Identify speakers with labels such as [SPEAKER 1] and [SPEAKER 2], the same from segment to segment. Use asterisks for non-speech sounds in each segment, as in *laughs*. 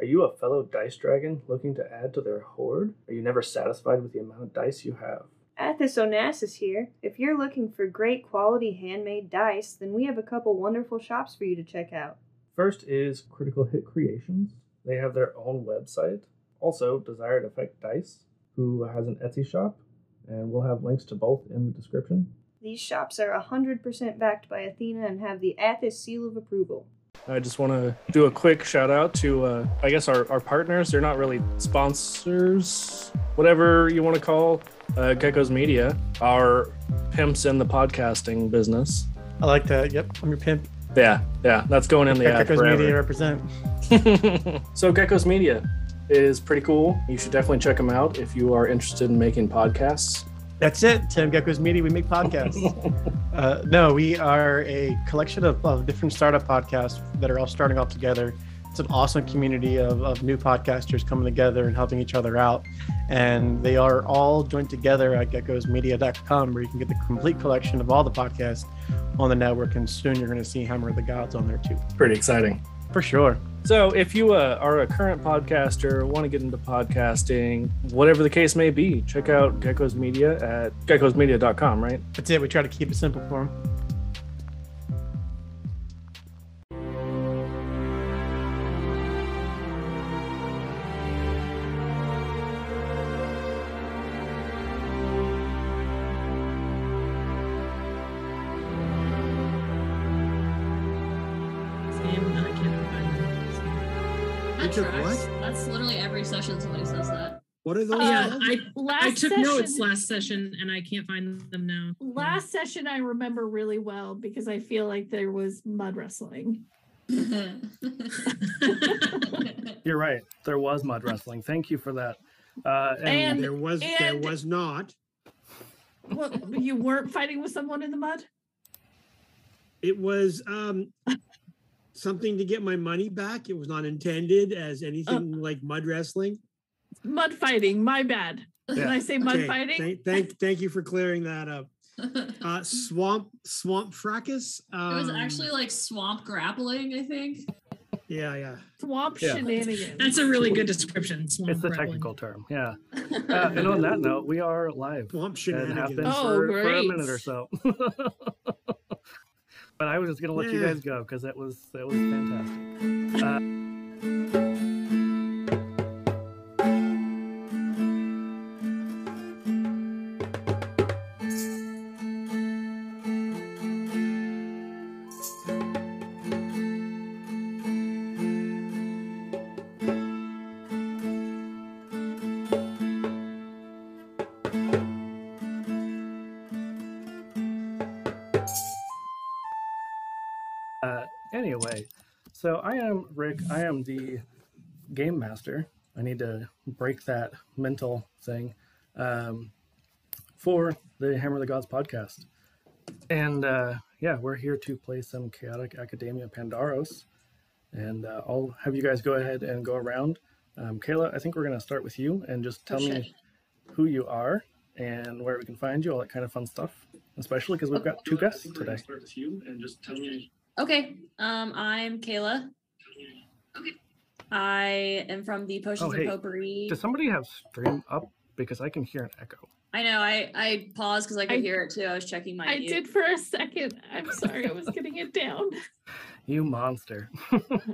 [SPEAKER 1] Are you a fellow dice dragon looking to add to their hoard? Are you never satisfied with the amount of dice you have?
[SPEAKER 2] Athos Onassis here. If you're looking for great quality handmade dice, then we have a couple wonderful shops for you to check out.
[SPEAKER 1] First is Critical Hit Creations. They have their own website. Also, Desired Effect Dice, who has an Etsy shop, and we'll have links to both in the description.
[SPEAKER 2] These shops are 100% backed by Athena and have the Athos seal of approval.
[SPEAKER 1] I just want to do a quick shout out to, uh, I guess, our, our partners. They're not really sponsors, whatever you want to call uh, Gecko's Media, our pimps in the podcasting business.
[SPEAKER 3] I like that. Yep, I'm your pimp.
[SPEAKER 1] Yeah, yeah, that's going in the ad
[SPEAKER 3] Gecko's
[SPEAKER 1] forever.
[SPEAKER 3] Media represent.
[SPEAKER 1] *laughs* so geckos media is pretty cool you should definitely check them out if you are interested in making podcasts
[SPEAKER 3] That's it, Tim Gecko's Media. We make podcasts.
[SPEAKER 1] *laughs*
[SPEAKER 3] uh, no, we are a collection of, of different startup podcasts that are all starting off together. It's an awesome community of, of new podcasters coming together and helping each other out. And they are all joined together at geckosmedia.com, where you can get the complete collection of all the podcasts on the network. And soon you're going to see Hammer of the Gods on there too.
[SPEAKER 1] pretty exciting
[SPEAKER 3] For sure.
[SPEAKER 1] so if you uh, are a current podcaster want to get into podcasting whatever the case may be check out geckos media at geckosmedia.com right
[SPEAKER 3] That's it. We try to keep it simple for them.
[SPEAKER 4] Sam, I can't find
[SPEAKER 5] That
[SPEAKER 6] You took
[SPEAKER 5] tracks. That's literally every session somebody says that.
[SPEAKER 6] What are those?
[SPEAKER 4] Yeah,
[SPEAKER 6] called? *laughs*
[SPEAKER 4] I
[SPEAKER 7] Uh, Last
[SPEAKER 4] I took
[SPEAKER 7] session,
[SPEAKER 4] notes last session and I can't find them now.
[SPEAKER 7] Last session I remember really well because I feel like there was mud wrestling.
[SPEAKER 1] you're right there was mud wrestling thank you for that uh,
[SPEAKER 7] And-
[SPEAKER 5] there was there
[SPEAKER 7] and-
[SPEAKER 5] was not.
[SPEAKER 7] What, you weren't fighting with someone in the mud?
[SPEAKER 5] It was um something to get my money back. It was not intended as anything like mud wrestling.
[SPEAKER 7] Mud fighting, my bad. Did I say mud
[SPEAKER 5] Okay,
[SPEAKER 7] fighting?
[SPEAKER 5] Thank, thank thank you for clearing that *laughs* up.
[SPEAKER 6] it
[SPEAKER 5] Uh swamp swamp fracas. Um,
[SPEAKER 6] was actually like swamp grappling, I think.
[SPEAKER 5] yeah, yeah.
[SPEAKER 7] Swamp
[SPEAKER 1] Yeah.
[SPEAKER 7] shenanigans.
[SPEAKER 4] That's a really good description. Swamp
[SPEAKER 1] it's the
[SPEAKER 4] grappling.
[SPEAKER 1] technical term yeah uh, and on that note we are live
[SPEAKER 5] Swamp
[SPEAKER 1] and have been
[SPEAKER 5] shenanigans.
[SPEAKER 7] Oh,
[SPEAKER 1] for, for a
[SPEAKER 7] great.
[SPEAKER 1] minute or so. *laughs* but I was just gonna let you
[SPEAKER 5] Yeah.
[SPEAKER 1] guys go because that was that was fantastic. Uh, uh, anyway, so I am Rick. I am the game master. I need to break that mental thing um, for the Hammer of the Gods podcast. And uh, yeah, we're here to play some Chaotic Academia Pandaros. And uh, I'll have you guys go ahead and go around. Um, Kayla, I think we're going to start with you and just tell
[SPEAKER 6] Oh, shit.
[SPEAKER 1] me who you are and where we can find you, all that kind of fun stuff, especially because
[SPEAKER 6] Oh,
[SPEAKER 1] we've got two guests today.
[SPEAKER 6] Okay. Um, I'm Kayla. I am from the Potions
[SPEAKER 1] Oh, hey.
[SPEAKER 6] of Potpourri.
[SPEAKER 1] Does somebody have stream up? Because I can hear an echo.
[SPEAKER 6] I know. I I paused because I could
[SPEAKER 7] I-
[SPEAKER 6] hear it too. I was checking my.
[SPEAKER 7] I
[SPEAKER 6] mute.
[SPEAKER 7] did for a second. I'm sorry, I was getting it down.
[SPEAKER 1] You monster.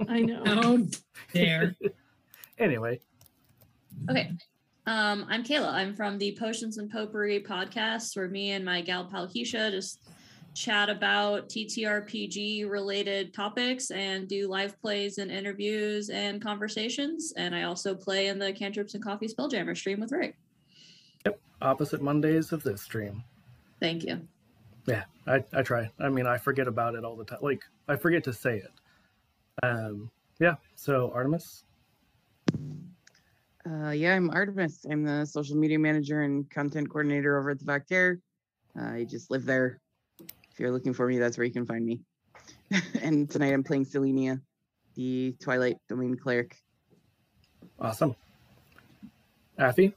[SPEAKER 7] I know.
[SPEAKER 4] How
[SPEAKER 7] *laughs*
[SPEAKER 4] dare.
[SPEAKER 1] Anyway,
[SPEAKER 6] Okay. Um, I'm Kayla. I'm from the Potions and Potpourri podcast, where me and my gal pal Keisha just chat about TTRPG related topics and do live plays and interviews and conversations. And I also play in the Cantrips and Coffee Spelljammer stream with Rick.
[SPEAKER 1] opposite Mondays of this stream.
[SPEAKER 6] Thank you.
[SPEAKER 1] Yeah, I, I try. I mean, I forget about it all the time. Like, I forget to say it. Um, yeah, so Artemis,
[SPEAKER 8] Uh, yeah, I'm Artemis. I'm the social media manager and content coordinator over at the Vactaire. Uh, I just live there. If you're looking for me, that's where you can find me. *laughs* and tonight I'm playing Selenia, the Twilight Domain cleric.
[SPEAKER 1] awesome. Affy,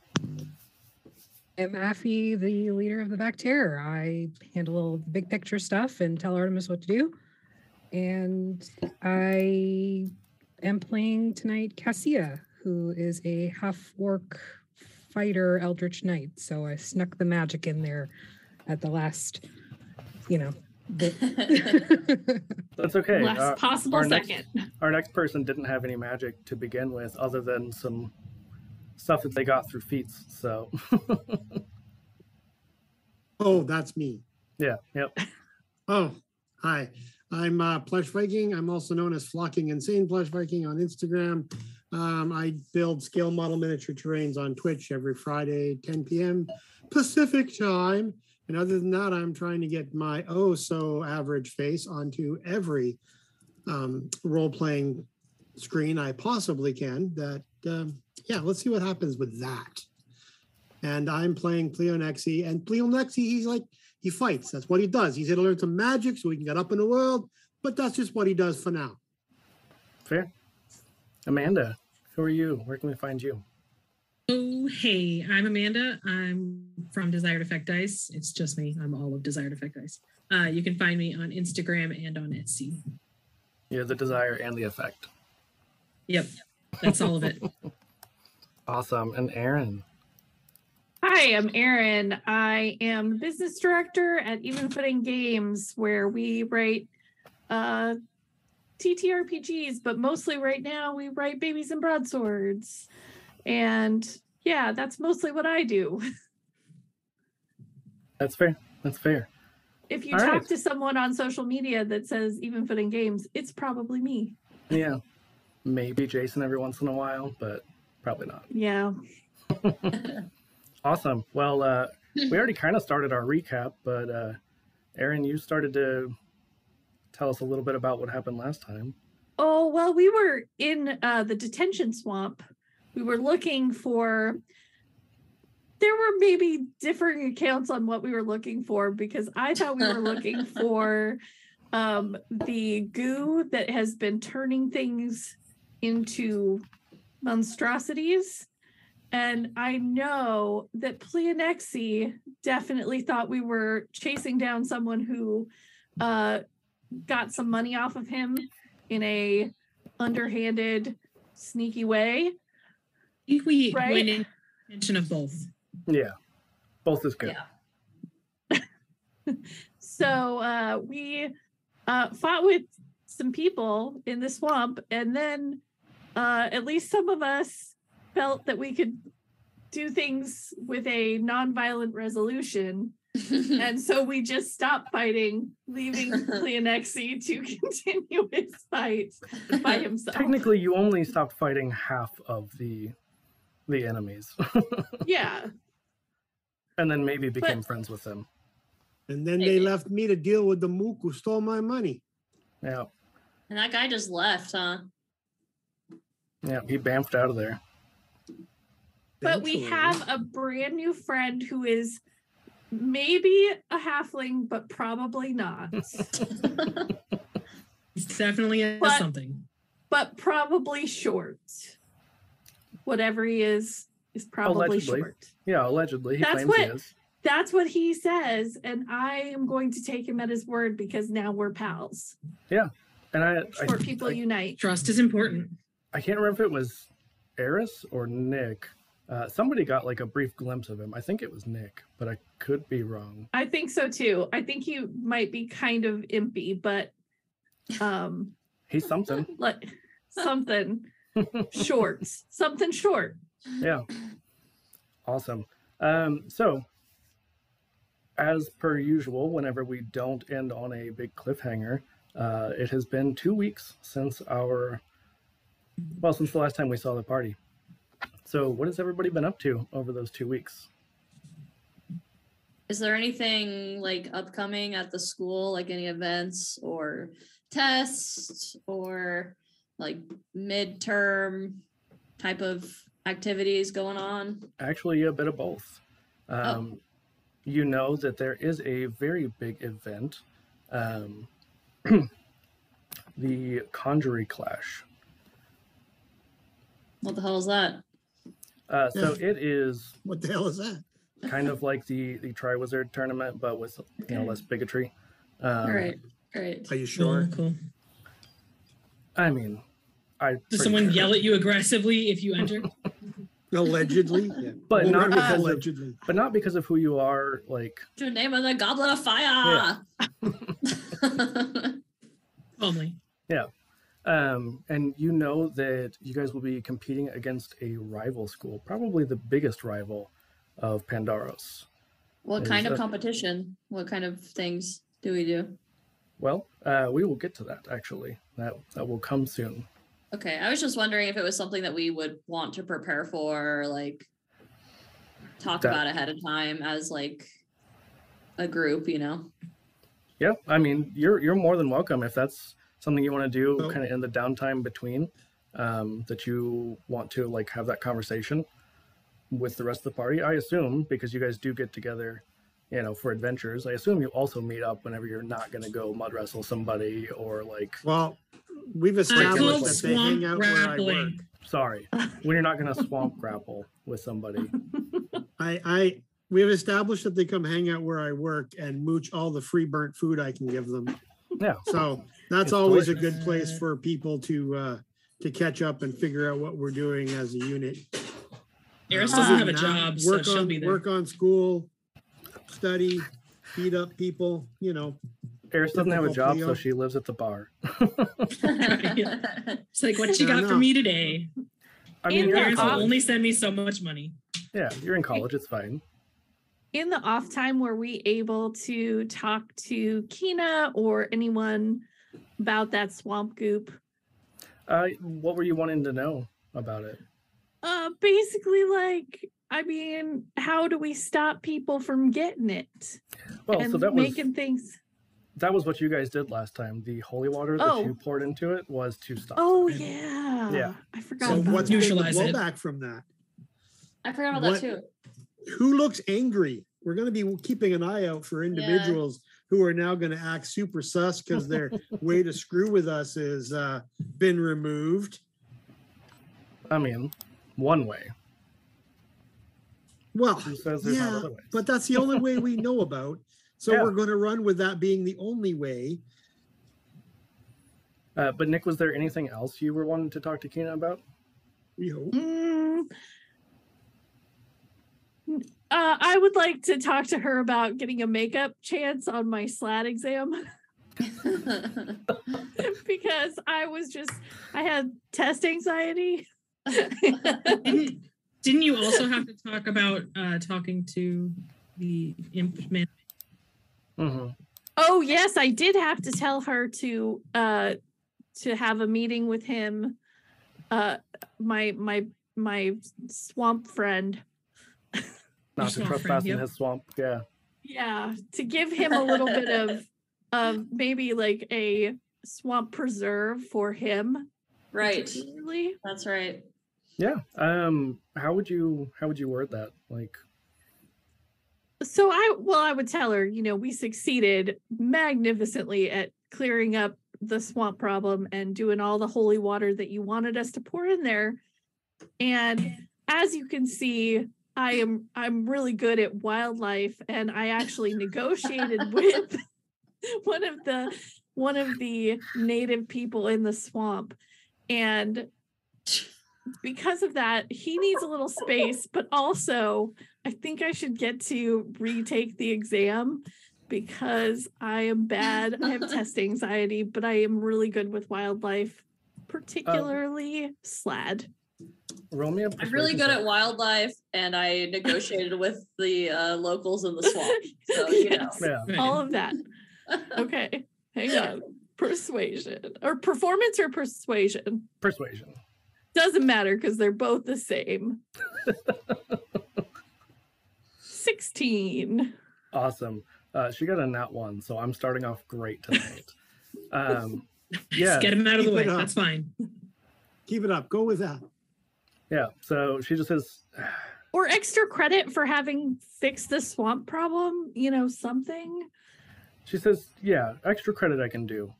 [SPEAKER 9] I'm Affy, the leader of the Back Terror. I handle the big picture stuff and tell Artemis what to do. And I am playing tonight Cassia, who is a half orc fighter eldritch knight. So I snuck the magic in there at the last, you know, bit.
[SPEAKER 1] That's okay.
[SPEAKER 7] Last
[SPEAKER 1] Uh,
[SPEAKER 7] possible
[SPEAKER 1] our next-
[SPEAKER 7] second.
[SPEAKER 1] our next person didn't have any magic to begin with, other than some stuff that they got through feats. So, *laughs*
[SPEAKER 5] Oh, that's me.
[SPEAKER 1] yeah, yep.
[SPEAKER 5] Oh, hi. I'm uh, Plush Viking. I'm also known as Flocking Insane Plush Viking on Instagram. Um, I build scale model miniature terrains on Twitch every Friday, 10 p.m. Pacific time. And other than that, I'm trying to get my oh so average face onto every um, role playing screen I possibly can. That, um, yeah, let's see what happens with that. And I'm playing Pleonexi, and Pleonexi, he's like, he fights. That's what he does. He's able to learn some magic so he can get up in the world, but that's just what he does for now.
[SPEAKER 1] Fair. Amanda, who are you? Where can we find you?
[SPEAKER 4] *laughs* Oh, hey, I'm Amanda. I'm from Desired Effect Dice. It's just me. I'm all of Desired Effect Dice. Uh, you can find me on Instagram and on Etsy.
[SPEAKER 1] You're the desire and the effect.
[SPEAKER 4] Yep, that's all of it.
[SPEAKER 1] Awesome. And Aaron.
[SPEAKER 7] Hi, I'm Erin. I am business director at Even Footing Games, where we write uh, TTRPGs, but mostly right now we write Babies and Broadswords. And yeah, that's mostly what I do.
[SPEAKER 1] That's fair. That's fair.
[SPEAKER 7] If you
[SPEAKER 1] All
[SPEAKER 7] talk
[SPEAKER 1] right.
[SPEAKER 7] to someone on social media that says Even Footing Games, it's probably me.
[SPEAKER 1] Yeah. Maybe Jason every once in a while, but probably not.
[SPEAKER 7] Yeah.
[SPEAKER 1] Awesome. Well, uh, we
[SPEAKER 7] *laughs*
[SPEAKER 1] already kind of started our recap, but uh, Aaron, you started to tell us a little bit about what happened last time.
[SPEAKER 7] Oh, well, we were in uh, the detention swamp. We were looking for. There were maybe differing accounts on what we were looking for because I thought we were looking for um, the goo that has been turning things into monstrosities. And I know that Pleonexi definitely thought we were chasing down someone who uh, got some money off of him in a underhanded, sneaky way.
[SPEAKER 4] I think we
[SPEAKER 7] Right?
[SPEAKER 4] went in mention of both.
[SPEAKER 1] Yeah. Both is good.
[SPEAKER 6] Yeah.
[SPEAKER 7] So uh, we uh, fought with some people in the swamp, and then uh, at least some of us felt that we could do things with a nonviolent resolution.
[SPEAKER 6] Hmm.
[SPEAKER 7] and so we just stopped fighting, leaving Leonexi to *laughs* continue his fight by himself.
[SPEAKER 1] Technically, you only stopped fighting half of the the enemies, *laughs*
[SPEAKER 7] Yeah.
[SPEAKER 1] and then maybe became
[SPEAKER 7] But-
[SPEAKER 1] friends with them.
[SPEAKER 5] And then they
[SPEAKER 6] Maybe.
[SPEAKER 5] left me to deal with the mook who stole my money.
[SPEAKER 1] Yeah.
[SPEAKER 6] *laughs* and that guy just left, huh?
[SPEAKER 1] Yeah. He bamfed out of there.
[SPEAKER 7] but we
[SPEAKER 5] Eventually.
[SPEAKER 7] have a brand new friend who is maybe a halfling, but
[SPEAKER 1] *laughs*
[SPEAKER 7] probably not.
[SPEAKER 4] It's definitely a
[SPEAKER 7] But-
[SPEAKER 4] something.
[SPEAKER 7] but probably short. Whatever he is, is probably
[SPEAKER 1] Oh, Allegedly.
[SPEAKER 7] short.
[SPEAKER 1] Yeah. Allegedly, he
[SPEAKER 7] That's
[SPEAKER 1] claims he
[SPEAKER 7] what-
[SPEAKER 1] is.
[SPEAKER 7] That's what he says, and I am going to take him at his word because now we're pals.
[SPEAKER 1] And I, I,
[SPEAKER 7] Short people
[SPEAKER 1] I,
[SPEAKER 7] unite.
[SPEAKER 4] Trust is important.
[SPEAKER 1] I can't remember if it was Eris or Nick. Uh, somebody got like a brief glimpse of him. I think it was Nick, but I could be wrong.
[SPEAKER 7] I think so too. I think he might be kind of impy, but um,
[SPEAKER 1] He's something.
[SPEAKER 7] like
[SPEAKER 1] *laughs*
[SPEAKER 7] something short, something short.
[SPEAKER 1] yeah. Awesome. Um, so, as per usual, whenever we don't end on a big cliffhanger, uh, it has been two weeks since our, well, since the last time we saw the party. So, what has everybody been up to over those two weeks?
[SPEAKER 6] Is there anything like upcoming at the school, like any events or tests or like midterm type of activities going on?
[SPEAKER 1] Actually, a bit of both.
[SPEAKER 4] Oh.
[SPEAKER 1] Um, You know that there is a very big event, um, *clears throat* the Conjury Clash.
[SPEAKER 6] What the hell is that?
[SPEAKER 1] Uh, so,
[SPEAKER 4] Mm.
[SPEAKER 1] it is
[SPEAKER 5] *laughs* What the hell is that?
[SPEAKER 1] kind of like the the Triwizard tournament, but with you know
[SPEAKER 6] Okay.
[SPEAKER 1] less bigotry. Um,
[SPEAKER 6] All right, all right.
[SPEAKER 1] *laughs*
[SPEAKER 5] Are
[SPEAKER 4] Cool,
[SPEAKER 5] you sure?
[SPEAKER 4] Cool.
[SPEAKER 1] I mean, I
[SPEAKER 4] Does someone yell at you aggressively if you enter?
[SPEAKER 5] Allegedly. Yeah.
[SPEAKER 1] But
[SPEAKER 5] We'll
[SPEAKER 1] not
[SPEAKER 5] run with
[SPEAKER 1] because of-
[SPEAKER 5] allegedly.
[SPEAKER 1] but not because of who you are. Like
[SPEAKER 6] To name of the Goblet of Fire.
[SPEAKER 4] Calmly.
[SPEAKER 1] um, and you know that you guys will be competing against a rival school, probably the biggest rival of Pandaros.
[SPEAKER 6] *laughs* what
[SPEAKER 1] Is
[SPEAKER 6] kind of
[SPEAKER 1] that-
[SPEAKER 6] competition? What kind of things do we do?
[SPEAKER 1] Well, uh, we will get to that actually. That that will come soon.
[SPEAKER 6] Okay, I was just wondering if it was something that we would want to prepare for, like talk
[SPEAKER 1] That-
[SPEAKER 6] about ahead of time as like a group, you *laughs* know?
[SPEAKER 1] Yeah, I mean, you're you're more than welcome if that's something you want to do,
[SPEAKER 5] Well-
[SPEAKER 1] kind of in the downtime between um, that you want to like have that conversation with the rest of the party. I assume because you guys do get together, you know, for adventures. I assume you also meet up whenever you're not going to go mud wrestle somebody or like
[SPEAKER 5] Well, we've
[SPEAKER 4] I
[SPEAKER 1] called
[SPEAKER 5] established that they
[SPEAKER 4] Uh, swamp
[SPEAKER 5] hang out where I work.
[SPEAKER 4] grappling.
[SPEAKER 1] sorry when you're not *laughs* going to swamp grapple with somebody.
[SPEAKER 5] I, I, we have established that they come hang out where I work and mooch all the free burnt food I can give them.
[SPEAKER 1] Yeah.
[SPEAKER 5] So that's
[SPEAKER 1] It's
[SPEAKER 5] always a
[SPEAKER 4] delicious.
[SPEAKER 5] good place for people to, uh, to catch up and figure out what we're doing as a unit.
[SPEAKER 4] Eris
[SPEAKER 5] Other
[SPEAKER 4] doesn't have a
[SPEAKER 5] than that,
[SPEAKER 4] job, so
[SPEAKER 5] Uh, Work
[SPEAKER 4] she'll
[SPEAKER 5] on,
[SPEAKER 4] be there.
[SPEAKER 5] work on school, study, beat up people, you know.
[SPEAKER 1] Eris doesn't have a
[SPEAKER 5] Difficult
[SPEAKER 1] job,
[SPEAKER 5] Leo.
[SPEAKER 1] so she lives at the bar.
[SPEAKER 4] It's like, what you
[SPEAKER 5] Fair
[SPEAKER 4] got for
[SPEAKER 5] enough.
[SPEAKER 4] me today?
[SPEAKER 1] I mean,
[SPEAKER 7] And
[SPEAKER 1] you're
[SPEAKER 7] they're
[SPEAKER 4] Parents
[SPEAKER 1] in
[SPEAKER 4] will
[SPEAKER 7] off-
[SPEAKER 1] college.
[SPEAKER 4] only send me so much money.
[SPEAKER 1] Yeah, you're in college. It's fine.
[SPEAKER 7] in the off time were we able to talk to Kina or anyone about that swamp goop?
[SPEAKER 1] Uh, what were you wanting to know about it?
[SPEAKER 7] Uh basically like I mean, how do we stop people from getting it
[SPEAKER 1] Well,
[SPEAKER 7] and
[SPEAKER 1] Oh, so that was
[SPEAKER 7] making things?
[SPEAKER 1] that was what you guys did last time. The holy water that
[SPEAKER 7] Oh.
[SPEAKER 1] you poured into it was to stop. *clears throat*
[SPEAKER 7] Oh
[SPEAKER 1] it.
[SPEAKER 7] yeah.
[SPEAKER 1] Yeah.
[SPEAKER 7] I forgot.
[SPEAKER 5] So
[SPEAKER 7] about
[SPEAKER 5] what's
[SPEAKER 7] that.
[SPEAKER 5] been the
[SPEAKER 4] Neutralize it.
[SPEAKER 5] blowback from that?
[SPEAKER 6] I forgot about
[SPEAKER 5] What-
[SPEAKER 6] that too.
[SPEAKER 5] who looks angry. We're going to be keeping an eye out for individuals who are now going to act super sus because their way to screw with us is uh, been removed.
[SPEAKER 1] I mean, one way.
[SPEAKER 5] Well,
[SPEAKER 1] Who says there's not
[SPEAKER 5] Yeah,
[SPEAKER 1] other ways?
[SPEAKER 5] but that's the only way we know about. So
[SPEAKER 1] Yeah.
[SPEAKER 5] we're going to run with that being the only way.
[SPEAKER 1] Uh, but Nick, was there anything else you were wanting to talk to Kina about?
[SPEAKER 5] We hope.
[SPEAKER 7] Mm. N- Uh, I would like to talk to her about getting a makeup chance on my SLAT exam. *laughs* because I was just I had test anxiety.
[SPEAKER 9] Mm-hmm.
[SPEAKER 4] Didn't, didn't you also have to talk about uh, talking to the imp man?
[SPEAKER 1] Mm-hmm.
[SPEAKER 7] Oh yes, I did have to tell her to uh to have a meeting with him. Uh my my my swamp friend.
[SPEAKER 1] Not to
[SPEAKER 4] swamp friend,
[SPEAKER 1] trespass in
[SPEAKER 4] yep.
[SPEAKER 1] his swamp. Yeah.
[SPEAKER 7] Yeah, to give him a little bit of of maybe like a swamp preserve for him.
[SPEAKER 6] *laughs* right.
[SPEAKER 7] particularly.
[SPEAKER 6] That's right.
[SPEAKER 1] Yeah. Um. How would you How would you word that? Like.
[SPEAKER 7] So I well, I would tell her, you know, we succeeded magnificently at clearing up the swamp problem and doing all the holy water that you wanted us to pour in there. And as you can see, I am I'm really good at wildlife and I actually negotiated with *laughs* one of the one of the native people in the swamp and because of that he needs a little space but also I think I should get to retake the exam because I am bad. I have test anxiety, but I am really good with wildlife, particularly slad.
[SPEAKER 1] Roll me a
[SPEAKER 6] I'm really
[SPEAKER 1] persuasion
[SPEAKER 6] good
[SPEAKER 1] check.
[SPEAKER 6] at wildlife and I *laughs* negotiated with the uh, locals in the swamp. *laughs* So, you know.
[SPEAKER 7] Yes.
[SPEAKER 1] Yeah.
[SPEAKER 7] All of that. Okay. Hang on. Persuasion or performance or persuasion.
[SPEAKER 1] Persuasion.
[SPEAKER 7] Doesn't matter because they're both the same. 16.
[SPEAKER 1] Awesome. Uh, she got a nat one, so I'm starting off great tonight. um. Yeah.
[SPEAKER 4] Just get him out of the
[SPEAKER 5] Keep
[SPEAKER 4] way.
[SPEAKER 5] it up.
[SPEAKER 4] That's fine.
[SPEAKER 5] Keep it up. Go with that.
[SPEAKER 1] Yeah. So she just says,
[SPEAKER 7] or extra credit for having fixed the swamp problem, you know, something.
[SPEAKER 1] She says, Yeah, extra credit I can do.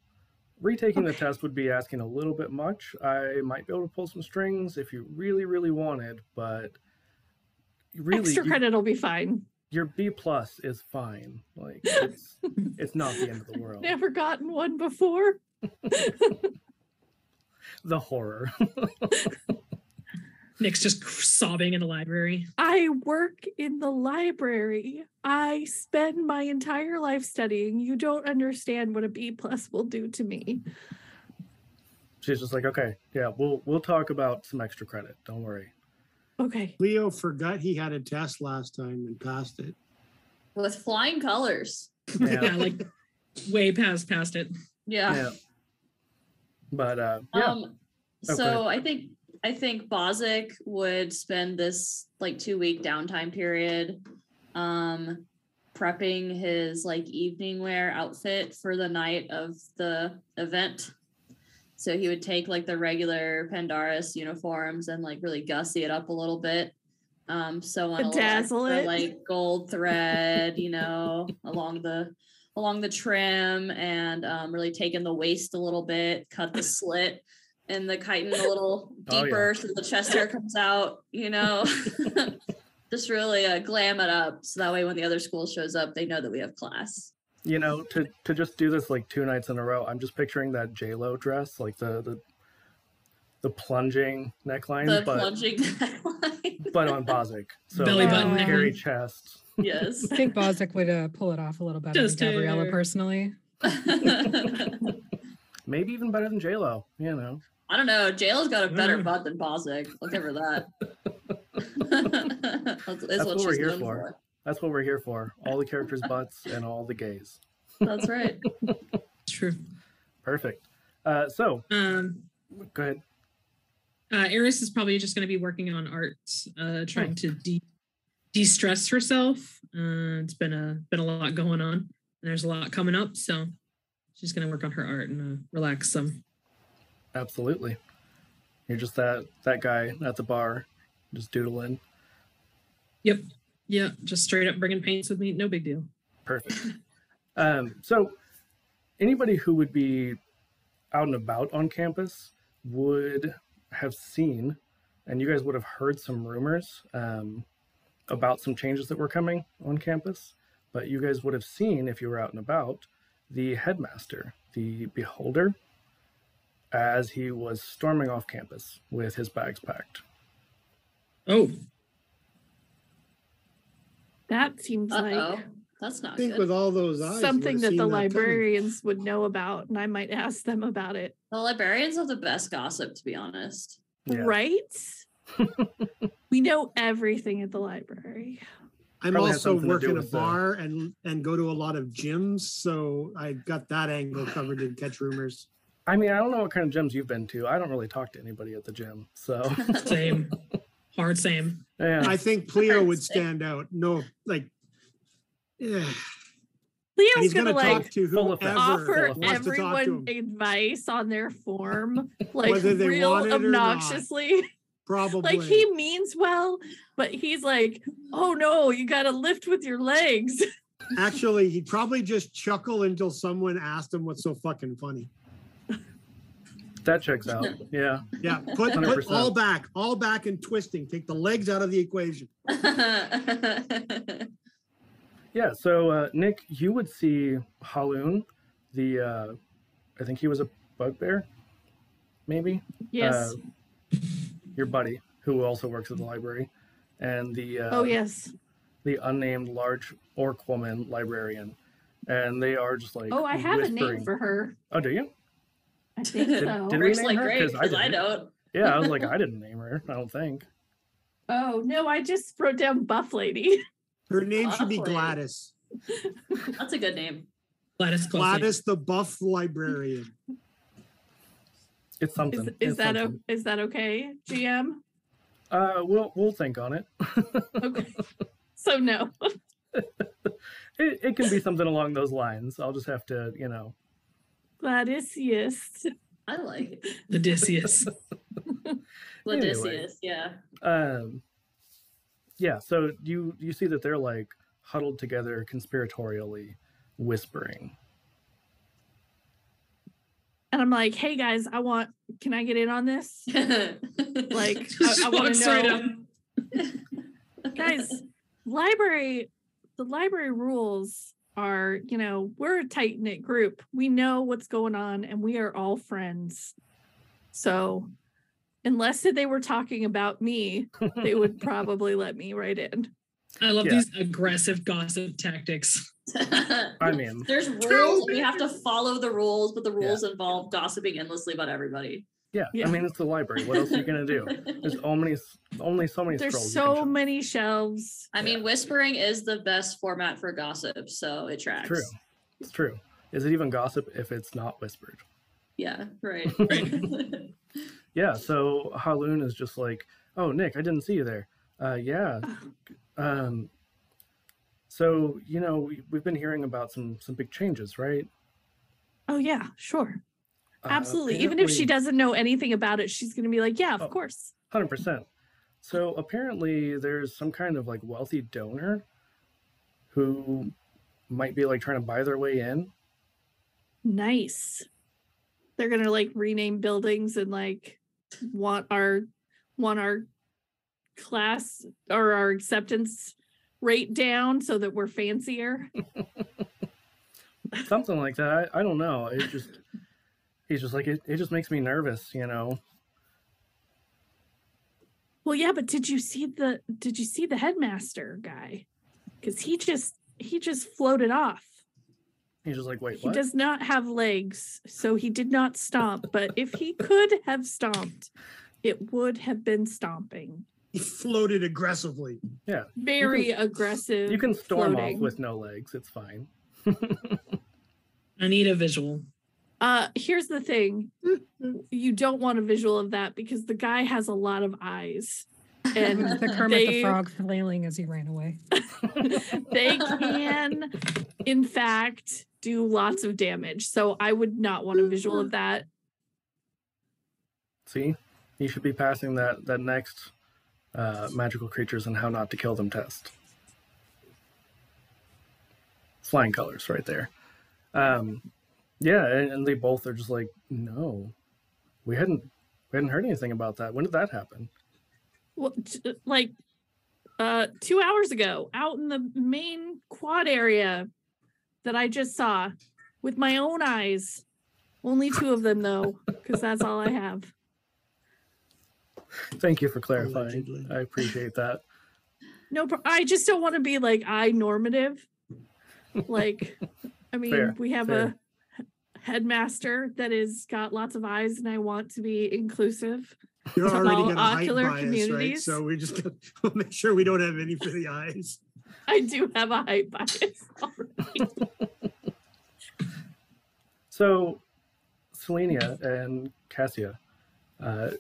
[SPEAKER 1] Retaking the test would be asking a little bit much. I might be able to pull some strings if you really, really wanted, but really,
[SPEAKER 7] extra
[SPEAKER 1] you-
[SPEAKER 7] credit will be fine.
[SPEAKER 1] your B plus is fine. Like, it's, it's not the end of the world.
[SPEAKER 7] Never gotten one before.
[SPEAKER 1] the horror. *laughs*
[SPEAKER 4] Nick's just sobbing in the library.
[SPEAKER 7] I work in the library. I spend my entire life studying. You don't understand what a B plus will do to me.
[SPEAKER 1] She's just like, okay, yeah, we'll we'll talk about some extra credit. Don't worry.
[SPEAKER 7] Okay.
[SPEAKER 5] Leo forgot he had a test last time and passed it.
[SPEAKER 6] *laughs* with flying colors.
[SPEAKER 1] Yeah.
[SPEAKER 4] Yeah, like way past past it.
[SPEAKER 6] Yeah.
[SPEAKER 1] Yeah. But uh, yeah,
[SPEAKER 6] Um,
[SPEAKER 1] Oh,
[SPEAKER 6] so I think I think Bozic would spend this like two week downtime period, um, prepping his like evening wear outfit for the night of the event. So he would take like the regular Pandaris uniforms and like really gussy it up a little bit. Um, so on a little extra,
[SPEAKER 7] Bedazzle it.
[SPEAKER 6] like gold thread, you know, along the along the trim and um, really take in the waist a little bit,
[SPEAKER 1] *laughs*
[SPEAKER 6] cut the slit and the chitin a little
[SPEAKER 1] Oh, yeah.
[SPEAKER 6] deeper so the chest hair comes out,
[SPEAKER 1] *laughs*
[SPEAKER 6] you know. *laughs* Just really uh, glam it up so that way when the other school shows up, they know that we have class.
[SPEAKER 1] you know, to to just do this like two nights in a row, I'm just picturing that J Lo dress, like the the the plunging neckline,
[SPEAKER 6] The
[SPEAKER 1] but
[SPEAKER 6] plunging *laughs* neckline.
[SPEAKER 1] but on Bozic. So
[SPEAKER 4] Belly
[SPEAKER 1] like,
[SPEAKER 4] button
[SPEAKER 1] hairy
[SPEAKER 4] down.
[SPEAKER 1] chest. *laughs*
[SPEAKER 6] yes. *laughs*
[SPEAKER 9] I think Bozic would uh, pull it off a little better
[SPEAKER 4] Just
[SPEAKER 9] than Gabriella
[SPEAKER 4] her.
[SPEAKER 9] personally.
[SPEAKER 6] I
[SPEAKER 1] Maybe even better than J Lo. You know,
[SPEAKER 6] don't know. JL's got a better
[SPEAKER 1] Mm.
[SPEAKER 6] butt than Bozic. I'll give her
[SPEAKER 1] *laughs*
[SPEAKER 6] that. *laughs* That's, is
[SPEAKER 1] That's what
[SPEAKER 6] what
[SPEAKER 1] we're
[SPEAKER 6] she's
[SPEAKER 1] here
[SPEAKER 6] known
[SPEAKER 1] for.
[SPEAKER 6] for.
[SPEAKER 1] that's what we're here for. All the characters' butts and all the gays.
[SPEAKER 6] That's
[SPEAKER 1] *laughs*
[SPEAKER 6] right.
[SPEAKER 4] True.
[SPEAKER 1] Perfect. Uh, so
[SPEAKER 4] Um,
[SPEAKER 1] go ahead.
[SPEAKER 4] uh, Eris is probably just going to be working on art, uh, trying to de de stress herself. Uh, it's been a been a lot going on, and there's a lot coming up, so she's going to work on her art and uh, relax some.
[SPEAKER 1] Absolutely. You're just that that guy at the bar, just doodling.
[SPEAKER 4] Yeah, just straight up bringing paints with me, no big deal.
[SPEAKER 1] Perfect. Um, so, anybody who would be out and about on campus would have seen, and you guys would have heard some rumors um, about some changes that were coming on campus. But you guys would have seen, if you were out and about, the headmaster, the beholder, as he was storming off campus with his bags packed.
[SPEAKER 4] Oh,
[SPEAKER 7] That seems
[SPEAKER 6] Uh
[SPEAKER 7] like
[SPEAKER 6] oh. That's not
[SPEAKER 5] I think
[SPEAKER 6] good.
[SPEAKER 5] with all those eyes, you
[SPEAKER 7] something
[SPEAKER 5] would've
[SPEAKER 7] that
[SPEAKER 5] seen
[SPEAKER 7] the
[SPEAKER 5] coming.
[SPEAKER 7] librarians would know about, and I might ask them about it.
[SPEAKER 6] The librarians have the best gossip, to be honest.
[SPEAKER 1] Yeah.
[SPEAKER 7] Right?
[SPEAKER 5] *laughs*
[SPEAKER 7] we know everything at the library.
[SPEAKER 5] I'm
[SPEAKER 1] Probably has
[SPEAKER 5] also
[SPEAKER 1] something to do
[SPEAKER 5] working a
[SPEAKER 1] with the-
[SPEAKER 5] bar and and go to a lot of gyms, so I got that angle covered in catch rumors.
[SPEAKER 1] I mean, I don't know what kind of gyms you've been to. I don't really talk to anybody at the gym.
[SPEAKER 6] *laughs*
[SPEAKER 1] So, *laughs*
[SPEAKER 4] same, hard same.
[SPEAKER 1] yeah.
[SPEAKER 5] I think Pleo would
[SPEAKER 6] Sick.
[SPEAKER 5] stand out. No, like, yeah,
[SPEAKER 7] Leo's
[SPEAKER 5] he's
[SPEAKER 7] gonna,
[SPEAKER 5] gonna,
[SPEAKER 7] like
[SPEAKER 5] talk to
[SPEAKER 1] full of
[SPEAKER 5] whoever
[SPEAKER 7] offer
[SPEAKER 1] Full
[SPEAKER 5] wants to talk to
[SPEAKER 7] everyone
[SPEAKER 5] him.
[SPEAKER 7] advice on
[SPEAKER 5] *laughs*
[SPEAKER 7] their form, like
[SPEAKER 5] Whether they
[SPEAKER 7] real
[SPEAKER 5] want it or not. Oh,
[SPEAKER 7] obnoxiously.
[SPEAKER 5] Probably
[SPEAKER 7] *laughs* like he means well, but he's like, oh no, you gotta lift with your legs. *laughs*
[SPEAKER 5] actually he'd probably just chuckle until someone asked him what's so fucking funny.
[SPEAKER 1] That checks
[SPEAKER 7] *laughs*
[SPEAKER 1] out. Yeah.
[SPEAKER 5] Yeah, put, put
[SPEAKER 1] 100%.
[SPEAKER 5] all back, all back and twisting. Take the legs out of the equation.
[SPEAKER 1] Yeah. So, uh, Nick, you would see Haloon, the, uh, I think he was a bugbear, maybe?
[SPEAKER 7] Yes.
[SPEAKER 1] Uh, your buddy, who also works at the library, and the, uh,
[SPEAKER 7] oh yes.
[SPEAKER 1] the unnamed large orc woman librarian. And they are just like,
[SPEAKER 7] Oh, I have a
[SPEAKER 1] whispering.
[SPEAKER 7] name for her.
[SPEAKER 1] Oh, do you?
[SPEAKER 5] *laughs*
[SPEAKER 7] I think
[SPEAKER 6] Did-
[SPEAKER 7] so.
[SPEAKER 1] did we
[SPEAKER 6] Rick's
[SPEAKER 1] name
[SPEAKER 6] like,
[SPEAKER 1] her?
[SPEAKER 6] great,
[SPEAKER 1] 'Cause I
[SPEAKER 6] because I
[SPEAKER 1] didn't.
[SPEAKER 6] don't.
[SPEAKER 1] Yeah. I was
[SPEAKER 7] *laughs*
[SPEAKER 1] like, I didn't name her. I don't think.
[SPEAKER 7] Oh no, I just wrote down Buff Lady. *laughs*
[SPEAKER 5] Her name should be
[SPEAKER 6] Lovely.
[SPEAKER 5] Gladys.
[SPEAKER 6] That's a good name.
[SPEAKER 4] Gladys, Gladys.
[SPEAKER 5] Gladys the Buff Librarian.
[SPEAKER 1] It's
[SPEAKER 7] Is,
[SPEAKER 1] something.
[SPEAKER 7] is
[SPEAKER 1] It's
[SPEAKER 7] that o-
[SPEAKER 1] something.
[SPEAKER 7] is that okay, GM?
[SPEAKER 1] Uh, we'll we'll think on it.
[SPEAKER 7] Okay. so no.
[SPEAKER 1] it. It can be something along those lines. I'll just have to, you know,
[SPEAKER 7] Gladys, yes.
[SPEAKER 6] I like it.
[SPEAKER 4] the Odysseus.
[SPEAKER 1] *laughs* Anyway.
[SPEAKER 6] Odysseus, yeah.
[SPEAKER 1] um, yeah. So you you see that they're like huddled together, conspiratorially whispering.
[SPEAKER 7] And I'm like, hey guys, I want can I get in
[SPEAKER 6] *laughs*
[SPEAKER 7] on this? Like I,
[SPEAKER 4] Just
[SPEAKER 7] I
[SPEAKER 4] walk
[SPEAKER 7] want to
[SPEAKER 4] straight
[SPEAKER 7] know
[SPEAKER 4] up.
[SPEAKER 6] *laughs*
[SPEAKER 7] guys library the library rules are you know we're a tight knit group we know what's going on and we are all friends So, unless they were talking about me, they would probably let me right in.
[SPEAKER 4] I love
[SPEAKER 1] Yeah.
[SPEAKER 4] these aggressive gossip tactics.
[SPEAKER 1] I mean,
[SPEAKER 6] There's rules. We have to follow the rules, but the rules involve gossiping endlessly about everybody.
[SPEAKER 1] yeah,
[SPEAKER 7] Yeah.
[SPEAKER 1] I mean, it's the library. What else are you gonna
[SPEAKER 6] *laughs*
[SPEAKER 7] *laughs*
[SPEAKER 1] do? There's only only so many
[SPEAKER 7] There's
[SPEAKER 1] scrolls. you can
[SPEAKER 7] so many shelves.
[SPEAKER 6] I mean, whispering is the best format for gossip, so it
[SPEAKER 1] show.
[SPEAKER 6] tracks.
[SPEAKER 1] True, it's true. Is it even gossip if it's not whispered?
[SPEAKER 6] Yeah,
[SPEAKER 1] *laughs*
[SPEAKER 6] right. *laughs*
[SPEAKER 1] Yeah, so Haloon is just like, "Oh, Nick, I didn't see you there." Uh, yeah. Um, so you know we, we've been hearing about some some big changes, right?
[SPEAKER 7] Oh yeah, sure.
[SPEAKER 1] Uh,
[SPEAKER 7] Absolutely. Even if
[SPEAKER 1] apparently-
[SPEAKER 7] she doesn't know anything about it, she's going to be like, yeah, of
[SPEAKER 1] Oh.
[SPEAKER 7] course.
[SPEAKER 1] Hundred percent. So apparently, there's some kind of like wealthy donor who might be like trying to buy their way in.
[SPEAKER 7] Nice. They're going to like rename buildings and like want our want our class or our acceptance rate down so that
[SPEAKER 1] *laughs*
[SPEAKER 7] we're fancier.
[SPEAKER 1] Something like that. I, I don't know. It just he's just like it. It just makes me nervous, you know.
[SPEAKER 7] Well, yeah, but did you see the did you see the headmaster guy? Cuz he just he just floated off.
[SPEAKER 1] He's just like, wait,
[SPEAKER 7] He
[SPEAKER 1] what?
[SPEAKER 7] does not have legs, so he did not
[SPEAKER 1] *laughs*
[SPEAKER 7] stomp. But if he could have stomped, it would have been stomping.
[SPEAKER 5] He floated aggressively.
[SPEAKER 7] Very aggressive.
[SPEAKER 1] you can storm
[SPEAKER 7] floating.
[SPEAKER 1] off with no legs. It's fine.
[SPEAKER 4] I need a visual.
[SPEAKER 7] Uh, here's the thing: you don't want a visual of that because the guy has a lot of eyes,
[SPEAKER 9] It
[SPEAKER 7] *laughs*
[SPEAKER 9] was *laughs*
[SPEAKER 7] and
[SPEAKER 9] the Kermit
[SPEAKER 7] They-
[SPEAKER 9] the Frog flailing as he ran away.
[SPEAKER 7] they can, in fact, do lots of damage. So I would not want a
[SPEAKER 1] *laughs*
[SPEAKER 7] visual of that.
[SPEAKER 1] See, you should be passing that that next uh, magical creatures and how not to kill them test. Flying colors, right there. Um, yeah, and, and they both are just like, no, we hadn't we hadn't heard anything about that. When did that happen?
[SPEAKER 7] Well, t- like, uh, two hours ago, out in the main quad area that I just saw with my own eyes. Only two of them though, because that's all I have.
[SPEAKER 1] Thank you for clarifying.
[SPEAKER 5] Allegedly.
[SPEAKER 1] I appreciate that.
[SPEAKER 7] No, pro- I just don't want to be like I normative. Like, I mean,
[SPEAKER 1] Fair,
[SPEAKER 7] we have
[SPEAKER 1] fair.
[SPEAKER 7] a headmaster that is got lots of eyes, and I want to be inclusive. *laughs*
[SPEAKER 5] You're
[SPEAKER 7] To
[SPEAKER 5] already
[SPEAKER 7] all
[SPEAKER 5] going to height
[SPEAKER 7] ocular
[SPEAKER 5] bias, right?
[SPEAKER 7] communities.
[SPEAKER 5] So we just gotta *laughs* we'll make sure we don't have any for the eyes.
[SPEAKER 7] I do have a height bias. already.
[SPEAKER 1] So, Selenia and Cassia, uh,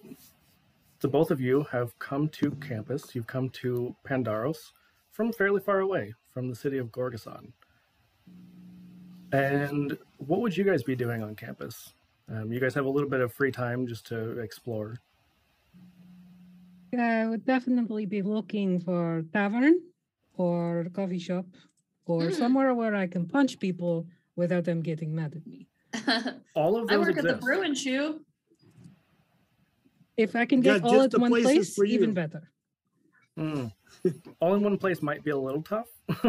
[SPEAKER 1] the both of you have come to campus. You've come to Pandaros from fairly far away from the city of Gorgason. And what would you guys be doing on campus? Um, you guys have a little bit of free time just to explore.
[SPEAKER 9] I would definitely be looking for tavern or coffee shop or
[SPEAKER 6] Mm.
[SPEAKER 9] somewhere where I can punch people without them getting mad at me.
[SPEAKER 1] All of
[SPEAKER 6] I
[SPEAKER 1] those
[SPEAKER 6] work at
[SPEAKER 1] exist.
[SPEAKER 6] the Brew and Chew. *laughs*
[SPEAKER 9] If I can
[SPEAKER 5] Yeah,
[SPEAKER 9] get all
[SPEAKER 5] just
[SPEAKER 9] at
[SPEAKER 5] the
[SPEAKER 9] one
[SPEAKER 5] places
[SPEAKER 9] place,
[SPEAKER 5] for
[SPEAKER 9] even
[SPEAKER 5] you.
[SPEAKER 9] better.
[SPEAKER 1] Mm. *laughs* All in one place might be a little tough. *laughs*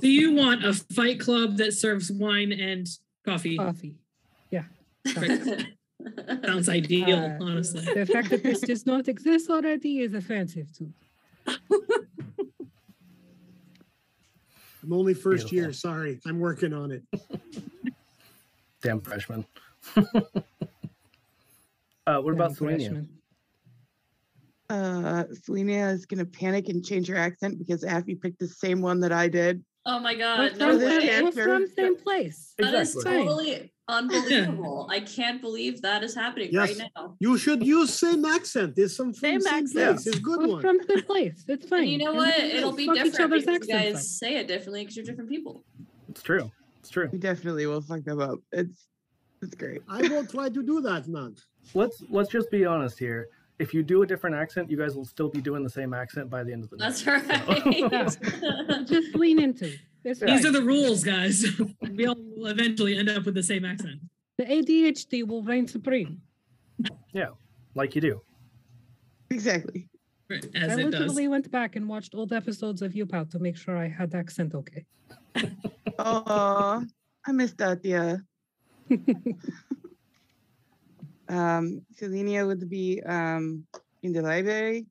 [SPEAKER 4] Do you want a fight club that serves wine and coffee?
[SPEAKER 9] Coffee.
[SPEAKER 4] Sounds ideal,
[SPEAKER 9] Uh,
[SPEAKER 4] honestly.
[SPEAKER 9] The fact that this does not exist already is offensive to me.
[SPEAKER 5] I'm only first
[SPEAKER 1] Beautiful.
[SPEAKER 5] year. Sorry, I'm working on it.
[SPEAKER 1] Damn freshmen. *laughs* uh, what about
[SPEAKER 9] Young
[SPEAKER 1] Selenia?
[SPEAKER 9] freshman.
[SPEAKER 8] Uh, Selena is gonna panic and change her accent because Affy picked the same one that I did.
[SPEAKER 6] oh my
[SPEAKER 9] We're
[SPEAKER 6] god,
[SPEAKER 9] from,
[SPEAKER 6] no
[SPEAKER 8] Another
[SPEAKER 9] we're-
[SPEAKER 6] way.
[SPEAKER 9] we're
[SPEAKER 8] answer.
[SPEAKER 9] from same place.
[SPEAKER 6] That is
[SPEAKER 9] Exactly.
[SPEAKER 6] totally unbelievable. I can't believe that is happening
[SPEAKER 5] Yes.
[SPEAKER 6] right now.
[SPEAKER 5] You should use same accent. There's some from
[SPEAKER 7] Same
[SPEAKER 5] same,
[SPEAKER 7] accent.
[SPEAKER 5] place. It's a good
[SPEAKER 9] We're
[SPEAKER 5] one.
[SPEAKER 9] from same place. It's fine.
[SPEAKER 6] And you know
[SPEAKER 9] And
[SPEAKER 6] what?
[SPEAKER 9] we can
[SPEAKER 6] It'll be
[SPEAKER 9] fuck each
[SPEAKER 6] different
[SPEAKER 9] other's
[SPEAKER 6] because you
[SPEAKER 9] accents
[SPEAKER 6] guys
[SPEAKER 9] up.
[SPEAKER 6] say it differently because you're
[SPEAKER 9] *laughs*
[SPEAKER 6] different people.
[SPEAKER 1] It's true. It's true.
[SPEAKER 8] We definitely will fuck them up. It's it's great.
[SPEAKER 5] I will try to do that, man.
[SPEAKER 1] let's let's just be honest here. If you do a different accent, you guys will still be doing the same accent by the end of the night.
[SPEAKER 9] Oh.
[SPEAKER 6] That's
[SPEAKER 9] *laughs*
[SPEAKER 6] right.
[SPEAKER 9] Just lean into. it. It's
[SPEAKER 4] These
[SPEAKER 9] fine.
[SPEAKER 4] are the rules, guys. we all will eventually end up with the same accent.
[SPEAKER 9] the ADHD will reign supreme.
[SPEAKER 1] like you do.
[SPEAKER 8] Exactly.
[SPEAKER 4] Right, As
[SPEAKER 9] I
[SPEAKER 4] it does.
[SPEAKER 9] literally went back and watched old episodes of YouPow to make sure I had the accent okay.
[SPEAKER 8] Oh, I missed that. Yeah. Um, Selenia would be um, in the library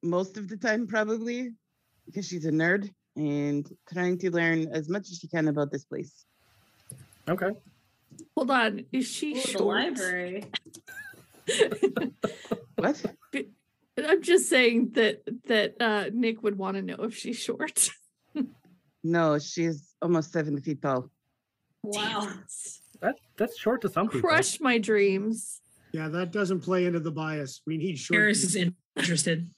[SPEAKER 8] most of the time, probably, because she's a nerd and trying to learn as much as she can about this place.
[SPEAKER 1] Okay.
[SPEAKER 7] Hold on. Is she
[SPEAKER 6] Ooh, the
[SPEAKER 7] short?
[SPEAKER 6] library.
[SPEAKER 8] What?
[SPEAKER 7] I'm just saying that that uh, Nick would want to know if she's
[SPEAKER 1] *laughs*
[SPEAKER 7] short.
[SPEAKER 8] No, she's almost seven feet tall.
[SPEAKER 9] *laughs*
[SPEAKER 6] Wow.
[SPEAKER 1] That that's short to some people.
[SPEAKER 7] Crush my dreams.
[SPEAKER 5] Yeah, that doesn't play into the bias. We need short.
[SPEAKER 4] Eris
[SPEAKER 5] people.
[SPEAKER 4] is
[SPEAKER 6] *laughs*
[SPEAKER 4] interested.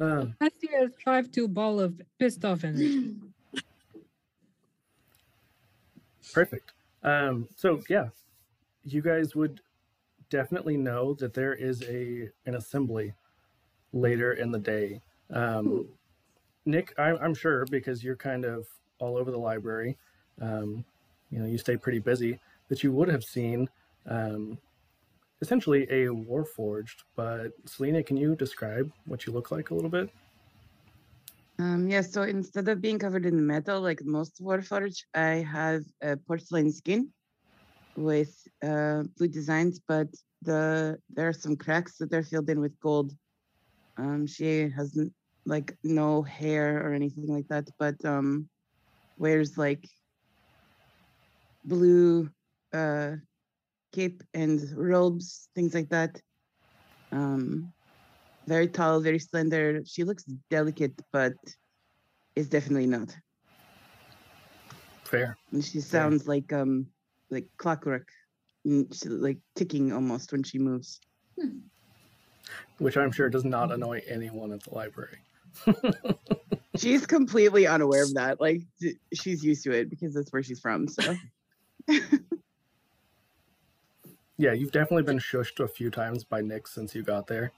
[SPEAKER 1] Uh,
[SPEAKER 9] Cassia is five to a ball of pissed off energy.
[SPEAKER 1] Perfect. Um, so yeah, you guys would definitely know that there is a an assembly later in the day. Um, Nick, I, I'm sure because you're kind of all over the library. Um, you know, you stay pretty busy. That you would have seen um, essentially a warforged. But Selena, can you describe what you look like a little bit?
[SPEAKER 8] Um, yeah, so instead of being covered in metal like most Warforged, I have a porcelain skin with uh, blue designs, but the there are some cracks that are filled in with gold. Um, she has n- like no hair or anything like that, but um, wears like blue uh, cape and robes, things like that. Um, very tall, very slender. She looks delicate, but is definitely not.
[SPEAKER 1] Fair.
[SPEAKER 8] And she
[SPEAKER 1] Fair.
[SPEAKER 8] sounds like um like clockwork, mm, she- like ticking almost when she moves.
[SPEAKER 1] Which I'm sure does not annoy anyone at the library.
[SPEAKER 8] She's completely unaware of that. Like d- she's used to it because that's where she's from.
[SPEAKER 1] *laughs*
[SPEAKER 8] So
[SPEAKER 1] Yeah, you've definitely been shushed a few times by Nick since you got there.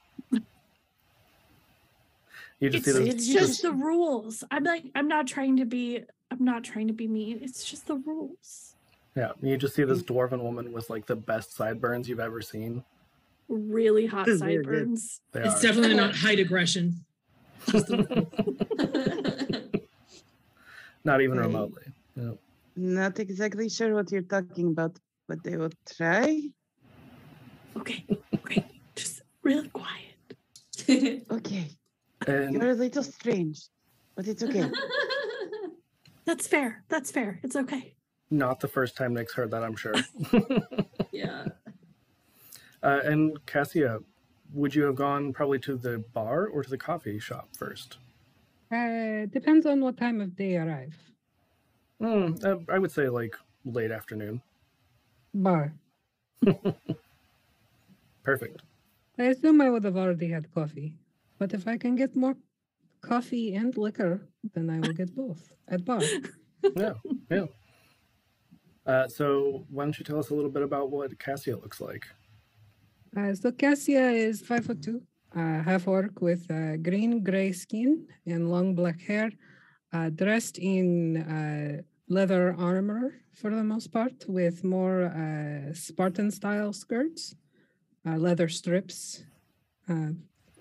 [SPEAKER 1] You just
[SPEAKER 7] It's,
[SPEAKER 1] see
[SPEAKER 8] either-
[SPEAKER 1] this.
[SPEAKER 7] it's just the rules. I'm like I'm not trying to be I'm not trying to be mean. It's just the rules.
[SPEAKER 1] Yeah, you just see this dwarven woman with like the best sideburns you've ever seen.
[SPEAKER 7] Really hot
[SPEAKER 5] They're good.
[SPEAKER 7] sideburns.
[SPEAKER 1] They
[SPEAKER 4] It's
[SPEAKER 1] are.
[SPEAKER 4] definitely not height aggression.
[SPEAKER 1] not even
[SPEAKER 8] Right.
[SPEAKER 1] remotely.
[SPEAKER 8] not exactly sure what you're talking about, but they will try.
[SPEAKER 7] Okay. Okay. just really quiet.
[SPEAKER 8] Okay,
[SPEAKER 1] And
[SPEAKER 8] you're a little strange, but
[SPEAKER 1] *laughs*
[SPEAKER 8] it's okay.
[SPEAKER 7] That's fair. That's fair. It's okay.
[SPEAKER 1] not the first time Nick's heard that, I'm sure.
[SPEAKER 6] *laughs* yeah. *laughs*
[SPEAKER 1] Uh, and Cassia, would you have gone probably to the bar or to the coffee shop first?
[SPEAKER 9] Uh, depends on what time of day arrive.
[SPEAKER 1] Hmm, uh, I would say like late afternoon.
[SPEAKER 9] Bar.
[SPEAKER 1] Perfect.
[SPEAKER 9] I assume I would have already had coffee, but if I can get more coffee and liquor, then I will get both at bar.
[SPEAKER 1] Uh, so why don't you tell us a little bit about what Cassia looks like?
[SPEAKER 9] Uh, so Cassia is five foot two, uh, half orc with uh, green gray skin and long black hair, uh, dressed in uh, leather armor for the most part, with more uh, Spartan style skirts, uh, leather strips. Uh,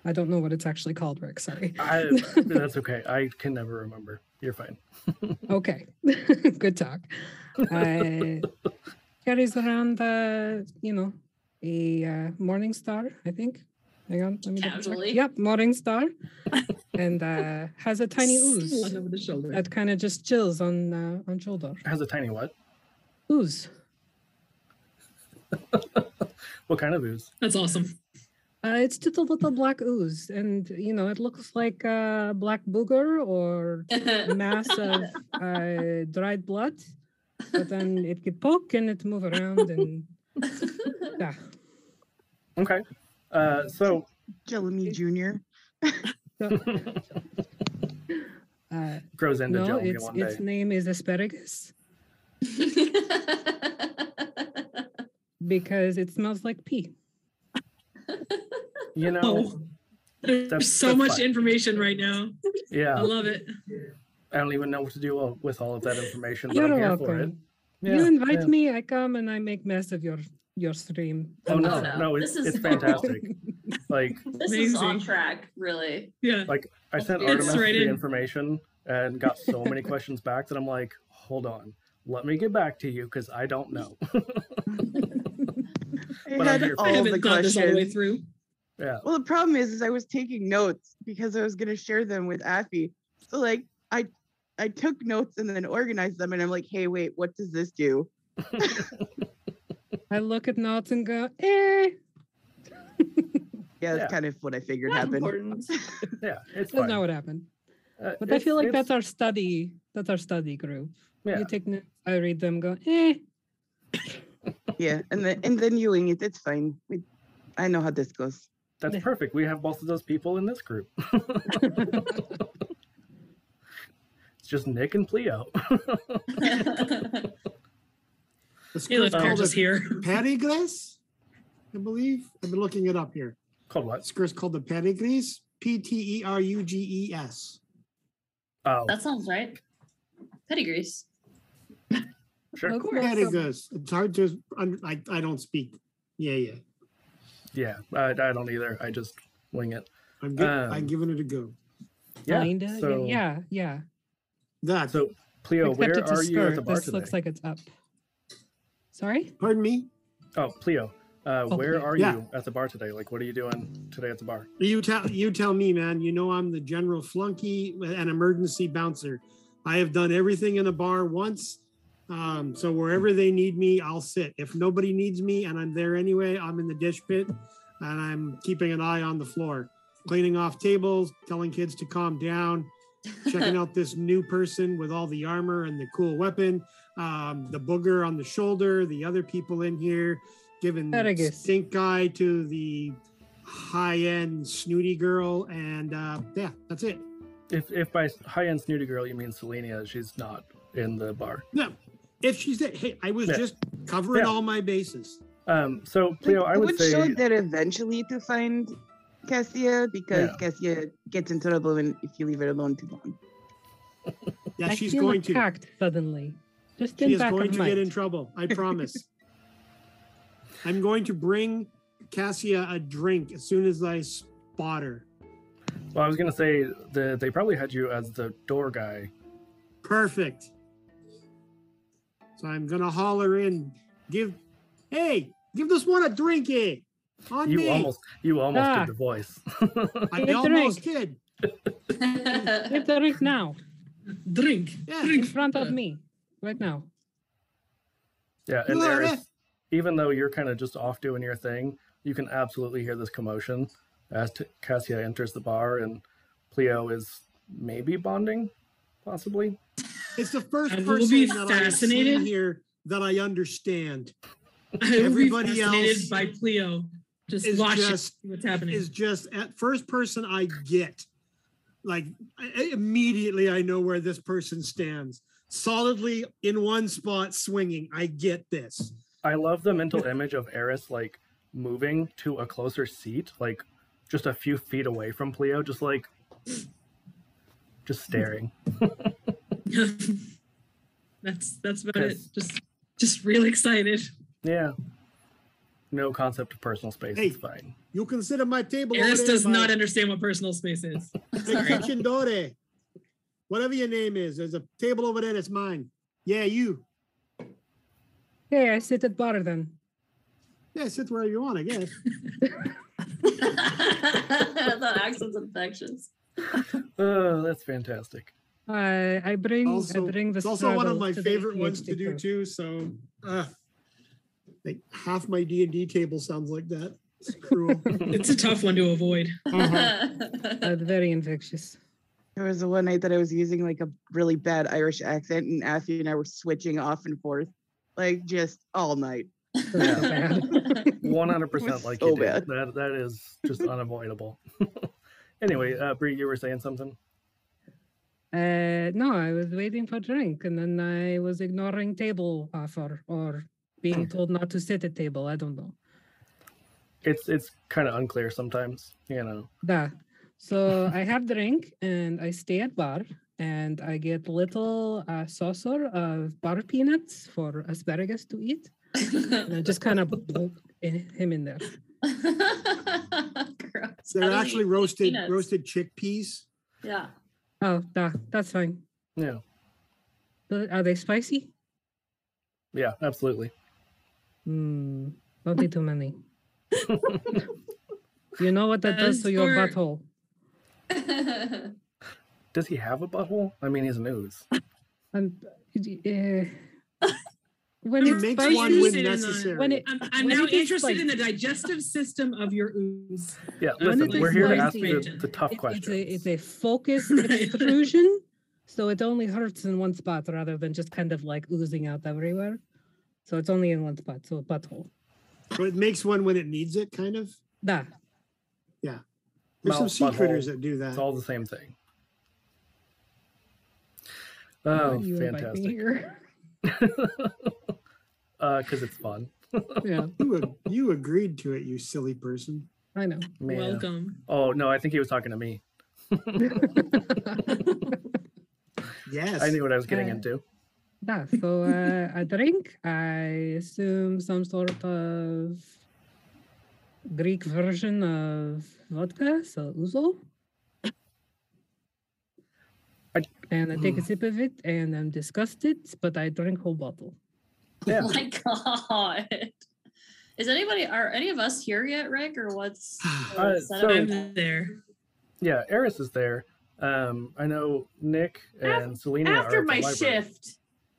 [SPEAKER 9] I don't know what it's actually called, Rick. Sorry.
[SPEAKER 1] I, that's okay. I can never remember. You're fine.
[SPEAKER 9] Okay, *laughs* good talk. Uh,
[SPEAKER 4] *laughs*
[SPEAKER 9] carries around, uh, you know, a uh, morning star, I think. Hang on, let me double check.
[SPEAKER 6] Casually.
[SPEAKER 9] Yep,
[SPEAKER 4] *laughs*
[SPEAKER 9] morning star, and uh, has a tiny ooze
[SPEAKER 4] Over the shoulder.
[SPEAKER 9] that kind of just chills on uh, on shoulder.
[SPEAKER 1] Has a tiny what?
[SPEAKER 9] Ooze,
[SPEAKER 1] What kind of ooze?
[SPEAKER 4] That's awesome.
[SPEAKER 9] uh, it's just a little black ooze, and you know, it looks like a black booger or mass of uh, dried blood. But then it could poke and it move around and yeah.
[SPEAKER 1] Okay. Uh, so
[SPEAKER 8] Jelemy Jr.
[SPEAKER 9] Uh,
[SPEAKER 1] grows into
[SPEAKER 9] no,
[SPEAKER 1] Jelly
[SPEAKER 9] its,
[SPEAKER 1] one day.
[SPEAKER 9] its name is asparagus because it smells like pee.
[SPEAKER 1] You know,
[SPEAKER 4] Oh, there's
[SPEAKER 1] That's-
[SPEAKER 4] so
[SPEAKER 1] that's
[SPEAKER 4] much
[SPEAKER 1] fine.
[SPEAKER 4] information right now. I
[SPEAKER 1] yeah,
[SPEAKER 4] love it.
[SPEAKER 1] I don't even know what to do all- with all of that information, but
[SPEAKER 9] You're
[SPEAKER 1] I'm here for it.
[SPEAKER 9] welcome.
[SPEAKER 1] Yeah,
[SPEAKER 9] you invite
[SPEAKER 1] yeah.
[SPEAKER 9] me, I come and I make mess of your your stream.
[SPEAKER 1] Oh no,
[SPEAKER 6] no,
[SPEAKER 1] no, it's,
[SPEAKER 6] this is
[SPEAKER 1] it's
[SPEAKER 9] *laughs*
[SPEAKER 1] fantastic. like
[SPEAKER 6] this is on
[SPEAKER 4] Amazing.
[SPEAKER 6] track, really.
[SPEAKER 4] Yeah.
[SPEAKER 1] I sent
[SPEAKER 6] It's
[SPEAKER 1] Artemis
[SPEAKER 4] right
[SPEAKER 1] the
[SPEAKER 4] in.
[SPEAKER 1] information and got so many questions back that I'm like, hold on, let me get back to you because I don't know. *laughs*
[SPEAKER 8] I
[SPEAKER 1] But I'm
[SPEAKER 8] had
[SPEAKER 1] here for
[SPEAKER 8] all
[SPEAKER 4] I
[SPEAKER 1] you.
[SPEAKER 8] the
[SPEAKER 4] haven't thought this all the way
[SPEAKER 8] questions.
[SPEAKER 4] through.
[SPEAKER 1] yeah.
[SPEAKER 8] Well, the problem is, is I was taking notes because I was going to share them with Affy. So like I, I took notes and then organized them, and I'm like, hey, wait, what does this do?
[SPEAKER 9] I look at notes and go, eh.
[SPEAKER 8] Yeah, that's
[SPEAKER 1] Yeah.
[SPEAKER 8] kind of what I figured
[SPEAKER 7] Not
[SPEAKER 8] happened.
[SPEAKER 9] *laughs*
[SPEAKER 7] important.
[SPEAKER 1] Yeah. It's
[SPEAKER 9] That's
[SPEAKER 1] fine.
[SPEAKER 9] not what happened.
[SPEAKER 1] Uh,
[SPEAKER 9] But I
[SPEAKER 1] it's-
[SPEAKER 9] feel like
[SPEAKER 1] it's-
[SPEAKER 9] that's our study. That's our study group.
[SPEAKER 1] Yeah.
[SPEAKER 9] You take notes, I read them, go, eh.
[SPEAKER 8] Yeah, and then and then you wing it. It's fine. We, I know how this goes.
[SPEAKER 1] That's perfect. We have both of those people in this group. *laughs* it's just Nick and Cleo.
[SPEAKER 5] The
[SPEAKER 4] Hey, look,
[SPEAKER 6] *laughs*
[SPEAKER 5] script
[SPEAKER 1] Um,
[SPEAKER 5] called
[SPEAKER 4] Paris is
[SPEAKER 5] the
[SPEAKER 4] here.
[SPEAKER 5] Perigris, I believe. I've been looking it up here.
[SPEAKER 1] Called what?
[SPEAKER 5] This script's called the Perigris, P T E R U G E S.
[SPEAKER 1] Oh,
[SPEAKER 9] Uh,
[SPEAKER 6] that sounds right. Pedigrees. *laughs*
[SPEAKER 1] sure.
[SPEAKER 9] Of course.
[SPEAKER 5] Perigris. It's hard to, un- I, I don't speak. Yeah, yeah.
[SPEAKER 1] Yeah, I, I don't either. I just wing it.
[SPEAKER 5] I'm, gi- I'm
[SPEAKER 1] Um,
[SPEAKER 5] giving it a go.
[SPEAKER 1] Yeah.
[SPEAKER 9] Kinda,
[SPEAKER 1] so,
[SPEAKER 9] yeah, yeah.
[SPEAKER 5] That,
[SPEAKER 1] So, Cleo,
[SPEAKER 9] Except
[SPEAKER 1] where
[SPEAKER 9] it's a
[SPEAKER 1] are you at the
[SPEAKER 9] skirt.
[SPEAKER 1] bar
[SPEAKER 9] This
[SPEAKER 1] today?
[SPEAKER 9] looks like it's up. Sorry?
[SPEAKER 5] pardon me?
[SPEAKER 1] oh, Cleo, uh,
[SPEAKER 9] Oh,
[SPEAKER 1] where
[SPEAKER 9] Cleo.
[SPEAKER 1] are
[SPEAKER 5] Yeah.
[SPEAKER 1] you at the bar today? Like, what are you doing today at the bar?
[SPEAKER 5] You tell you tell me, man. You know I'm the general flunky and emergency bouncer. I have done everything in a bar once. Um, so wherever they need me, I'll sit. If nobody needs me and I'm there anyway, I'm in the dish pit and I'm keeping an eye on the floor, cleaning off tables, telling kids to calm down,
[SPEAKER 1] *laughs*
[SPEAKER 5] checking out this new person with all the armor and the cool weapon, um, the booger on the shoulder, the other people in here, giving
[SPEAKER 9] Fergus.
[SPEAKER 5] stink eye to the high end snooty girl, and uh, yeah, that's it.
[SPEAKER 1] If, if by high end snooty girl you mean Selenia, she's not in the bar.
[SPEAKER 5] No, if she's there, hey, I was
[SPEAKER 1] Yeah.
[SPEAKER 5] just covering
[SPEAKER 1] Yeah.
[SPEAKER 5] all my bases.
[SPEAKER 1] Um, so, Cleo, I would
[SPEAKER 8] show
[SPEAKER 1] say,
[SPEAKER 8] that eventually to find Cassia because
[SPEAKER 1] Yeah.
[SPEAKER 8] Cassia gets in trouble when, if you leave her alone too long.
[SPEAKER 5] Yeah,
[SPEAKER 9] I
[SPEAKER 5] she's
[SPEAKER 9] feel
[SPEAKER 5] going to.
[SPEAKER 9] attacked suddenly. Just in
[SPEAKER 5] She is
[SPEAKER 9] back
[SPEAKER 5] going
[SPEAKER 9] of
[SPEAKER 5] to
[SPEAKER 9] mind.
[SPEAKER 5] get in trouble.
[SPEAKER 9] *laughs*
[SPEAKER 5] I promise. I'm going to bring Cassia a drink as soon as I spot her.
[SPEAKER 1] well, I was going to say that they probably had you as the door guy.
[SPEAKER 5] Perfect. So I'm gonna holler in, give, hey, give this one a drink, eh? On
[SPEAKER 1] You
[SPEAKER 5] me.
[SPEAKER 1] almost, you almost
[SPEAKER 9] Ah.
[SPEAKER 1] did the voice. *laughs*
[SPEAKER 5] I
[SPEAKER 9] Give drink.
[SPEAKER 5] almost did.
[SPEAKER 9] Give the drink now,
[SPEAKER 4] Drink.
[SPEAKER 5] Yeah.
[SPEAKER 9] in
[SPEAKER 4] Drink.
[SPEAKER 9] front of me, right now.
[SPEAKER 1] Yeah, and
[SPEAKER 5] You are
[SPEAKER 1] there's
[SPEAKER 5] right.
[SPEAKER 1] even though you're kind of just off doing your thing, you can absolutely hear this commotion as t- Cassia enters the bar and Pleo is maybe bonding, possibly.
[SPEAKER 5] eh, It's the first
[SPEAKER 4] I will
[SPEAKER 5] person
[SPEAKER 4] be
[SPEAKER 5] that I
[SPEAKER 4] fascinated.
[SPEAKER 5] see here that I understand
[SPEAKER 4] I *laughs* will be
[SPEAKER 5] Everybody
[SPEAKER 4] fascinated
[SPEAKER 5] else
[SPEAKER 4] by Pleo. Just
[SPEAKER 5] is
[SPEAKER 4] watch it,
[SPEAKER 5] just-
[SPEAKER 4] see what's happening.
[SPEAKER 5] is just at first person I get. Like I- I- immediately, I know where this person stands. Solidly in one spot, swinging. I get this.
[SPEAKER 1] I love the mental image of Eris like moving to a closer seat, like just a few feet away from Pleo, just like just staring.
[SPEAKER 4] *laughs* that's that's about it.
[SPEAKER 1] Yes.
[SPEAKER 4] Just just really excited.
[SPEAKER 1] Yeah. No concept of personal space.
[SPEAKER 5] Hey.
[SPEAKER 1] It's fine.
[SPEAKER 5] You consider my table. over
[SPEAKER 4] Eris
[SPEAKER 5] there
[SPEAKER 4] does
[SPEAKER 5] my-
[SPEAKER 4] not understand what personal space is.
[SPEAKER 5] The
[SPEAKER 4] Sorry.
[SPEAKER 5] kitchen door. Whatever your name is, there's a table over there that's mine. Yeah, you.
[SPEAKER 9] Hey, I sit at bar then.
[SPEAKER 5] Yeah, sit wherever you want, I guess.
[SPEAKER 6] that accent's infectious.
[SPEAKER 1] Oh, that's fantastic.
[SPEAKER 9] I I *laughs* bring
[SPEAKER 5] Also-
[SPEAKER 9] I bring the
[SPEAKER 5] It's also one of
[SPEAKER 9] struggle
[SPEAKER 5] my
[SPEAKER 9] to the
[SPEAKER 5] favorite ones to
[SPEAKER 9] ADHD
[SPEAKER 5] do
[SPEAKER 9] group.
[SPEAKER 5] too. So, uh, like half my D and D table sounds like that. It's cruel.
[SPEAKER 9] *laughs*
[SPEAKER 4] It's a tough one to avoid.
[SPEAKER 6] Mm-hmm. *laughs*
[SPEAKER 9] Uh, very infectious. *laughs*
[SPEAKER 8] There was the one night that I was using like a really bad Irish accent, and Affy and I were switching off and forth, like just all night.
[SPEAKER 9] That's so bad.
[SPEAKER 1] One hundred percent,
[SPEAKER 8] was
[SPEAKER 1] like
[SPEAKER 8] so
[SPEAKER 1] you did.
[SPEAKER 8] bad.
[SPEAKER 1] That that is just unavoidable. *laughs* anyway, uh, Bree, you were saying something.
[SPEAKER 9] Uh, no, I was waiting for drink, and then I was ignoring table offer or
[SPEAKER 4] Mm.
[SPEAKER 9] being told not to sit at table. I don't know.
[SPEAKER 1] It's it's kind of unclear sometimes, you know.
[SPEAKER 9] Da.
[SPEAKER 4] *laughs*
[SPEAKER 9] So I have drink and I stay at bar and I get little uh, saucer of bar peanuts for asparagus to eat. And I just kind of
[SPEAKER 4] *laughs*
[SPEAKER 9] him in there.
[SPEAKER 6] Gross. How
[SPEAKER 5] They're
[SPEAKER 6] do you
[SPEAKER 5] actually
[SPEAKER 6] eat
[SPEAKER 5] roasted
[SPEAKER 6] peanuts?
[SPEAKER 5] roasted chickpeas.
[SPEAKER 6] Yeah.
[SPEAKER 9] Oh, da, that's fine.
[SPEAKER 1] Yeah,
[SPEAKER 9] Uh, Are they spicy?
[SPEAKER 1] Yeah, absolutely.
[SPEAKER 9] Hmm. Don't eat too
[SPEAKER 4] *laughs*
[SPEAKER 9] many. you know what that does
[SPEAKER 4] As
[SPEAKER 9] to your
[SPEAKER 4] for-
[SPEAKER 9] butthole.
[SPEAKER 1] Does he have a butthole? I mean, he's an ooze.
[SPEAKER 9] Um, uh,
[SPEAKER 5] *laughs*
[SPEAKER 9] when
[SPEAKER 5] He
[SPEAKER 9] it's
[SPEAKER 5] makes
[SPEAKER 9] spicy,
[SPEAKER 5] one when
[SPEAKER 4] Spicy.
[SPEAKER 5] necessary.
[SPEAKER 9] when it
[SPEAKER 4] I'm, I'm
[SPEAKER 9] When
[SPEAKER 4] now
[SPEAKER 9] it gets
[SPEAKER 4] interested in the
[SPEAKER 9] spicy.
[SPEAKER 4] digestive system of your ooze.
[SPEAKER 9] *laughs*
[SPEAKER 1] Yeah,
[SPEAKER 4] When
[SPEAKER 1] listen,
[SPEAKER 9] it
[SPEAKER 1] we're
[SPEAKER 9] is
[SPEAKER 1] here to ask
[SPEAKER 9] spicy,
[SPEAKER 1] you the, the tough
[SPEAKER 9] It-
[SPEAKER 1] questions.
[SPEAKER 9] It's a, it's a
[SPEAKER 5] *laughs*
[SPEAKER 9] focused
[SPEAKER 4] Right.
[SPEAKER 9] extrusion, so it only hurts in one spot rather than just kind of like oozing out everywhere. So it's only in one spot. So butthole.
[SPEAKER 5] So it makes one when it needs it, kind of.
[SPEAKER 9] Da.
[SPEAKER 5] There's some
[SPEAKER 1] Mouth,
[SPEAKER 5] sea
[SPEAKER 1] butthole.
[SPEAKER 5] critters that do
[SPEAKER 1] It's
[SPEAKER 5] that.
[SPEAKER 1] all the same thing. Oh,
[SPEAKER 9] you invite me
[SPEAKER 1] fantastic. *laughs*
[SPEAKER 9] here.
[SPEAKER 1] Because it's fun.
[SPEAKER 9] yeah,
[SPEAKER 5] You, ag- you agreed to it, you silly person.
[SPEAKER 9] I know.
[SPEAKER 1] Man.
[SPEAKER 4] Welcome.
[SPEAKER 1] Oh, no, I think he was talking to me.
[SPEAKER 5] Yes.
[SPEAKER 1] I knew what I was getting
[SPEAKER 9] Uh, *laughs*
[SPEAKER 1] into.
[SPEAKER 9] Da. So uh, a drink, I assume some sort of Greek version of vodka, so ouzo.
[SPEAKER 1] I-
[SPEAKER 9] and I take a sip of it, and I'm disgusted, but I drink whole bottle.
[SPEAKER 1] Yeah.
[SPEAKER 6] *laughs* my god. Is anybody are any of us here yet, Rick? Or
[SPEAKER 1] *sighs*
[SPEAKER 6] what's
[SPEAKER 5] Uh,
[SPEAKER 6] or
[SPEAKER 1] Uh,
[SPEAKER 6] is that
[SPEAKER 1] so-
[SPEAKER 6] a-
[SPEAKER 4] I'm there.
[SPEAKER 1] Yeah, Eris is there. Um, I know Nick
[SPEAKER 7] Af-
[SPEAKER 1] and Selena are at
[SPEAKER 7] After
[SPEAKER 1] the
[SPEAKER 7] my
[SPEAKER 1] library.
[SPEAKER 7] shift,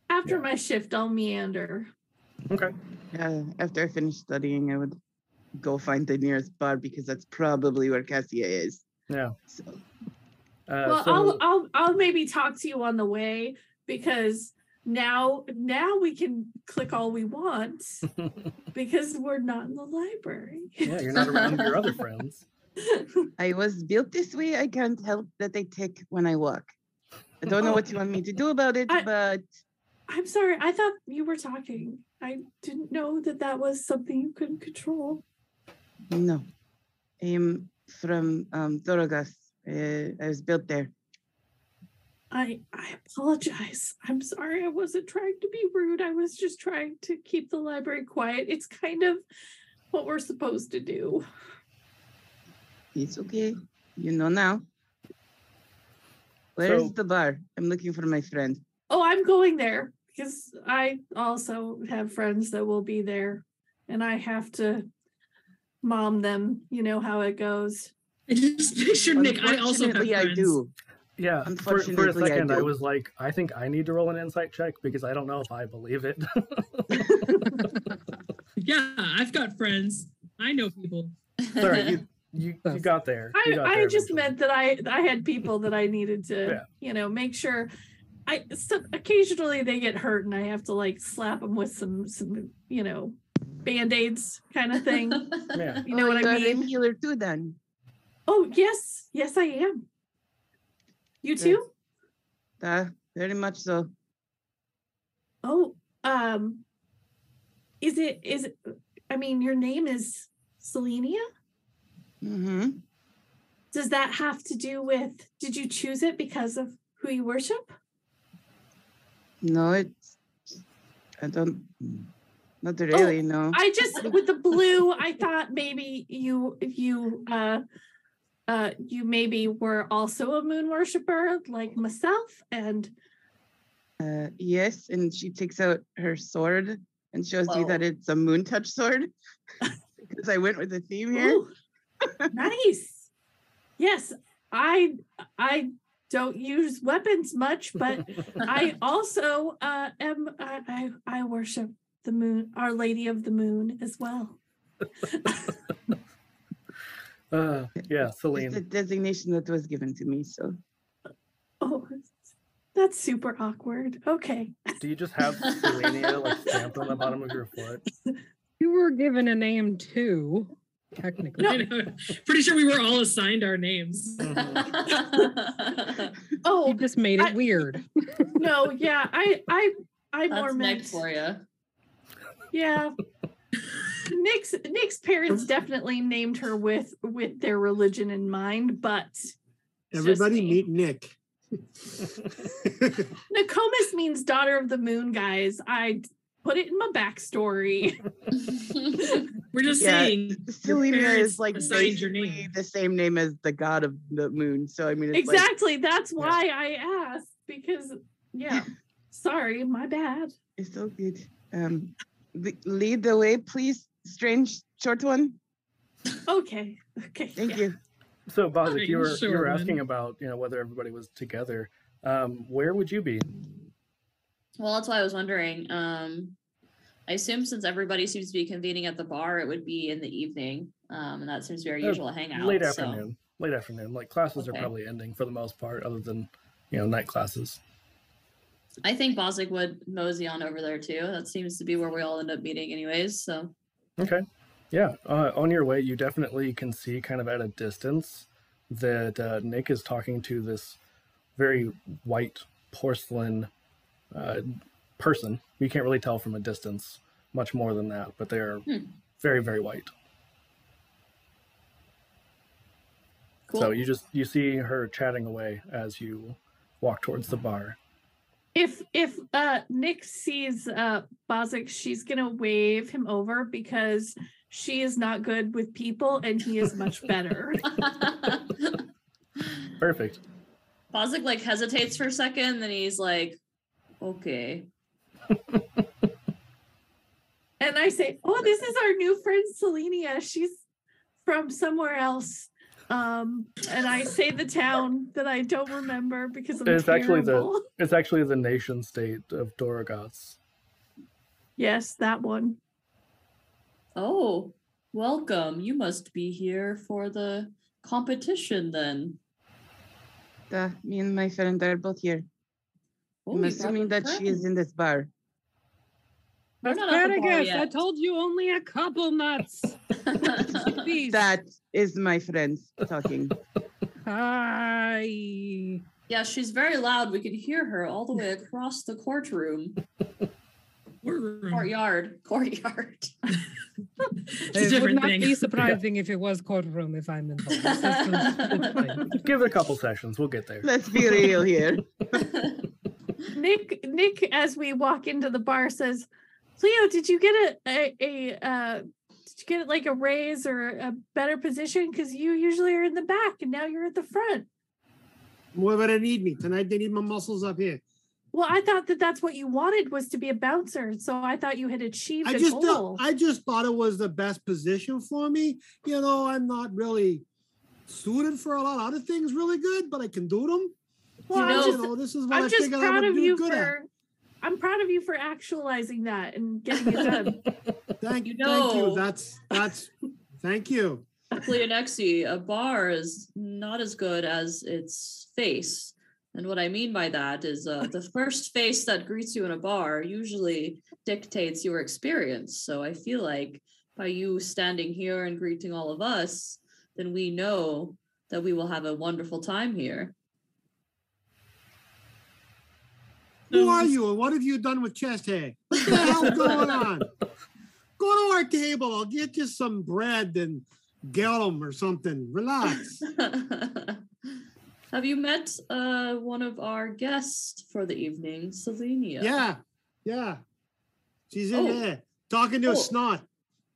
[SPEAKER 7] after
[SPEAKER 1] Yeah.
[SPEAKER 7] my shift, I'll meander.
[SPEAKER 1] Okay.
[SPEAKER 8] Yeah, after I finish studying, I would go find the nearest bar because that's probably where Cassia is.
[SPEAKER 1] Yeah.
[SPEAKER 8] So,
[SPEAKER 1] Uh,
[SPEAKER 7] well,
[SPEAKER 1] so,
[SPEAKER 7] I'll, I'll I'll maybe talk to you on the way because now now we can click all we
[SPEAKER 1] *laughs*
[SPEAKER 7] want because we're not in the library. *laughs*
[SPEAKER 1] yeah, you're not around your other friends.
[SPEAKER 8] I was built this way. I can't help that I tick when I walk. I don't know what you want me to do about it,
[SPEAKER 7] I-
[SPEAKER 8] but
[SPEAKER 7] I'm sorry. I thought you were talking. I didn't know that that was something you couldn't control.
[SPEAKER 8] no. I am from um, Thorogas. Uh, I was built there.
[SPEAKER 7] I I apologize. I'm sorry. I wasn't trying to be rude. I was just trying to keep the library quiet. It's kind of what we're supposed to do.
[SPEAKER 8] It's okay. You know now. Where's
[SPEAKER 1] So-
[SPEAKER 8] the bar? I'm looking for my friend.
[SPEAKER 7] Oh, I'm going there because I also have friends that will be there and I have to mom them. You know how it goes.
[SPEAKER 4] I just pictured Nick. I also have
[SPEAKER 8] Unfortunately, I
[SPEAKER 4] friends.
[SPEAKER 8] do.
[SPEAKER 1] Yeah. For, for a
[SPEAKER 8] Unfortunately, I
[SPEAKER 1] second, I,
[SPEAKER 8] do.
[SPEAKER 1] was like, I think I need to roll an insight check because I don't know if I believe
[SPEAKER 8] *laughs*
[SPEAKER 1] it. *laughs*
[SPEAKER 4] Yeah, I've got friends. I know people.
[SPEAKER 1] Sorry,
[SPEAKER 6] *laughs*
[SPEAKER 1] you, you, you got there. You
[SPEAKER 7] I,
[SPEAKER 1] got
[SPEAKER 7] I
[SPEAKER 1] there
[SPEAKER 7] just
[SPEAKER 1] eventually.
[SPEAKER 7] meant that I I had people that I needed to
[SPEAKER 1] Yeah.
[SPEAKER 7] you know make sure. I so occasionally they get hurt and I have to like slap them with some some you know band aids kind of
[SPEAKER 6] *laughs*
[SPEAKER 7] thing. *laughs*
[SPEAKER 1] Yeah.
[SPEAKER 7] You know
[SPEAKER 8] Oh,
[SPEAKER 7] what
[SPEAKER 8] you
[SPEAKER 7] I
[SPEAKER 8] are a
[SPEAKER 7] mean?
[SPEAKER 8] healer too, then.
[SPEAKER 7] Oh yes, yes I am. You
[SPEAKER 8] Good.
[SPEAKER 7] too?
[SPEAKER 8] Uh, very much so.
[SPEAKER 7] Oh, um, is it is it? I mean, your name is Selenia.
[SPEAKER 8] hmm
[SPEAKER 7] Does that have to do with? Did you choose it because of who you worship?
[SPEAKER 8] No, it's. I don't. Not really. no.
[SPEAKER 7] Oh, I just with the blue, I thought maybe you you uh uh you maybe were also a moon worshiper like myself and
[SPEAKER 8] Uh, yes, and she takes out her sword and shows me
[SPEAKER 6] Whoa.
[SPEAKER 8] that it's a moon touch
[SPEAKER 7] *laughs*
[SPEAKER 8] sword because I went with the theme here.
[SPEAKER 7] Ooh, nice. Yes, I I don't use weapons much, but *laughs* I also uh, am I, I I worship the moon, Our Lady of the Moon as well.
[SPEAKER 1] Uh, yeah,
[SPEAKER 8] It's the
[SPEAKER 1] Celine.
[SPEAKER 8] designation that was given to me. So
[SPEAKER 7] Oh, that's super awkward. Okay,
[SPEAKER 1] Do you just have Selenia like stamped on the bottom of your foot?
[SPEAKER 9] You were given a name too, technically.
[SPEAKER 4] I know. Pretty sure we were all assigned our names.
[SPEAKER 9] You
[SPEAKER 7] Oh
[SPEAKER 9] just made it
[SPEAKER 7] I-
[SPEAKER 9] weird.
[SPEAKER 7] *laughs* no, yeah, I I I more
[SPEAKER 6] That's
[SPEAKER 7] meant
[SPEAKER 6] next for you. *laughs*
[SPEAKER 7] yeah. Nick's Nick's parents definitely named her with with their religion in mind, but
[SPEAKER 5] Everybody
[SPEAKER 7] me.
[SPEAKER 5] meet Nick.
[SPEAKER 7] Nokomis means daughter of the moon, guys. I d- put it in my
[SPEAKER 8] *laughs*
[SPEAKER 7] backstory.
[SPEAKER 4] *laughs* We're just
[SPEAKER 8] Yeah,
[SPEAKER 4] saying. your
[SPEAKER 8] Selenia
[SPEAKER 4] parents *laughs*
[SPEAKER 8] is like
[SPEAKER 4] assigned your
[SPEAKER 8] basically
[SPEAKER 4] name.
[SPEAKER 8] the same name as the god of the moon. So I mean, it's like
[SPEAKER 7] exactly. That's why I asked because, yeah. Sorry, my bad.
[SPEAKER 8] it's so good. Um, le- lead the way, please, strange short one.
[SPEAKER 7] Okay. Okay.
[SPEAKER 8] Thank
[SPEAKER 7] yeah.
[SPEAKER 8] you.
[SPEAKER 1] So, Bozic, you
[SPEAKER 4] Fine,
[SPEAKER 1] were you
[SPEAKER 4] sure,
[SPEAKER 1] were
[SPEAKER 4] man.
[SPEAKER 1] asking about you know whether everybody was together. Um, where would you be?
[SPEAKER 6] Well, that's why I was wondering. Um, I assume since everybody seems to be convening at the bar, it would be in the evening, um, and that seems to be our
[SPEAKER 1] Uh,
[SPEAKER 6] usual hangout.
[SPEAKER 1] Late
[SPEAKER 6] so-
[SPEAKER 1] afternoon. Late afternoon. Like classes are
[SPEAKER 6] Okay.
[SPEAKER 1] probably ending for the most part, other than you know night classes.
[SPEAKER 6] I think Boswick would mosey on over there too. That seems to be where we all end up meeting, anyways. So
[SPEAKER 1] Okay. Yeah. Uh, on your way, you definitely can see, kind of at a distance, that uh, Nick is talking to this very white porcelain uh, person. You can't really tell from a distance much more than that, but they're
[SPEAKER 6] Hmm.
[SPEAKER 1] very, very white.
[SPEAKER 6] cool.
[SPEAKER 1] So you *laughs* just you see her chatting away as you walk towards the bar.
[SPEAKER 7] If if uh Nick sees uh Bozic, she's gonna wave him over because she is not good with people and he is much
[SPEAKER 8] *laughs*
[SPEAKER 7] better.
[SPEAKER 1] Perfect.
[SPEAKER 6] *laughs* Boswick like hesitates for a second, then he's like, "Okay."
[SPEAKER 7] and I say, Oh, this is our new friend Selenia. She's from somewhere else. Um, and I say the town that I don't remember because I'm
[SPEAKER 1] It's actually the-
[SPEAKER 7] terrible.
[SPEAKER 1] It's actually the nation state of Dorogoths.
[SPEAKER 7] Yes, that one.
[SPEAKER 6] Oh, welcome. You must be here for the competition then.
[SPEAKER 8] Uh, me and my friend are both here.
[SPEAKER 6] Oh,
[SPEAKER 8] I'm
[SPEAKER 6] you brought
[SPEAKER 8] assuming
[SPEAKER 6] your
[SPEAKER 8] that she is
[SPEAKER 6] friend.
[SPEAKER 8] in this bar.
[SPEAKER 6] We're not at the bar
[SPEAKER 9] Asparagus, I
[SPEAKER 6] yet.
[SPEAKER 9] told you only a couple nuts.
[SPEAKER 8] *laughs*
[SPEAKER 9] Please.
[SPEAKER 8] That is my friend talking.
[SPEAKER 9] Hi.
[SPEAKER 6] *laughs* yeah, she's very loud. We can hear her all the way across the courtroom,
[SPEAKER 4] Courtroom.
[SPEAKER 6] courtyard, courtyard. *laughs*
[SPEAKER 4] It's a
[SPEAKER 9] It would
[SPEAKER 4] different
[SPEAKER 9] not
[SPEAKER 4] *laughs*
[SPEAKER 9] be
[SPEAKER 4] thing.
[SPEAKER 9] surprising if it was courtroom if I'm involved. This
[SPEAKER 4] *laughs*
[SPEAKER 9] is-
[SPEAKER 1] *laughs* Give it a couple sessions, we'll get there.
[SPEAKER 8] Let's be real here.
[SPEAKER 7] Nick, Nick, as we walk into the bar, says, "Leo, did you get a a, a uh, did you get like a raise or a better position? Because you usually are in the back and now you're at the front."
[SPEAKER 5] Whoever they need me tonight, they need my muscles up here.
[SPEAKER 7] Well, I thought that that's what you wanted was to be a bouncer, so I thought you had achieved
[SPEAKER 5] I
[SPEAKER 7] a
[SPEAKER 5] just thought,
[SPEAKER 7] goal.
[SPEAKER 5] I just thought it was the best position for me. You know, I'm not really suited for a lot of other things really good, but I can do them.
[SPEAKER 7] Well,
[SPEAKER 5] you
[SPEAKER 7] I'm
[SPEAKER 5] know,
[SPEAKER 7] just-
[SPEAKER 5] this is what i
[SPEAKER 7] I'm just
[SPEAKER 5] figured I
[SPEAKER 7] proud
[SPEAKER 5] would
[SPEAKER 7] of
[SPEAKER 5] do
[SPEAKER 7] you
[SPEAKER 5] good at.
[SPEAKER 7] for. I'm proud of you for actualizing that and getting it done.
[SPEAKER 5] Thank
[SPEAKER 6] You
[SPEAKER 5] you. Thank
[SPEAKER 6] know.
[SPEAKER 5] you. That's that's. thank you.
[SPEAKER 6] Cleonexi, a bar is not as good as its face. And what I mean by that is uh, the first face that greets you in a bar usually dictates your experience. So I feel like by you standing here and greeting all of us, then we know that we will have a wonderful time here.
[SPEAKER 4] Um,
[SPEAKER 5] Who are you and what have you done with chest hair? What the hell going on? Go to our table. I'll get you some bread and gallum or something. Relax.
[SPEAKER 6] *laughs* have you met uh, one of our guests for the evening, Selenia?
[SPEAKER 5] Yeah. Yeah. She's in
[SPEAKER 6] Oh.
[SPEAKER 5] there talking to
[SPEAKER 6] Oh.
[SPEAKER 5] a snot.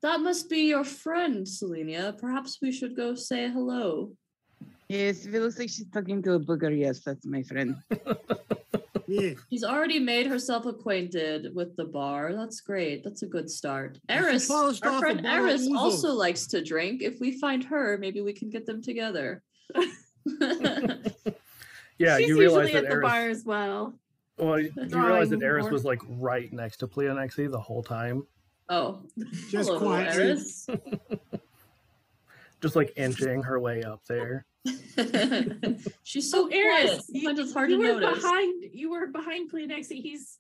[SPEAKER 6] That must be your friend, Selenia. Perhaps we should go say hello.
[SPEAKER 8] Yes, it looks like she's talking to a booger. Yes, that's my friend.
[SPEAKER 5] Yeah.
[SPEAKER 6] She's already made herself acquainted with the bar. That's great. That's a good start.
[SPEAKER 5] should
[SPEAKER 6] Eris, our
[SPEAKER 5] polish off a
[SPEAKER 6] friend
[SPEAKER 5] bottle of
[SPEAKER 6] Eris
[SPEAKER 5] ouzo.
[SPEAKER 6] also likes to drink. If we find her, maybe we can get
[SPEAKER 5] *laughs*
[SPEAKER 6] them together.
[SPEAKER 1] *laughs* Yeah,
[SPEAKER 7] She's
[SPEAKER 1] you realize
[SPEAKER 7] usually
[SPEAKER 1] that
[SPEAKER 7] at the bar
[SPEAKER 1] Eris,
[SPEAKER 7] as well.
[SPEAKER 1] well, you realize
[SPEAKER 7] drawing
[SPEAKER 1] that Eris
[SPEAKER 7] board.
[SPEAKER 1] was like right next to Pleonexi E the whole time,
[SPEAKER 6] oh,
[SPEAKER 5] Just
[SPEAKER 6] hello,
[SPEAKER 5] quietly. *laughs*
[SPEAKER 6] Eris. *laughs*
[SPEAKER 1] just like inching her way up there.
[SPEAKER 6] She's so
[SPEAKER 7] Oh, Eris,
[SPEAKER 6] Eris.
[SPEAKER 7] you-
[SPEAKER 6] Sometimes it's hard to
[SPEAKER 7] you were
[SPEAKER 6] notice.
[SPEAKER 7] behind you were behind Pleonexi. He's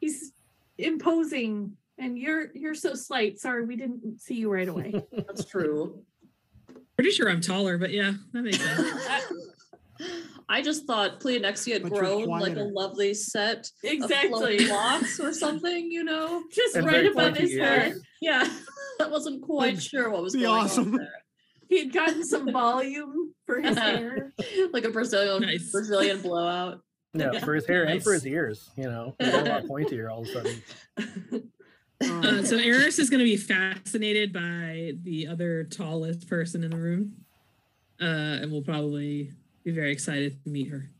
[SPEAKER 7] he's imposing and you're you're so slight. Sorry, we didn't see you
[SPEAKER 6] *laughs*
[SPEAKER 7] right away.
[SPEAKER 6] That's true.
[SPEAKER 4] Pretty sure I'm taller, but yeah, that makes sense.
[SPEAKER 6] I just thought Pleonexia had
[SPEAKER 5] But you're
[SPEAKER 6] grown like a
[SPEAKER 5] quieter.
[SPEAKER 6] lovely set of
[SPEAKER 7] exactly.
[SPEAKER 6] flowing locks or something, you know?
[SPEAKER 7] Just
[SPEAKER 1] And
[SPEAKER 7] right
[SPEAKER 1] very
[SPEAKER 7] above
[SPEAKER 1] pointy
[SPEAKER 7] his head.
[SPEAKER 6] Yeah, *laughs* I wasn't quite
[SPEAKER 5] That'd
[SPEAKER 6] sure what was
[SPEAKER 5] be
[SPEAKER 6] going
[SPEAKER 5] awesome.
[SPEAKER 6] on there.
[SPEAKER 7] He had
[SPEAKER 5] *laughs*
[SPEAKER 7] gotten some volume for
[SPEAKER 6] *laughs*
[SPEAKER 7] his hair.
[SPEAKER 6] Like a Brazilian
[SPEAKER 4] Nice.
[SPEAKER 6] Brazilian blowout.
[SPEAKER 1] Yeah, for his hair and for
[SPEAKER 4] Nice.
[SPEAKER 1] his ears,
[SPEAKER 4] *laughs*
[SPEAKER 1] you know, they're a lot pointier all of a sudden.
[SPEAKER 4] Uh,
[SPEAKER 5] Um,
[SPEAKER 4] so Eris is going to be fascinated by the other tallest person in the room, uh, and will probably be very excited to meet her.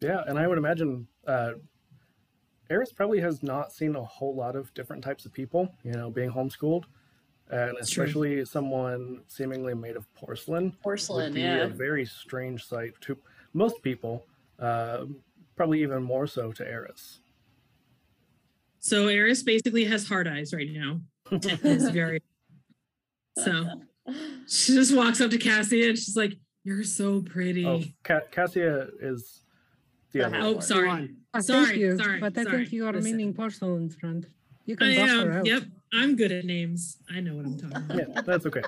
[SPEAKER 1] Yeah, and I would imagine uh, Eris probably has not seen a whole lot of different types of people, you know, being homeschooled, and
[SPEAKER 4] That's true.
[SPEAKER 1] especially someone seemingly made of porcelain
[SPEAKER 6] Porcelain,
[SPEAKER 1] would be
[SPEAKER 6] yeah.
[SPEAKER 1] a very strange sight to most people, uh, probably even more so to Eris.
[SPEAKER 4] So Eris basically has hard eyes right now. It's
[SPEAKER 7] *laughs*
[SPEAKER 4] very so she just walks up to Cassie and she's like, You're so pretty.
[SPEAKER 1] Oh, Ca- Cassia is the
[SPEAKER 6] The
[SPEAKER 1] other
[SPEAKER 6] house.
[SPEAKER 4] Oh,
[SPEAKER 1] one.
[SPEAKER 4] sorry.
[SPEAKER 9] I
[SPEAKER 4] Sorry,
[SPEAKER 9] thank you,
[SPEAKER 4] sorry,
[SPEAKER 9] but I
[SPEAKER 4] sorry.
[SPEAKER 9] think you are
[SPEAKER 4] Listen.
[SPEAKER 9] meaning porcelain front. You
[SPEAKER 4] I
[SPEAKER 9] can buff her
[SPEAKER 4] am.
[SPEAKER 9] out.
[SPEAKER 4] Yep. I'm good at names. I know what I'm talking about.
[SPEAKER 1] Yeah, that's okay.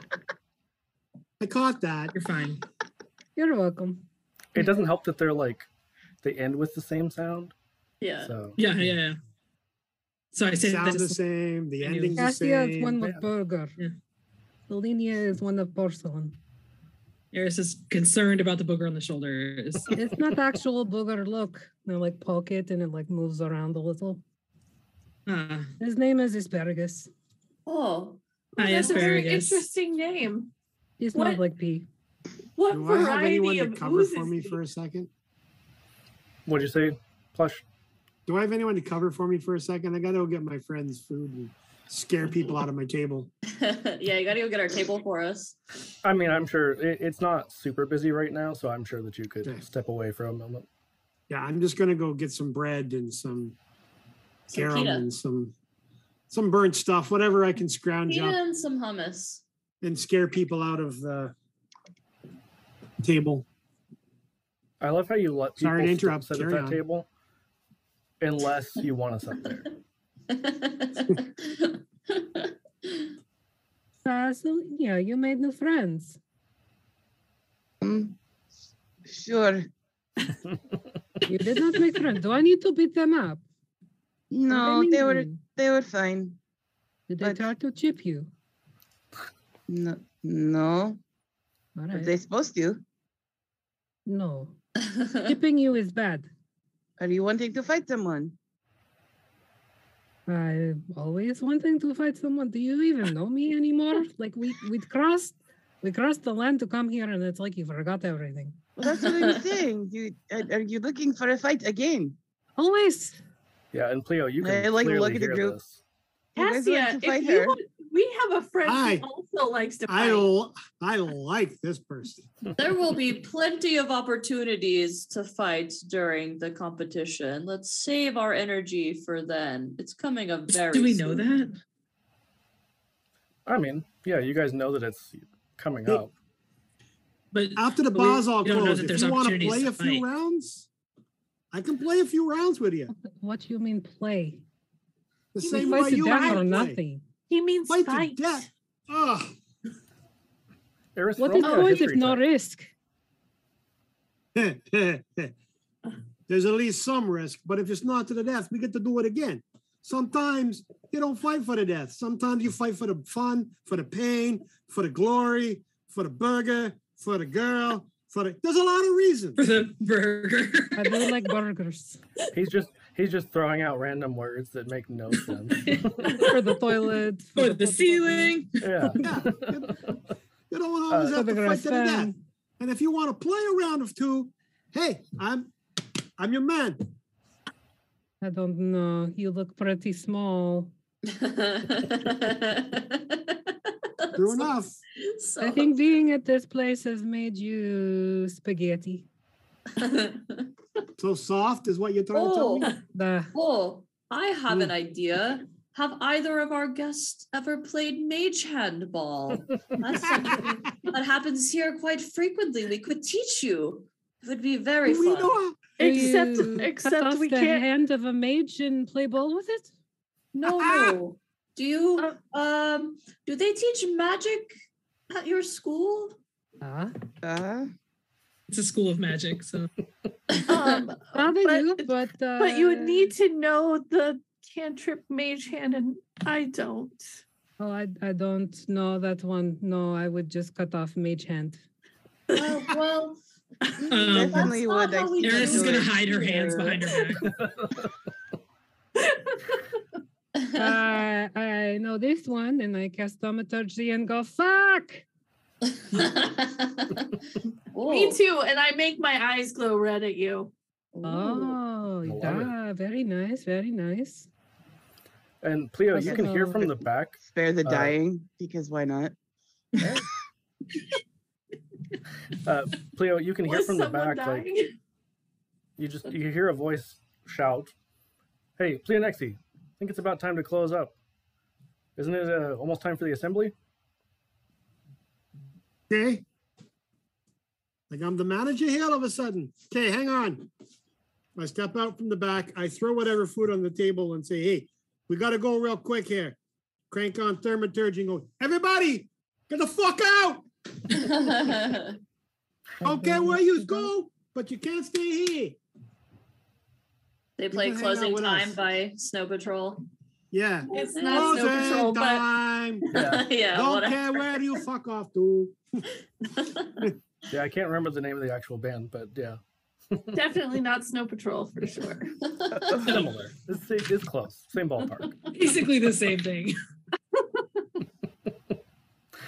[SPEAKER 5] I caught that.
[SPEAKER 4] You're fine.
[SPEAKER 9] You're welcome.
[SPEAKER 1] It doesn't help that they're like they end with the same sound.
[SPEAKER 6] yeah.
[SPEAKER 1] So
[SPEAKER 4] Yeah, yeah, yeah. So I say
[SPEAKER 5] Sound the
[SPEAKER 4] this.
[SPEAKER 5] same. The
[SPEAKER 4] I knew.
[SPEAKER 5] ending's the
[SPEAKER 9] Cassia is
[SPEAKER 5] same.
[SPEAKER 9] one
[SPEAKER 1] yeah.
[SPEAKER 9] of burger.
[SPEAKER 4] Yeah.
[SPEAKER 9] Selenia is one of porcelain.
[SPEAKER 4] Eris is concerned about the booger on the shoulder. It's-
[SPEAKER 9] *laughs* It's not actual booger. Look, they like pocket and it like moves around a little.
[SPEAKER 4] Ah,
[SPEAKER 9] His name is Asparagus.
[SPEAKER 6] Oh, *laughs*
[SPEAKER 4] hi,
[SPEAKER 7] That's a very
[SPEAKER 4] asparagus.
[SPEAKER 7] interesting name.
[SPEAKER 9] He's
[SPEAKER 7] What?
[SPEAKER 9] not like pea.
[SPEAKER 7] What
[SPEAKER 5] Do I have anyone
[SPEAKER 7] variety
[SPEAKER 5] to
[SPEAKER 7] of
[SPEAKER 5] cover
[SPEAKER 7] oozes?
[SPEAKER 5] for me
[SPEAKER 7] do
[SPEAKER 5] for a second?
[SPEAKER 1] what'd you say? Plush.
[SPEAKER 5] Do I have anyone to cover for me for a second? I gotta go get my friends food and scare people out of my table.
[SPEAKER 6] yeah. You gotta go get our table for us.
[SPEAKER 1] I mean, I'm sure it, it's not super busy right now, so I'm sure that you could
[SPEAKER 5] Okay.
[SPEAKER 1] step away for a moment.
[SPEAKER 5] Yeah, I'm just gonna go get some bread and some
[SPEAKER 6] Some
[SPEAKER 5] garum
[SPEAKER 6] pita.
[SPEAKER 5] and some some burnt stuff, whatever I can scrounge
[SPEAKER 6] Pita
[SPEAKER 5] up
[SPEAKER 6] and some
[SPEAKER 5] *laughs*
[SPEAKER 6] hummus. *laughs*
[SPEAKER 5] and scare people out of the table.
[SPEAKER 1] I love how you let people
[SPEAKER 5] Sorry to
[SPEAKER 1] st-
[SPEAKER 5] interrupt.
[SPEAKER 1] sit at
[SPEAKER 5] Carry
[SPEAKER 1] that
[SPEAKER 5] on.
[SPEAKER 1] table unless you want us up there.
[SPEAKER 9] Uh, Selenia, you made new friends.
[SPEAKER 8] Um, sure.
[SPEAKER 9] You did not make friends. Do I need to beat them up?
[SPEAKER 8] No,
[SPEAKER 9] mean
[SPEAKER 8] they were
[SPEAKER 9] mean?
[SPEAKER 8] they were fine.
[SPEAKER 9] Did they
[SPEAKER 8] but-
[SPEAKER 9] try to chip you?
[SPEAKER 8] No, no.
[SPEAKER 9] All
[SPEAKER 8] Are
[SPEAKER 9] right.
[SPEAKER 8] they supposed to?
[SPEAKER 9] No. Chipping you is bad.
[SPEAKER 8] Are you wanting to fight someone?
[SPEAKER 9] I always wanting to fight someone. Do you even know me
[SPEAKER 7] *laughs*
[SPEAKER 9] anymore? Like we we crossed we crossed the land to come here, and it's like you forgot everything.
[SPEAKER 8] Well, that's what I'm saying. You are, are you looking for a fight again?
[SPEAKER 9] Always.
[SPEAKER 1] Yeah, and Pleo, you can
[SPEAKER 8] I like to
[SPEAKER 1] clearly
[SPEAKER 8] look at the
[SPEAKER 1] hear
[SPEAKER 8] group.
[SPEAKER 1] this.
[SPEAKER 8] You guys
[SPEAKER 7] Cassia,
[SPEAKER 8] want to
[SPEAKER 7] if
[SPEAKER 8] fight
[SPEAKER 7] you
[SPEAKER 8] her?
[SPEAKER 7] want, *laughs* we have a friend
[SPEAKER 5] Hi.
[SPEAKER 7] who also likes to
[SPEAKER 5] I
[SPEAKER 7] fight.
[SPEAKER 5] l- I like this person.
[SPEAKER 6] there will be plenty of opportunities to fight during the competition. Let's save our energy for then. It's coming up very.
[SPEAKER 4] Do we know
[SPEAKER 6] soon.
[SPEAKER 4] that?
[SPEAKER 1] I mean, yeah, you guys know that it's coming
[SPEAKER 5] Hey,
[SPEAKER 1] up.
[SPEAKER 4] But
[SPEAKER 5] After the
[SPEAKER 4] But we-
[SPEAKER 5] bar's all
[SPEAKER 4] you don't know
[SPEAKER 5] closed,
[SPEAKER 4] that
[SPEAKER 5] if
[SPEAKER 4] there's
[SPEAKER 5] you want to
[SPEAKER 4] opportunities
[SPEAKER 5] play
[SPEAKER 4] to
[SPEAKER 5] a few
[SPEAKER 4] fight.
[SPEAKER 5] rounds, I can play a few rounds with you.
[SPEAKER 9] What you mean play?
[SPEAKER 5] The
[SPEAKER 9] You
[SPEAKER 5] same
[SPEAKER 9] fight
[SPEAKER 5] way
[SPEAKER 9] to
[SPEAKER 5] you
[SPEAKER 9] death
[SPEAKER 5] and I
[SPEAKER 9] or
[SPEAKER 5] play.
[SPEAKER 9] nothing.
[SPEAKER 7] He means
[SPEAKER 5] Fight
[SPEAKER 7] fight.
[SPEAKER 5] to death. Ah. Ugh.
[SPEAKER 1] Eris,
[SPEAKER 9] What
[SPEAKER 1] roll
[SPEAKER 9] is
[SPEAKER 1] me a
[SPEAKER 9] point if
[SPEAKER 1] history
[SPEAKER 9] no
[SPEAKER 1] check.
[SPEAKER 9] risk?
[SPEAKER 5] *laughs* There's at least some risk, but if it's not to the death, we get to do it again. Sometimes you don't fight for the death. Sometimes you fight for the fun, for the pain, for the glory, for the burger, for the girl, for the. There's a lot of reasons.
[SPEAKER 4] for the burger.
[SPEAKER 9] I do like burgers
[SPEAKER 1] He's just he's just throwing out random words that make
[SPEAKER 9] *laughs*
[SPEAKER 1] no sense.
[SPEAKER 9] for the
[SPEAKER 7] *laughs*
[SPEAKER 9] toilet,
[SPEAKER 4] for
[SPEAKER 8] *laughs*
[SPEAKER 4] the ceiling.
[SPEAKER 1] yeah.
[SPEAKER 5] Yeah, you, you don't want
[SPEAKER 1] Uh,
[SPEAKER 5] to always
[SPEAKER 9] for
[SPEAKER 5] have
[SPEAKER 9] the
[SPEAKER 5] to fight
[SPEAKER 9] grass
[SPEAKER 5] to the death.
[SPEAKER 9] fan.
[SPEAKER 5] And if you want to play a round of two, hey, I'm I'm your man.
[SPEAKER 9] I don't know. You look pretty small.
[SPEAKER 6] *laughs*
[SPEAKER 5] True enough.
[SPEAKER 6] So-
[SPEAKER 9] I
[SPEAKER 6] *laughs*
[SPEAKER 9] think being at this place has made you spaghetti.
[SPEAKER 5] So soft is what you're trying to tell me.
[SPEAKER 6] oh,
[SPEAKER 9] The
[SPEAKER 6] oh, I have
[SPEAKER 5] Hmm.
[SPEAKER 6] an idea. Have either of our guests ever played mage handball? That's something that happens here quite frequently. We could teach you. It would be very
[SPEAKER 5] we
[SPEAKER 6] fun.
[SPEAKER 5] know
[SPEAKER 7] Except,
[SPEAKER 9] you cut
[SPEAKER 7] except
[SPEAKER 9] off
[SPEAKER 7] we
[SPEAKER 9] the
[SPEAKER 7] can't.
[SPEAKER 9] hand of a mage and play ball with it.
[SPEAKER 6] No, no. Do you um do they teach magic at your school?
[SPEAKER 1] Uh-huh.
[SPEAKER 9] Ah,
[SPEAKER 8] Uh,
[SPEAKER 4] It's a school of magic, so
[SPEAKER 7] *laughs*
[SPEAKER 6] Uh-uh.
[SPEAKER 7] *laughs* Um,
[SPEAKER 9] well, they
[SPEAKER 7] but,
[SPEAKER 9] do, but uh,
[SPEAKER 7] but you would need to know the cantrip mage hand, and I don't.
[SPEAKER 9] Oh, I, I don't know that one. No, I would just cut off mage hand.
[SPEAKER 6] *laughs* Well,
[SPEAKER 4] *laughs*
[SPEAKER 6] well mm,
[SPEAKER 4] Um,
[SPEAKER 8] definitely
[SPEAKER 6] That's
[SPEAKER 8] would.
[SPEAKER 6] not how
[SPEAKER 8] like
[SPEAKER 6] we
[SPEAKER 8] to
[SPEAKER 6] do
[SPEAKER 4] Eris is
[SPEAKER 8] do
[SPEAKER 4] gonna
[SPEAKER 8] it
[SPEAKER 4] hide her hands
[SPEAKER 6] *laughs*
[SPEAKER 8] here.
[SPEAKER 4] behind her back.
[SPEAKER 9] uh,
[SPEAKER 7] *laughs*
[SPEAKER 9] I know this one, and I cast thaumaturgy and go fuck.
[SPEAKER 6] Whoa.
[SPEAKER 7] Oh.
[SPEAKER 6] *laughs*
[SPEAKER 7] Me too, and I make my eyes glow red at you.
[SPEAKER 6] Ooh.
[SPEAKER 9] Oh, Oh,
[SPEAKER 1] I love it.
[SPEAKER 9] yeah, very nice, very nice.
[SPEAKER 1] And Pleo, you can hear
[SPEAKER 9] So-
[SPEAKER 1] from the back.
[SPEAKER 8] Spare the
[SPEAKER 1] Uh,
[SPEAKER 8] dying because why not?
[SPEAKER 1] Uh, Pleo, you can hear
[SPEAKER 7] Was
[SPEAKER 1] from the
[SPEAKER 7] someone
[SPEAKER 1] back. Like you just you hear a voice shout, "Hey, Pleonexi, I think it's about time to close up. Isn't it uh, almost time for the assembly?"
[SPEAKER 5] Okay. Like I'm the manager here all of a sudden. Okay, hang on. I step out from the back. I throw whatever food on the table and say, hey, we got to go real quick here. Crank on thermaturgy and go, everybody, get the fuck out. Don't care where you go, but you can't stay here.
[SPEAKER 6] they play
[SPEAKER 5] can hang
[SPEAKER 6] Closing
[SPEAKER 5] out with
[SPEAKER 6] Time
[SPEAKER 5] us.
[SPEAKER 6] by Snow Patrol.
[SPEAKER 5] Yeah.
[SPEAKER 7] It's not
[SPEAKER 5] Closing
[SPEAKER 7] Snow Patrol, but *laughs*
[SPEAKER 5] time.
[SPEAKER 1] Yeah.
[SPEAKER 6] *laughs* Yeah,
[SPEAKER 5] Don't
[SPEAKER 6] whatever.
[SPEAKER 5] care where you fuck off to.
[SPEAKER 1] Yeah, I can't remember the name of the actual band, but
[SPEAKER 5] *laughs*
[SPEAKER 1] yeah,
[SPEAKER 7] definitely not Snow Patrol for sure.
[SPEAKER 1] similar. It's, it's close, same
[SPEAKER 9] *laughs*
[SPEAKER 1] ballpark.
[SPEAKER 4] Basically the same thing.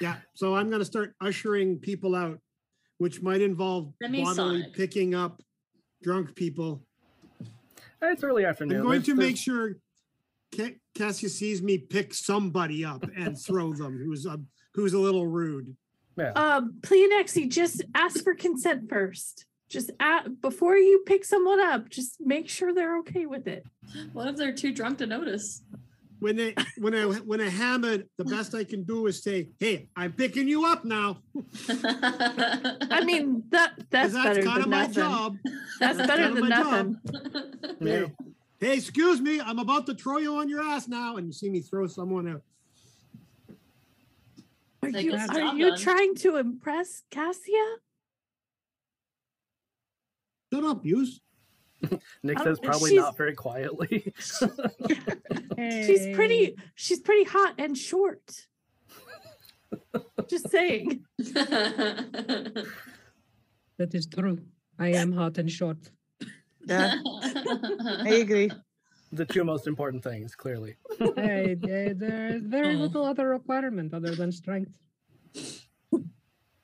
[SPEAKER 5] Yeah, so I'm gonna start ushering people out, which might involve
[SPEAKER 6] Semi-sonic.
[SPEAKER 5] bodily picking up drunk people.
[SPEAKER 1] It's early afternoon.
[SPEAKER 5] I'm going
[SPEAKER 1] There's-
[SPEAKER 5] to
[SPEAKER 1] there's-
[SPEAKER 5] make sure Ca- Cassia sees me pick somebody up and throw them who's a who's a little rude.
[SPEAKER 1] Yeah.
[SPEAKER 7] Um, Pleonexi, just ask for consent first. Just at, before you pick someone up, just make sure they're okay with it.
[SPEAKER 6] *laughs* What if they're too drunk to *laughs* notice?
[SPEAKER 5] When they when I when I hammered, the best I can do is say, "Hey, I'm picking you up now."
[SPEAKER 6] *laughs*
[SPEAKER 7] I mean, that that's,
[SPEAKER 5] 'cause
[SPEAKER 7] better
[SPEAKER 5] kind of
[SPEAKER 7] than
[SPEAKER 5] my
[SPEAKER 7] nothing.
[SPEAKER 5] job.
[SPEAKER 7] That's
[SPEAKER 5] That's
[SPEAKER 7] better
[SPEAKER 5] kinda
[SPEAKER 7] than
[SPEAKER 5] my
[SPEAKER 7] nothing.
[SPEAKER 1] Yeah.
[SPEAKER 5] Hey, hey, excuse me, I'm about to throw you on your ass now, and you see me throw someone out.
[SPEAKER 7] Are
[SPEAKER 6] That
[SPEAKER 7] you
[SPEAKER 6] gets the
[SPEAKER 7] are
[SPEAKER 6] job
[SPEAKER 7] you
[SPEAKER 6] done.
[SPEAKER 7] trying to impress Cassia?
[SPEAKER 5] Shut up, use.
[SPEAKER 1] Nick
[SPEAKER 7] Um,
[SPEAKER 1] says probably
[SPEAKER 7] she's-
[SPEAKER 1] not very quietly.
[SPEAKER 7] *laughs* She's pretty. She's pretty hot and
[SPEAKER 1] *laughs*
[SPEAKER 7] short. just saying.
[SPEAKER 9] That is true. I am hot and short.
[SPEAKER 6] *laughs*
[SPEAKER 8] Yeah, I agree.
[SPEAKER 1] the two most important things, clearly.
[SPEAKER 9] I, I- there is very
[SPEAKER 4] Oh.
[SPEAKER 9] little other requirement other than strength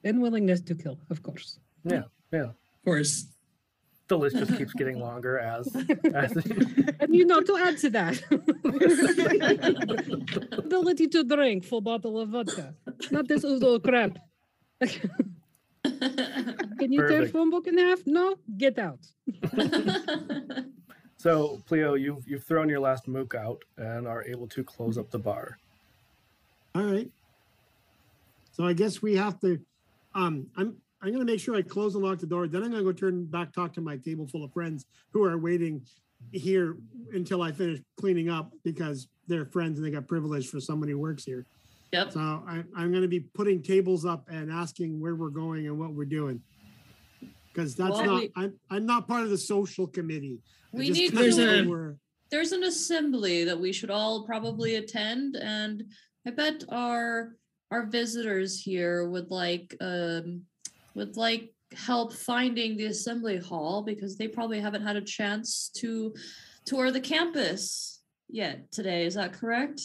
[SPEAKER 9] and willingness to kill, of
[SPEAKER 1] *laughs*
[SPEAKER 9] course.
[SPEAKER 4] Of
[SPEAKER 6] *laughs*
[SPEAKER 4] course.
[SPEAKER 1] The list just keeps getting longer as, as
[SPEAKER 9] And you know, to add to that, *laughs* ability to drink full bottle of vodka, not this Udo crap. Can you tear
[SPEAKER 1] Perfect.
[SPEAKER 9] phone book in half? No, get out.
[SPEAKER 6] *laughs*
[SPEAKER 1] So, Pleo, you've you've thrown your last mook out and are able to close up the bar.
[SPEAKER 5] All right. So I guess we have to. Um, I'm I'm gonna make sure I close and lock the door. Then I'm gonna go turn back, talk to my table full of friends who are waiting here until I finish cleaning up because they're friends and they got privilege for somebody who works here.
[SPEAKER 6] yep.
[SPEAKER 5] So I, I'm gonna be putting tables up and asking where we're going and what we're doing. Because that's
[SPEAKER 6] Well,
[SPEAKER 5] not
[SPEAKER 6] we-
[SPEAKER 5] I'm I'm not part of the social committee. I
[SPEAKER 6] We
[SPEAKER 5] just
[SPEAKER 6] need
[SPEAKER 5] kinda
[SPEAKER 4] There's
[SPEAKER 5] know
[SPEAKER 4] a-
[SPEAKER 5] where-
[SPEAKER 6] There's an assembly that we should all probably attend, and I bet our our visitors here would like um would like help finding the assembly hall because they probably haven't had a chance to tour the campus yet today. Is that correct?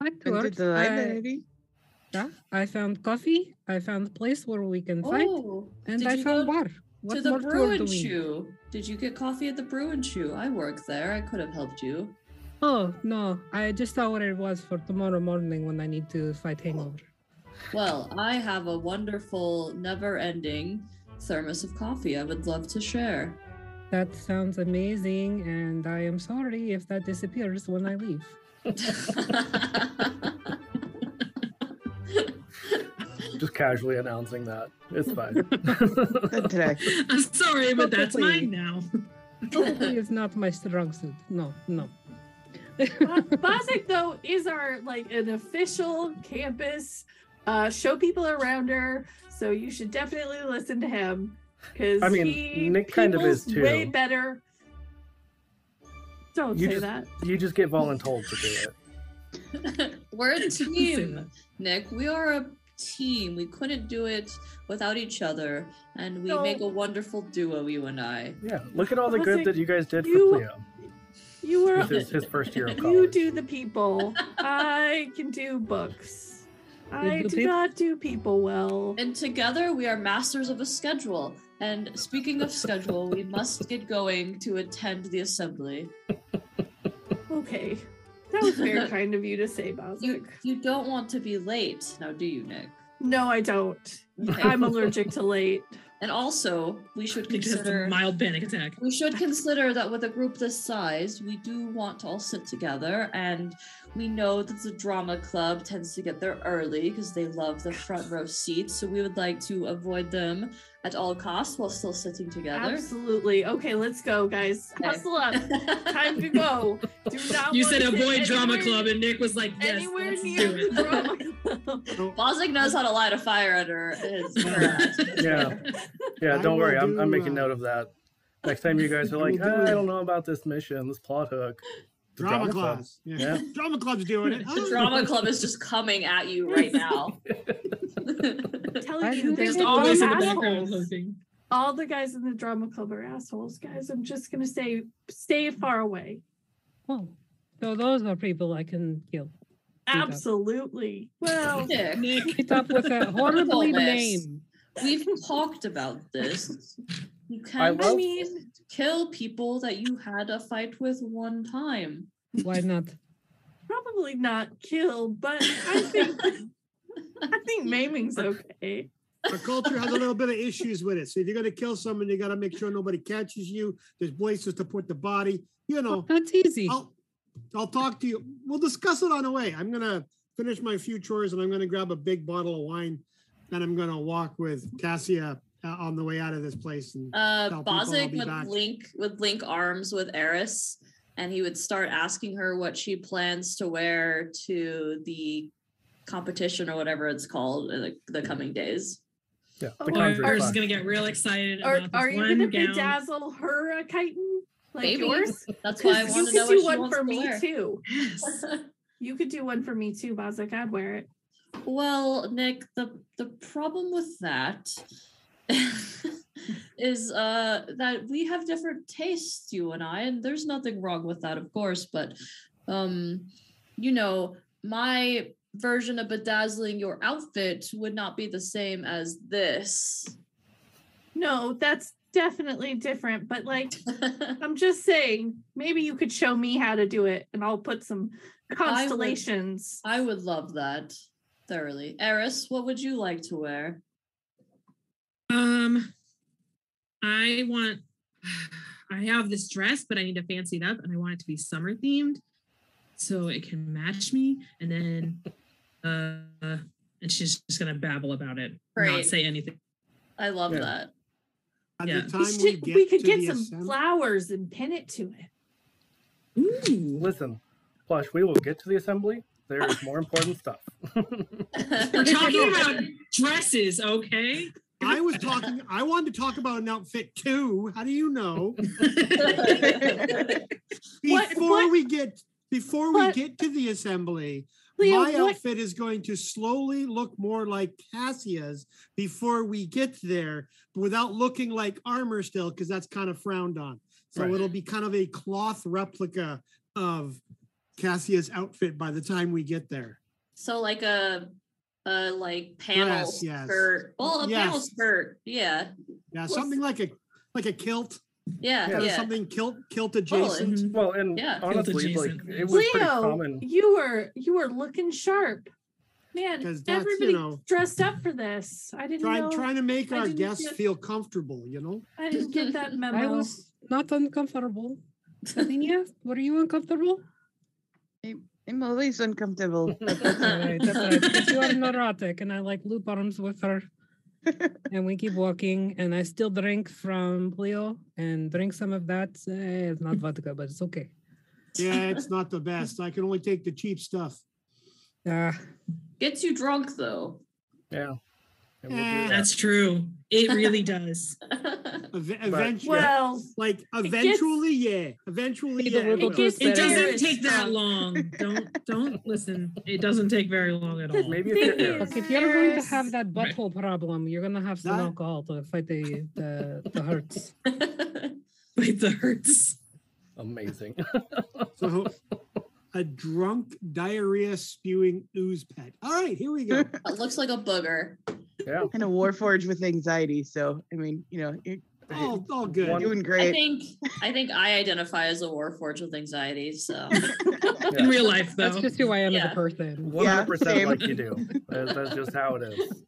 [SPEAKER 9] Back to
[SPEAKER 8] Went to
[SPEAKER 9] work.
[SPEAKER 8] the
[SPEAKER 9] I,
[SPEAKER 8] library.
[SPEAKER 9] yeah, I found coffee. I found place where we can fight,
[SPEAKER 6] Oh,
[SPEAKER 9] and
[SPEAKER 6] did
[SPEAKER 9] I
[SPEAKER 6] you
[SPEAKER 9] found
[SPEAKER 6] go
[SPEAKER 9] bar.
[SPEAKER 6] to
[SPEAKER 9] What
[SPEAKER 6] the
[SPEAKER 9] more
[SPEAKER 6] brew
[SPEAKER 9] tour do
[SPEAKER 6] and
[SPEAKER 9] we need?
[SPEAKER 6] chew. Did you get coffee at the brew and chew? I work there. I could have helped you.
[SPEAKER 9] Oh no, I just saw what it was for tomorrow morning when I need to fight hangover.
[SPEAKER 6] Well, I have a wonderful, never-ending thermos of coffee. I would love to share.
[SPEAKER 9] That sounds amazing, and I am sorry if that disappears when I leave.
[SPEAKER 1] Just casually announcing that. It's fine. *laughs*
[SPEAKER 8] Good today.
[SPEAKER 4] I'm sorry, but that's mine now.
[SPEAKER 9] Coffee is not my strong suit. No, no.
[SPEAKER 7] Ba- Bozic though is our like an official campus. Uh, show people around her, so you should definitely listen to him because
[SPEAKER 1] I mean,
[SPEAKER 7] he
[SPEAKER 1] Nick kind of is,
[SPEAKER 7] people's Way
[SPEAKER 1] too.
[SPEAKER 7] better. Don't
[SPEAKER 1] You
[SPEAKER 7] say
[SPEAKER 1] just-
[SPEAKER 7] that.
[SPEAKER 1] you just get voluntold to do it.
[SPEAKER 6] We're a
[SPEAKER 4] Don't say
[SPEAKER 6] team,
[SPEAKER 4] that.
[SPEAKER 6] Nick. We are a team. We couldn't do it without each other, and we
[SPEAKER 7] No.
[SPEAKER 6] make a wonderful duo, you and I.
[SPEAKER 1] Yeah. Look at all the
[SPEAKER 7] Listen,
[SPEAKER 1] good that you guys did
[SPEAKER 7] you-
[SPEAKER 1] for Pleo.
[SPEAKER 7] You were *laughs*
[SPEAKER 1] This is his first year of
[SPEAKER 7] you
[SPEAKER 1] college.
[SPEAKER 7] do the people. I can do books. I
[SPEAKER 9] do
[SPEAKER 7] do
[SPEAKER 9] peop-
[SPEAKER 7] not do people well.
[SPEAKER 6] And together we are masters of a schedule. And speaking of schedule, we must get going to attend the assembly.
[SPEAKER 7] Okay. That
[SPEAKER 6] *laughs*
[SPEAKER 7] was very kind of you to say,
[SPEAKER 6] You
[SPEAKER 7] Boswick.
[SPEAKER 6] you don't want to be late, now do you, Nick?
[SPEAKER 7] No, I don't.
[SPEAKER 6] Okay.
[SPEAKER 7] I'm allergic to late.
[SPEAKER 6] and also we should
[SPEAKER 4] He just has a
[SPEAKER 6] consider
[SPEAKER 4] mild panic attack.
[SPEAKER 6] we should consider that with a group this size, we do want to all sit together, and we know that the drama club tends to get there early because they love the front row seats. So we would like to avoid them at all costs while still sitting together.
[SPEAKER 7] Absolutely. Okay, let's go, guys.
[SPEAKER 6] Okay.
[SPEAKER 7] Hustle up.
[SPEAKER 6] *laughs*
[SPEAKER 7] Time to go. Do not
[SPEAKER 4] You
[SPEAKER 7] wanna
[SPEAKER 4] said
[SPEAKER 7] sit
[SPEAKER 4] avoid drama
[SPEAKER 7] anywhere-
[SPEAKER 4] club, and Nick was like, yes,
[SPEAKER 7] anywhere
[SPEAKER 4] let's
[SPEAKER 7] near
[SPEAKER 4] do
[SPEAKER 7] the drama club.
[SPEAKER 6] Bozzik knows how to light a fire under his.
[SPEAKER 4] it.
[SPEAKER 1] Yeah. Yeah,
[SPEAKER 5] I
[SPEAKER 1] don't worry.
[SPEAKER 5] will
[SPEAKER 1] I'm, I'm
[SPEAKER 5] do,
[SPEAKER 1] making
[SPEAKER 5] uh,
[SPEAKER 1] note of that. Next time you guys are
[SPEAKER 5] *laughs* I
[SPEAKER 1] like,
[SPEAKER 5] will do
[SPEAKER 1] "Ah, I
[SPEAKER 5] it.
[SPEAKER 1] don't know about this mission, this plot hook. The
[SPEAKER 5] Drama
[SPEAKER 1] club.
[SPEAKER 5] class. Yeah. Drama club's doing it.
[SPEAKER 6] The drama club is just coming at you right now. *laughs*
[SPEAKER 7] telling
[SPEAKER 9] I think
[SPEAKER 7] you, there's
[SPEAKER 4] Just
[SPEAKER 9] They're
[SPEAKER 7] all
[SPEAKER 4] always in the background
[SPEAKER 9] *laughs*
[SPEAKER 7] assholes.
[SPEAKER 4] hoping.
[SPEAKER 7] All the guys in the drama club are assholes, guys. I'm just gonna say, stay far away.
[SPEAKER 9] Oh, so those are people I can kill. that.
[SPEAKER 7] Absolutely.
[SPEAKER 6] *laughs*
[SPEAKER 7] Well,
[SPEAKER 6] Nick,
[SPEAKER 4] Nick,
[SPEAKER 9] Hit up
[SPEAKER 4] *laughs*
[SPEAKER 9] with a horribly
[SPEAKER 6] Horrible
[SPEAKER 9] name.
[SPEAKER 6] we've talked about this. You
[SPEAKER 1] I
[SPEAKER 6] can
[SPEAKER 1] love-
[SPEAKER 7] I mean,
[SPEAKER 6] kill people that you had a fight with one time.
[SPEAKER 9] Why not?
[SPEAKER 7] probably not kill, but I
[SPEAKER 6] *laughs*
[SPEAKER 7] think I think maiming's okay.
[SPEAKER 5] Our culture has a little bit of issues with it. So if you're gonna kill someone, you gotta make sure nobody catches you. There's places to put the body. You know,
[SPEAKER 9] That's easy.
[SPEAKER 5] I'll I'll talk to you. We'll discuss it on the way. I'm gonna finish my few chores and I'm gonna grab a big bottle of wine and I'm gonna walk with Cassia uh, on the way out of this place. And
[SPEAKER 6] Uh,
[SPEAKER 5] Tell people I'll
[SPEAKER 6] Bozic
[SPEAKER 5] be
[SPEAKER 6] would
[SPEAKER 5] back.
[SPEAKER 6] link would link arms with Eris, and he would start asking her what she plans to wear to the competition or whatever it's called in the, the coming days.
[SPEAKER 1] Yeah,
[SPEAKER 7] Oh,
[SPEAKER 1] the
[SPEAKER 7] or-
[SPEAKER 1] Conjuring
[SPEAKER 7] or
[SPEAKER 4] Ours is
[SPEAKER 1] class.
[SPEAKER 4] gonna get real excited
[SPEAKER 7] Are,
[SPEAKER 4] about this
[SPEAKER 7] are you
[SPEAKER 4] one
[SPEAKER 7] gonna
[SPEAKER 4] gown.
[SPEAKER 7] bedazzle her a chitin like
[SPEAKER 6] Maybe.
[SPEAKER 7] yours?
[SPEAKER 6] That's why I
[SPEAKER 7] 'Cause
[SPEAKER 6] want
[SPEAKER 7] you
[SPEAKER 6] to know
[SPEAKER 7] could
[SPEAKER 6] what
[SPEAKER 7] do
[SPEAKER 6] she
[SPEAKER 7] one
[SPEAKER 6] wants
[SPEAKER 7] for
[SPEAKER 6] to
[SPEAKER 7] me
[SPEAKER 6] wear.
[SPEAKER 7] too.
[SPEAKER 4] Yes.
[SPEAKER 7] You could do one for me too, Bozak. I'd wear it.
[SPEAKER 6] Well, Nick, the the problem with that *laughs* is uh that we have different tastes, you and I, and there's nothing wrong with that, of course, but um, you know, my version of bedazzling your outfit would not be the same as this. *laughs*
[SPEAKER 7] No, that's definitely different. But like, I'm just saying, maybe you could show me how to do it, and I'll put some constellations.
[SPEAKER 6] I would love that thoroughly. Eris, what would you like to wear?
[SPEAKER 4] Um, I want. *sighs* I have this dress, but I need to fancy it up, and I want it to be summer themed, so it can match me. And then, uh, and she's just gonna babble about it, not
[SPEAKER 6] Great.
[SPEAKER 4] say anything.
[SPEAKER 6] I love
[SPEAKER 1] Yeah.
[SPEAKER 6] that.
[SPEAKER 5] at
[SPEAKER 4] yeah.
[SPEAKER 5] the
[SPEAKER 7] We,
[SPEAKER 5] time
[SPEAKER 7] should-
[SPEAKER 5] we,
[SPEAKER 7] we
[SPEAKER 5] get
[SPEAKER 7] could
[SPEAKER 5] to
[SPEAKER 7] get
[SPEAKER 5] the
[SPEAKER 7] some
[SPEAKER 5] assembly-
[SPEAKER 7] flowers and pin it to it.
[SPEAKER 4] Ooh,
[SPEAKER 1] Listen, Plush, we will get to the assembly. There is more important stuff.
[SPEAKER 4] we're talking about dresses, okay?
[SPEAKER 5] I was talking. I wanted to talk about an outfit too. How do you know?
[SPEAKER 6] *laughs*
[SPEAKER 4] *laughs*
[SPEAKER 7] What-
[SPEAKER 5] Before
[SPEAKER 7] what-
[SPEAKER 5] we get before
[SPEAKER 7] what-
[SPEAKER 5] we get to the assembly,
[SPEAKER 7] Leo,
[SPEAKER 5] my
[SPEAKER 7] what?
[SPEAKER 5] outfit is going to slowly look more like Cassia's before we get there, but without looking like armor still, because that's kind of frowned on. So
[SPEAKER 1] Right.
[SPEAKER 5] it'll be kind of a cloth replica of Cassia's outfit by the time we get there.
[SPEAKER 6] So like a a like panel
[SPEAKER 5] Dress, yes.
[SPEAKER 6] skirt. Well, a panel
[SPEAKER 5] Yes.
[SPEAKER 6] skirt. Yeah.
[SPEAKER 5] Yeah,
[SPEAKER 6] What's-
[SPEAKER 5] something like a like a kilt,
[SPEAKER 6] Yeah.
[SPEAKER 5] kind
[SPEAKER 6] Yeah.
[SPEAKER 5] of something kilt kilt adjacent.
[SPEAKER 4] Mhm.
[SPEAKER 1] Well, and
[SPEAKER 6] Yeah.
[SPEAKER 1] honestly, like
[SPEAKER 4] Adjacent.
[SPEAKER 1] it was pretty
[SPEAKER 7] Leo,
[SPEAKER 1] common.
[SPEAKER 7] you were you were looking sharp, man.
[SPEAKER 5] 'Cause that's, you
[SPEAKER 7] Everybody
[SPEAKER 5] know-
[SPEAKER 7] dressed up for this. I didn't
[SPEAKER 5] Trying
[SPEAKER 7] know.
[SPEAKER 5] trying to make
[SPEAKER 7] I
[SPEAKER 5] our
[SPEAKER 7] didn't
[SPEAKER 5] guests
[SPEAKER 7] get-
[SPEAKER 5] feel comfortable, you know.
[SPEAKER 7] I didn't get
[SPEAKER 5] *laughs*
[SPEAKER 7] that memo.
[SPEAKER 9] I was not uncomfortable. Sabinia, were you uncomfortable?
[SPEAKER 8] I'm always uncomfortable.
[SPEAKER 9] That's all right. That's all right. But
[SPEAKER 6] *laughs*
[SPEAKER 9] you are neurotic, and I like loop arms
[SPEAKER 1] *laughs*
[SPEAKER 9] with her. and we keep walking, and I still drink from Leo and drink some of that. Eh, it's not vodka, but it's okay.
[SPEAKER 5] Yeah, it's not the best. I can only take the cheap stuff.
[SPEAKER 9] Uh,
[SPEAKER 6] Gets you drunk though. *laughs*
[SPEAKER 1] Yeah. And we'll do
[SPEAKER 5] Eh.
[SPEAKER 1] that.
[SPEAKER 4] That's true. It really does.
[SPEAKER 5] Ev- eventually,
[SPEAKER 7] *laughs* well,
[SPEAKER 5] like
[SPEAKER 7] gets-
[SPEAKER 5] eventually, yeah. Eventually,
[SPEAKER 9] Take a
[SPEAKER 5] yeah. it
[SPEAKER 9] little
[SPEAKER 5] will.
[SPEAKER 7] it gets
[SPEAKER 4] It doesn't
[SPEAKER 7] Paris
[SPEAKER 4] take that
[SPEAKER 7] drunk.
[SPEAKER 4] long. Don't don't listen. It doesn't take very long at all.
[SPEAKER 1] Maybe
[SPEAKER 7] Thing
[SPEAKER 1] if you're
[SPEAKER 7] is-
[SPEAKER 9] look, if you're going to have
[SPEAKER 7] Yes.
[SPEAKER 9] that
[SPEAKER 4] Right.
[SPEAKER 9] butthole problem, you're going to have some
[SPEAKER 5] That-
[SPEAKER 9] alcohol to fight the, the,
[SPEAKER 4] *laughs*
[SPEAKER 9] the hurts.
[SPEAKER 7] *laughs*
[SPEAKER 4] Wait, the hurts.
[SPEAKER 1] amazing.
[SPEAKER 5] So a drunk, diarrhea spewing ooze pet. All right, here we
[SPEAKER 8] *laughs*
[SPEAKER 5] go.
[SPEAKER 6] It looks like a booger.
[SPEAKER 1] Yeah.
[SPEAKER 8] And a war forged with anxiety. So, I mean, you know, you're
[SPEAKER 5] All, all good.
[SPEAKER 8] doing
[SPEAKER 6] I
[SPEAKER 8] great.
[SPEAKER 6] think I think I identify as a warforged with
[SPEAKER 5] *laughs*
[SPEAKER 6] anxiety. So
[SPEAKER 4] in real life though.
[SPEAKER 7] *laughs*
[SPEAKER 9] That's just who I am as
[SPEAKER 6] Yeah.
[SPEAKER 9] a person.
[SPEAKER 1] One hundred percent
[SPEAKER 8] same.
[SPEAKER 1] like you do. That's, that's just how it is.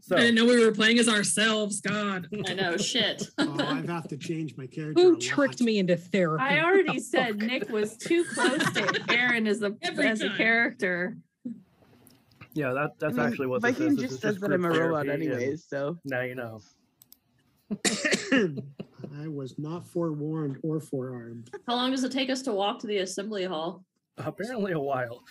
[SPEAKER 1] So
[SPEAKER 4] I didn't know we were playing as ourselves. God.
[SPEAKER 6] I know shit. *laughs*
[SPEAKER 5] Oh, I have to change my character. a
[SPEAKER 9] Who
[SPEAKER 5] lot.
[SPEAKER 9] tricked me into therapy?
[SPEAKER 7] I already said Nick was too close *laughs* to Aaron as a
[SPEAKER 4] Every
[SPEAKER 7] as a
[SPEAKER 4] time.
[SPEAKER 7] character.
[SPEAKER 1] yeah, that that's
[SPEAKER 8] I mean,
[SPEAKER 1] actually what this
[SPEAKER 8] Viking
[SPEAKER 1] is. This
[SPEAKER 8] just
[SPEAKER 1] is
[SPEAKER 8] says that I'm a
[SPEAKER 1] group
[SPEAKER 8] robot,
[SPEAKER 1] therapy, and
[SPEAKER 8] anyways. So,
[SPEAKER 1] Now you know.
[SPEAKER 5] *laughs* I was not forewarned or forearmed.
[SPEAKER 6] How long does it take us to walk to the
[SPEAKER 5] *laughs*
[SPEAKER 6] assembly hall? *laughs*
[SPEAKER 1] Apparently, a while.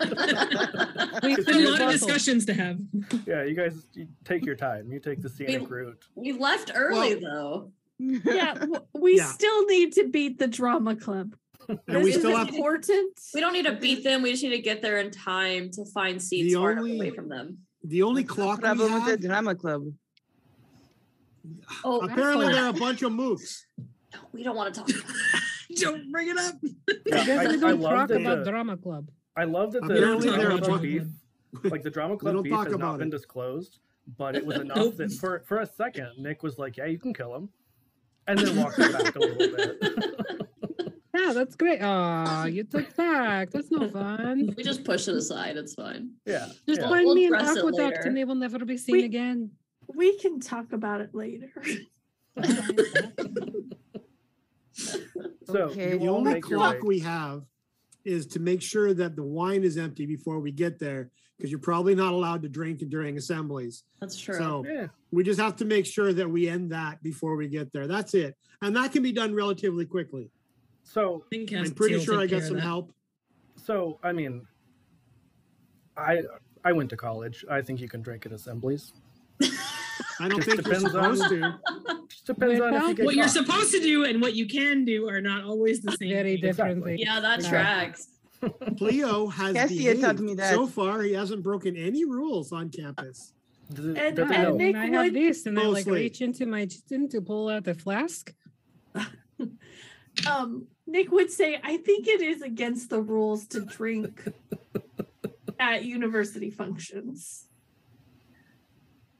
[SPEAKER 9] We
[SPEAKER 4] A
[SPEAKER 9] couldn't
[SPEAKER 4] lot of
[SPEAKER 9] buckle.
[SPEAKER 4] discussions to have.
[SPEAKER 1] Yeah, you guys you take your time. You take the scenic route.
[SPEAKER 6] we left early though.
[SPEAKER 8] *laughs*
[SPEAKER 7] *laughs* Yeah, w- we
[SPEAKER 5] Yeah.
[SPEAKER 7] still need to beat the drama club.
[SPEAKER 5] And we
[SPEAKER 7] This
[SPEAKER 5] still
[SPEAKER 7] is
[SPEAKER 5] have
[SPEAKER 7] important.
[SPEAKER 6] We don't need to beat them. We just need to get there in time to find seats
[SPEAKER 5] The
[SPEAKER 6] far enough
[SPEAKER 5] only-
[SPEAKER 6] away from them.
[SPEAKER 5] the only
[SPEAKER 8] What's the
[SPEAKER 5] clock we
[SPEAKER 8] problem with
[SPEAKER 5] have.
[SPEAKER 8] the drama club.
[SPEAKER 6] Oh,
[SPEAKER 5] Apparently, there are a bunch of mooks.
[SPEAKER 6] we don't want
[SPEAKER 1] *laughs*
[SPEAKER 6] to talk. About it.
[SPEAKER 4] Don't bring it up.
[SPEAKER 1] Yeah,
[SPEAKER 9] You guys
[SPEAKER 1] I,
[SPEAKER 9] we
[SPEAKER 1] I uh,
[SPEAKER 9] don't
[SPEAKER 1] love
[SPEAKER 9] talk
[SPEAKER 1] that.
[SPEAKER 9] about
[SPEAKER 1] the,
[SPEAKER 9] drama club.
[SPEAKER 1] I love that the
[SPEAKER 5] Apparently
[SPEAKER 1] drama
[SPEAKER 5] there are
[SPEAKER 1] club
[SPEAKER 5] bu- *laughs*
[SPEAKER 1] beef, like the drama club
[SPEAKER 5] don't
[SPEAKER 1] beef,
[SPEAKER 5] talk
[SPEAKER 1] has
[SPEAKER 5] about
[SPEAKER 1] not been
[SPEAKER 5] it.
[SPEAKER 1] disclosed. But
[SPEAKER 5] *laughs*
[SPEAKER 1] it was enough
[SPEAKER 4] Nope.
[SPEAKER 1] that for for a second, Nick was like, "Yeah, you can kill him," and then walked it back a little
[SPEAKER 5] *laughs*
[SPEAKER 1] bit.
[SPEAKER 9] Yeah, that's great. Aw, you took back. That's no fun.
[SPEAKER 6] *laughs* We just push it aside. It's fine.
[SPEAKER 1] yeah,
[SPEAKER 9] Just
[SPEAKER 1] yeah.
[SPEAKER 9] find
[SPEAKER 6] We'll
[SPEAKER 9] me an
[SPEAKER 6] address it
[SPEAKER 9] aqueduct
[SPEAKER 6] later.
[SPEAKER 9] and they will never be seen
[SPEAKER 7] We- *laughs*
[SPEAKER 9] again.
[SPEAKER 7] We can talk about it
[SPEAKER 5] *laughs*
[SPEAKER 7] later.
[SPEAKER 1] So
[SPEAKER 8] Okay.
[SPEAKER 1] you
[SPEAKER 5] The
[SPEAKER 1] all
[SPEAKER 5] only
[SPEAKER 1] make your
[SPEAKER 5] clock
[SPEAKER 1] way-
[SPEAKER 5] we have is to make sure that the wine is empty before we get there, because you're probably not allowed to drink during assemblies.
[SPEAKER 6] That's true.
[SPEAKER 5] So
[SPEAKER 1] Yeah,
[SPEAKER 5] we just have to make sure that we end that before we get there. That's it, and that can be done relatively quickly.
[SPEAKER 1] so
[SPEAKER 4] I think
[SPEAKER 5] I'm
[SPEAKER 4] Castiel
[SPEAKER 5] pretty
[SPEAKER 4] will
[SPEAKER 5] sure I
[SPEAKER 4] take
[SPEAKER 5] got
[SPEAKER 4] care of
[SPEAKER 5] some
[SPEAKER 4] that.
[SPEAKER 5] help.
[SPEAKER 1] so I mean, I I went to college. I think you can drink at assemblies.
[SPEAKER 5] I don't
[SPEAKER 1] Just
[SPEAKER 5] think you're
[SPEAKER 1] depends on-
[SPEAKER 5] supposed to.
[SPEAKER 1] Just depends
[SPEAKER 9] Well,
[SPEAKER 1] on if you get
[SPEAKER 4] What you're
[SPEAKER 1] caught.
[SPEAKER 4] supposed to do and what you can do are not always the same.
[SPEAKER 9] Very
[SPEAKER 4] thing.
[SPEAKER 9] different
[SPEAKER 1] Exactly.
[SPEAKER 9] thing.
[SPEAKER 6] yeah, that
[SPEAKER 9] Yeah.
[SPEAKER 6] tracks.
[SPEAKER 5] Cleo has
[SPEAKER 8] Cassia taught
[SPEAKER 5] behaved.
[SPEAKER 8] me that.
[SPEAKER 5] So far, he hasn't broken any rules on campus.
[SPEAKER 1] Does it-
[SPEAKER 7] And-
[SPEAKER 1] does it
[SPEAKER 7] and
[SPEAKER 1] help?
[SPEAKER 9] And
[SPEAKER 7] Nick
[SPEAKER 9] I have
[SPEAKER 7] would-
[SPEAKER 9] this, and I like
[SPEAKER 5] Mostly.
[SPEAKER 9] reach into my chin to pull out a flask.
[SPEAKER 7] Um, Nick would say, I think it is against the rules to drink at university functions.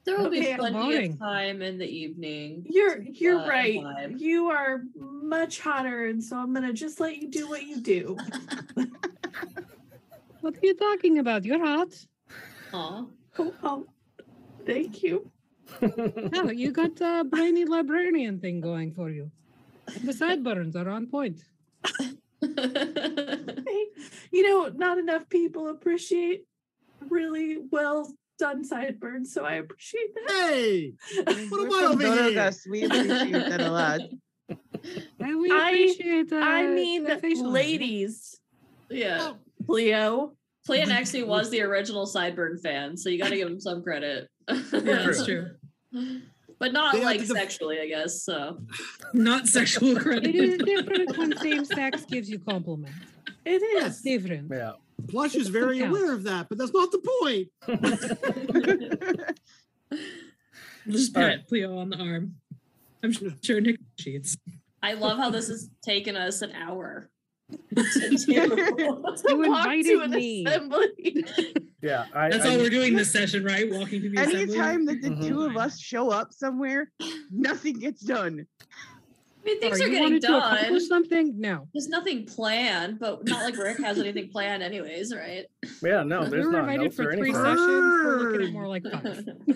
[SPEAKER 6] There will be
[SPEAKER 7] Okay,
[SPEAKER 6] plenty
[SPEAKER 9] boring.
[SPEAKER 6] of time in the evening.
[SPEAKER 7] You're you're
[SPEAKER 6] uh,
[SPEAKER 7] right.
[SPEAKER 6] vibe.
[SPEAKER 7] You are much hotter, and so I'm gonna just let you do what you *laughs* do.
[SPEAKER 9] What are you talking about? You're hot.
[SPEAKER 6] Aw. *laughs*
[SPEAKER 7] Oh, oh, thank you.
[SPEAKER 9] No, you got a brainy librarian thing going for you. And the sideburns are on point.
[SPEAKER 7] You know, not enough people appreciate really well done sideburns, so I appreciate that.
[SPEAKER 5] Hey, what
[SPEAKER 8] We're
[SPEAKER 5] am I
[SPEAKER 8] from
[SPEAKER 5] over here?
[SPEAKER 8] Dorogas. We appreciate that a lot. *laughs*
[SPEAKER 9] And we
[SPEAKER 7] I-
[SPEAKER 9] appreciate. Uh,
[SPEAKER 7] I mean,
[SPEAKER 9] the facial hair.
[SPEAKER 7] ladies,
[SPEAKER 5] Oh.
[SPEAKER 6] yeah.
[SPEAKER 7] Leo.
[SPEAKER 6] Clayton actually was the original Sideburn fan, so you got to give him some credit.
[SPEAKER 4] Yeah, that's true.
[SPEAKER 6] *laughs* But not
[SPEAKER 5] They had
[SPEAKER 6] like
[SPEAKER 5] to def-
[SPEAKER 6] sexually, I guess. So
[SPEAKER 4] Not sexual
[SPEAKER 9] It is
[SPEAKER 4] credit.
[SPEAKER 9] different when same sex gives you compliment.
[SPEAKER 7] It is.
[SPEAKER 9] It's different.
[SPEAKER 1] *laughs* Yeah.
[SPEAKER 5] Plush is very
[SPEAKER 9] Yeah.
[SPEAKER 5] aware of that, but that's not the point.
[SPEAKER 4] Just
[SPEAKER 1] All
[SPEAKER 4] pat Cleo on the arm. I'm sure Nick appreciates.
[SPEAKER 6] I love how this has taken us an
[SPEAKER 5] *laughs*
[SPEAKER 6] hour. *laughs* to do.
[SPEAKER 9] You
[SPEAKER 7] Walk to
[SPEAKER 9] invited
[SPEAKER 7] an
[SPEAKER 9] me.
[SPEAKER 7] assembly.
[SPEAKER 1] Yeah. I,
[SPEAKER 4] That's
[SPEAKER 1] I,
[SPEAKER 4] all we're doing this session, right? Walking to the assembly.
[SPEAKER 8] Anytime that the
[SPEAKER 1] Mhm.
[SPEAKER 8] two of us show up somewhere, *laughs* nothing gets
[SPEAKER 6] I
[SPEAKER 8] done.
[SPEAKER 6] mean, things
[SPEAKER 9] Sorry, you
[SPEAKER 6] are getting
[SPEAKER 9] wanted to
[SPEAKER 6] done.
[SPEAKER 9] accomplish something? No.
[SPEAKER 6] There's nothing planned, but not like Rick has anything
[SPEAKER 7] *laughs*
[SPEAKER 6] planned, anyways, right?
[SPEAKER 1] yeah. No,
[SPEAKER 9] We
[SPEAKER 1] there's
[SPEAKER 9] were
[SPEAKER 1] not
[SPEAKER 9] invited
[SPEAKER 1] notes or
[SPEAKER 9] for three
[SPEAKER 1] anything.
[SPEAKER 5] sessions.
[SPEAKER 9] sessions. We're looking
[SPEAKER 5] Burn.
[SPEAKER 9] at more like five.
[SPEAKER 6] *laughs*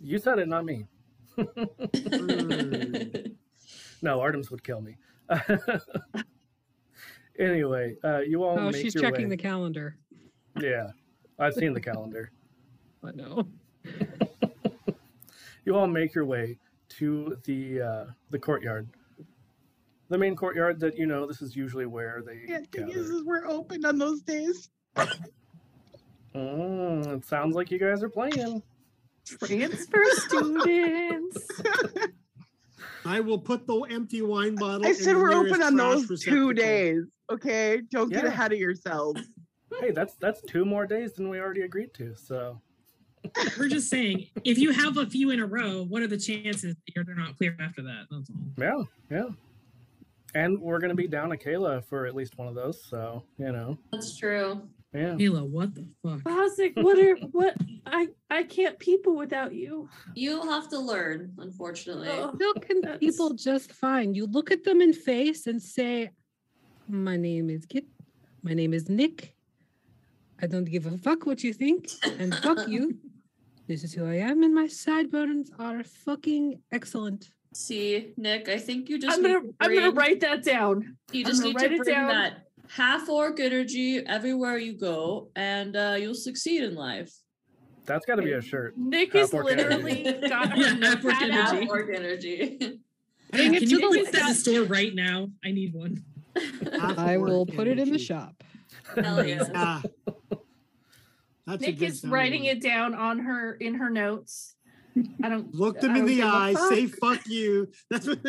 [SPEAKER 1] You said it, not me.
[SPEAKER 5] Mm.
[SPEAKER 1] No, Artemis would kill me. *laughs* anyway, uh, you all.
[SPEAKER 9] Oh,
[SPEAKER 1] make
[SPEAKER 9] she's
[SPEAKER 1] your
[SPEAKER 9] checking
[SPEAKER 1] way.
[SPEAKER 9] the calendar.
[SPEAKER 1] *laughs* Yeah, I've seen the calendar.
[SPEAKER 9] I know.
[SPEAKER 1] You all make your way to the uh, the courtyard, the main courtyard that you know. This is usually where they
[SPEAKER 8] Yeah, thing is,
[SPEAKER 1] gather.
[SPEAKER 8] is we're open on those days.
[SPEAKER 1] Mm, it sounds like you guys are playing.
[SPEAKER 7] Transfer students. *laughs*
[SPEAKER 5] I will put the empty wine bottle.
[SPEAKER 8] I
[SPEAKER 5] in
[SPEAKER 8] said
[SPEAKER 5] the
[SPEAKER 8] we're
[SPEAKER 5] nearest
[SPEAKER 8] open on
[SPEAKER 5] trash
[SPEAKER 8] those
[SPEAKER 5] receptacle.
[SPEAKER 8] two days. Okay, don't get
[SPEAKER 1] Yeah.
[SPEAKER 8] ahead of yourselves.
[SPEAKER 1] Hey, that's that's two more days than we already agreed to. So
[SPEAKER 4] We're just saying, if you have a few in a row, what are the chances that you're- they're not clear after that? That's all.
[SPEAKER 1] yeah, yeah. and we're gonna be down a Kayla for at least one of those. So you know,
[SPEAKER 6] That's true.
[SPEAKER 1] yeah.
[SPEAKER 4] Mila, what the fuck?
[SPEAKER 7] Bosnick, what are what I I can't people without you.
[SPEAKER 6] You'll have to learn, unfortunately.
[SPEAKER 7] Ugh.
[SPEAKER 9] Still can
[SPEAKER 7] That's-
[SPEAKER 9] people just fine. You look at them in face and say, "My name is Kit. My name is Nick. I don't give a fuck what you think, and fuck
[SPEAKER 4] *laughs*
[SPEAKER 9] you. This is who I am, and my sideburns are fucking excellent."
[SPEAKER 6] See, Nick, I think you just
[SPEAKER 7] I'm gonna
[SPEAKER 6] need to
[SPEAKER 7] I'm gonna
[SPEAKER 6] bring-
[SPEAKER 7] write that down.
[SPEAKER 6] You
[SPEAKER 7] I'm
[SPEAKER 6] just
[SPEAKER 7] gonna
[SPEAKER 6] need
[SPEAKER 7] write
[SPEAKER 6] to
[SPEAKER 7] it
[SPEAKER 6] bring
[SPEAKER 7] down.
[SPEAKER 6] that half orc energy everywhere you go, and uh, you'll succeed in life.
[SPEAKER 1] That's got to be a shirt.
[SPEAKER 7] Nick
[SPEAKER 1] Half
[SPEAKER 7] has
[SPEAKER 1] orc
[SPEAKER 6] *laughs*
[SPEAKER 7] literally
[SPEAKER 4] *laughs*
[SPEAKER 7] got her
[SPEAKER 4] Yeah, half orc
[SPEAKER 7] notepad out.
[SPEAKER 6] Half orc energy.
[SPEAKER 9] Bring
[SPEAKER 4] Yeah,
[SPEAKER 9] it
[SPEAKER 4] can
[SPEAKER 9] to
[SPEAKER 4] you
[SPEAKER 9] the
[SPEAKER 4] make this at the
[SPEAKER 9] west.
[SPEAKER 4] store right now? I need one.
[SPEAKER 9] I will put it in the shop.
[SPEAKER 6] Hell yeah.
[SPEAKER 7] *laughs*
[SPEAKER 5] Ah. That's a
[SPEAKER 7] Nick
[SPEAKER 5] good
[SPEAKER 7] is
[SPEAKER 5] sounding
[SPEAKER 7] writing
[SPEAKER 5] one.
[SPEAKER 7] it down on her in her notes. I don't
[SPEAKER 5] Look
[SPEAKER 7] I
[SPEAKER 5] them in
[SPEAKER 7] don't
[SPEAKER 5] the
[SPEAKER 7] give a
[SPEAKER 5] eye,
[SPEAKER 7] fuck.
[SPEAKER 5] say fuck you. That's what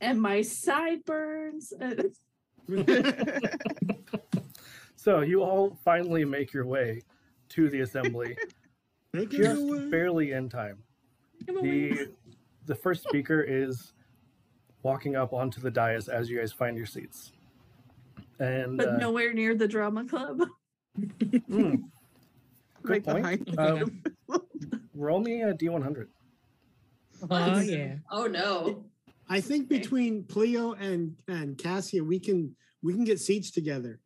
[SPEAKER 7] and my sideburns. Uh,
[SPEAKER 1] So you all finally make your way to the
[SPEAKER 7] *laughs*
[SPEAKER 1] assembly,
[SPEAKER 5] Make it
[SPEAKER 1] just
[SPEAKER 5] away.
[SPEAKER 1] barely in time.
[SPEAKER 7] I'm away.
[SPEAKER 1] the the first speaker is walking up onto the dais as you guys find your seats and
[SPEAKER 7] but
[SPEAKER 1] uh,
[SPEAKER 7] nowhere near the
[SPEAKER 4] *laughs*
[SPEAKER 7] drama club. *laughs*
[SPEAKER 1] mm, Good
[SPEAKER 8] right
[SPEAKER 1] point.
[SPEAKER 8] behind
[SPEAKER 4] Oh,
[SPEAKER 1] Um,
[SPEAKER 4] God.
[SPEAKER 1] roll me a d100
[SPEAKER 9] Oh yeah.
[SPEAKER 6] Oh no.
[SPEAKER 5] I think
[SPEAKER 7] Okay.
[SPEAKER 5] between Pleo and and Cassia, we can we can get seats together.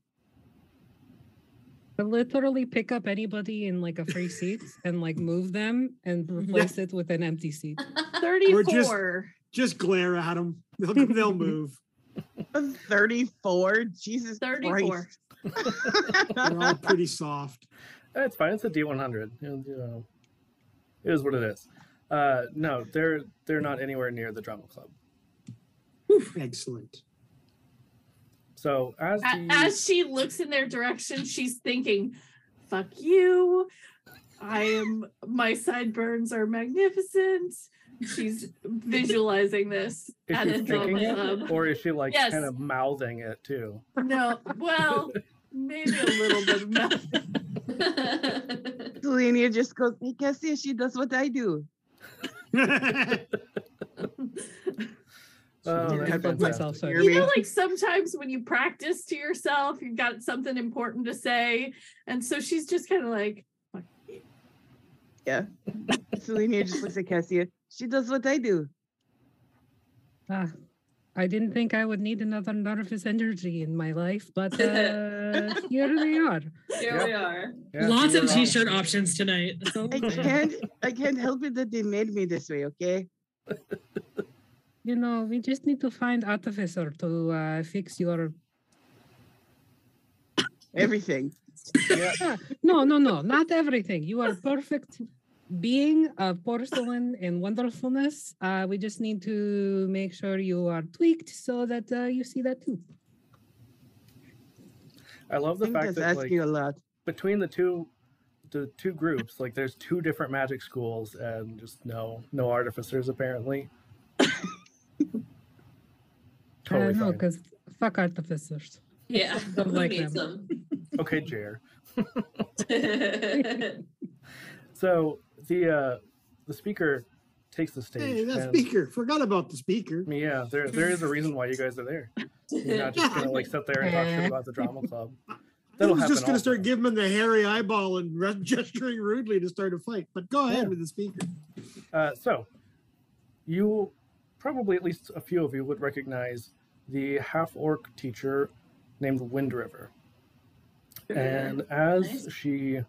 [SPEAKER 9] I literally pick up anybody in like a free seat and like move them and replace it with an empty seat.
[SPEAKER 7] Thirty-four.
[SPEAKER 5] Just glare at them. They'll
[SPEAKER 8] *laughs*
[SPEAKER 5] they'll move.
[SPEAKER 8] I'm 34. Jesus
[SPEAKER 7] 34.
[SPEAKER 5] They're all
[SPEAKER 8] Christ. *laughs*
[SPEAKER 5] pretty soft.
[SPEAKER 1] That's fine. Eh, It's a D one hundred. You know, it is what it is. Uh, no, they're they're not anywhere near the drama club.
[SPEAKER 5] Excellent.
[SPEAKER 1] So as
[SPEAKER 7] A-
[SPEAKER 1] the,
[SPEAKER 7] As she looks in their direction, she's thinking, "Fuck you." I am. My sideburns are magnificent. She's visualizing this
[SPEAKER 1] is
[SPEAKER 7] at
[SPEAKER 1] she
[SPEAKER 7] a
[SPEAKER 1] thinking
[SPEAKER 7] drama
[SPEAKER 1] it,
[SPEAKER 7] club.
[SPEAKER 1] or is she like
[SPEAKER 7] Yes.
[SPEAKER 1] kind of mouthing it too?
[SPEAKER 7] No, well, maybe a little
[SPEAKER 1] *laughs*
[SPEAKER 7] bit. of mouth.
[SPEAKER 8] Selenia just goes, hey, Cassia, she does what I do.
[SPEAKER 5] *laughs*
[SPEAKER 1] Oh,
[SPEAKER 8] did
[SPEAKER 1] that's
[SPEAKER 8] I love
[SPEAKER 9] myself,
[SPEAKER 1] fantastic.
[SPEAKER 9] sorry.
[SPEAKER 8] Hear
[SPEAKER 7] You know,
[SPEAKER 8] me?
[SPEAKER 7] like sometimes when you practice to yourself, you've got something important to say, and so she's just kind of like,
[SPEAKER 8] Selenia just looks at Cassia. She does what I do.
[SPEAKER 9] Ah, I didn't think I would need another nervous energy in my life, but uh, here we are.
[SPEAKER 6] Here we are.
[SPEAKER 1] Yeah,
[SPEAKER 4] Lots
[SPEAKER 1] you
[SPEAKER 4] of
[SPEAKER 1] were wrong.
[SPEAKER 4] t-shirt options tonight. That's all
[SPEAKER 7] *laughs*
[SPEAKER 8] I
[SPEAKER 4] I'm saying.
[SPEAKER 8] can't I can't help it that they made me this way, okay?
[SPEAKER 9] You know, we just need to find artificer to uh, fix your.
[SPEAKER 8] Everything.
[SPEAKER 1] Yeah.
[SPEAKER 9] Ah, no, no, no, not everything. You are perfect being of porcelain and wonderfulness. Uh, we just need to make sure you are tweaked so that uh, you see that too.
[SPEAKER 1] I love *laughs* the
[SPEAKER 8] *laughs* I'm
[SPEAKER 1] fact
[SPEAKER 8] just
[SPEAKER 1] that like
[SPEAKER 8] asking a lot.
[SPEAKER 1] between the two the two groups, like there's two different magic schools and just no no artificers apparently. totally
[SPEAKER 9] I don't know,
[SPEAKER 1] fine.
[SPEAKER 9] because fuck artificers.
[SPEAKER 6] *laughs* *laughs* Yeah.
[SPEAKER 9] Don't
[SPEAKER 6] Who
[SPEAKER 9] like
[SPEAKER 6] needs
[SPEAKER 1] Okay, Jer.
[SPEAKER 6] *laughs* them?
[SPEAKER 1] So the uh the speaker takes the stage.
[SPEAKER 5] hey, that
[SPEAKER 1] and-
[SPEAKER 5] speaker. Forgot about the speaker.
[SPEAKER 1] Yeah, there there is a reason why you guys are there. You're not just gonna like sit there and talk shit about the drama club.
[SPEAKER 5] I
[SPEAKER 1] That'll
[SPEAKER 5] was
[SPEAKER 1] happen
[SPEAKER 5] just going
[SPEAKER 1] all the
[SPEAKER 5] to start
[SPEAKER 1] time.
[SPEAKER 5] giving them the hairy eyeball and re- *laughs* gesturing rudely to start a fight. But go ahead
[SPEAKER 1] Yeah.
[SPEAKER 5] with the speaker.
[SPEAKER 1] Uh, so, you probably at least a few of you would recognize the half orc teacher named Wind River. And as
[SPEAKER 6] Nice.
[SPEAKER 1] she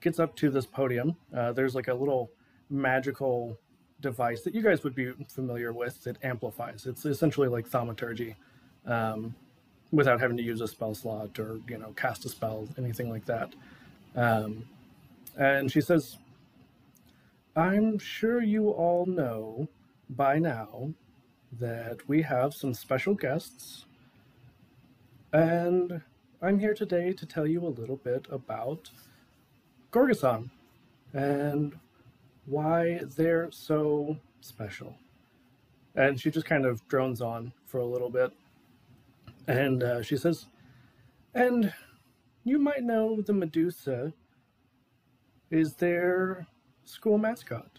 [SPEAKER 1] gets up to this podium, uh, there's like a little magical device that you guys would be familiar with that amplifies. It's essentially like thaumaturgy um, without having to use a spell slot or, you know, cast a spell, anything like that. Um, and she says, I'm sure you all know by now that we have some special guests. And I'm here today to tell you a little bit about Gorgason and why they're so special. And she just kind of drones on for a little bit. And uh, she says, And you might know the Medusa is their school mascot.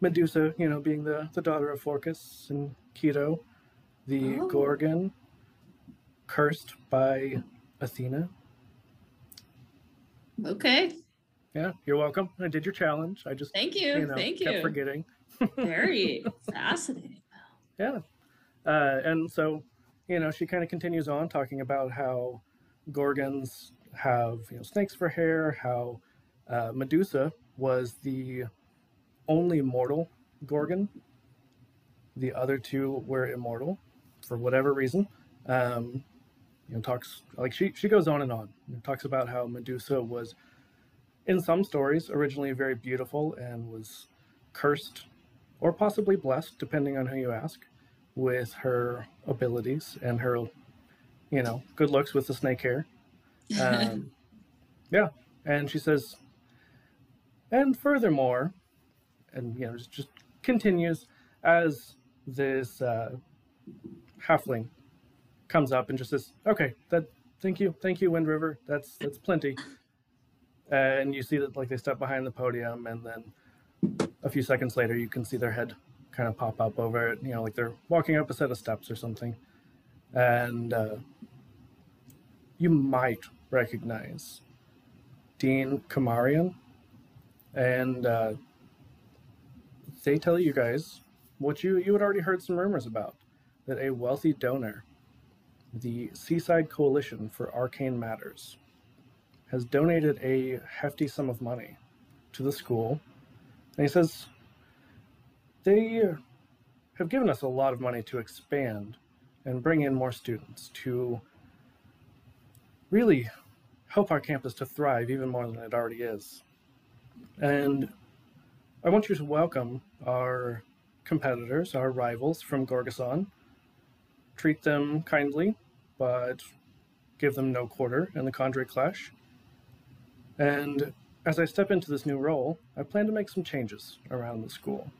[SPEAKER 1] Medusa, you know, being the, the daughter of Phorcus and Keto, the
[SPEAKER 6] Oh.
[SPEAKER 1] Gorgon, cursed by Athena.
[SPEAKER 6] Okay.
[SPEAKER 1] Yeah, you're welcome. I did your challenge. I just
[SPEAKER 6] Thank you.
[SPEAKER 1] you know
[SPEAKER 6] Thank
[SPEAKER 1] kept
[SPEAKER 6] you.
[SPEAKER 1] forgetting. *laughs*
[SPEAKER 6] Very fascinating.
[SPEAKER 1] Yeah. Uh, and so, you know, she kind of continues on talking about how Gorgons have, you know, snakes for hair, how uh, Medusa was the only mortal Gorgon. The other two were immortal for whatever reason. Um, you know, talks like she, she goes on and on. You know, talks about how Medusa was, in some stories, originally very beautiful and was cursed or possibly blessed, depending on who you ask, with her abilities and her, you know, good looks with the snake hair. Um, yeah, and she says, and furthermore, and you know, just, just continues as this uh, halfling comes up and just says, "Okay, that, thank you, thank you, Wind River. That's that's plenty." And you see that like they step behind the podium, and then a few seconds later, you can see their head kind of pop up over it, you know, like they're walking up a set of steps or something. And uh, you might recognize Dean Kamarian. And uh, they tell you guys what you, you had already heard some rumors about that a wealthy donor, the Seaside Coalition for Arcane Matters, has donated a hefty sum of money to the school and he says, They have given us a lot of money to expand and bring in more students to really help our campus to thrive even more than it already is. And I want you to welcome our competitors, our rivals from Gorgason. Treat them kindly, but give them no quarter in the Condre Clash. And as I step into this new role, I plan to make some changes around the school.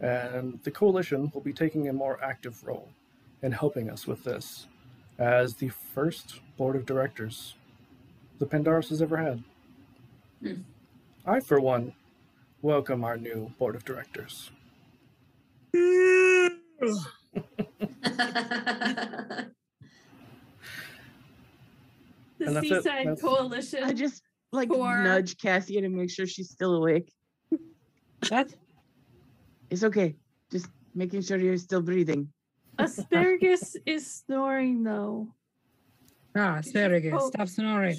[SPEAKER 1] And the coalition will be taking a more active role in helping us with this as the first board of directors the Pandaris has ever had.
[SPEAKER 6] Hmm.
[SPEAKER 1] I, for one, welcome our new board of directors.
[SPEAKER 7] The
[SPEAKER 1] And that's it.
[SPEAKER 7] Seaside
[SPEAKER 1] That's-
[SPEAKER 7] Coalition.
[SPEAKER 8] I just *laughs* like
[SPEAKER 7] Or-
[SPEAKER 8] nudge Cassia to make sure she's still awake.
[SPEAKER 9] What?
[SPEAKER 8] It's okay. Just making sure you're still breathing.
[SPEAKER 7] Asparagus is snoring though.
[SPEAKER 9] Ah, asparagus.
[SPEAKER 7] Oh.
[SPEAKER 9] Stop snoring.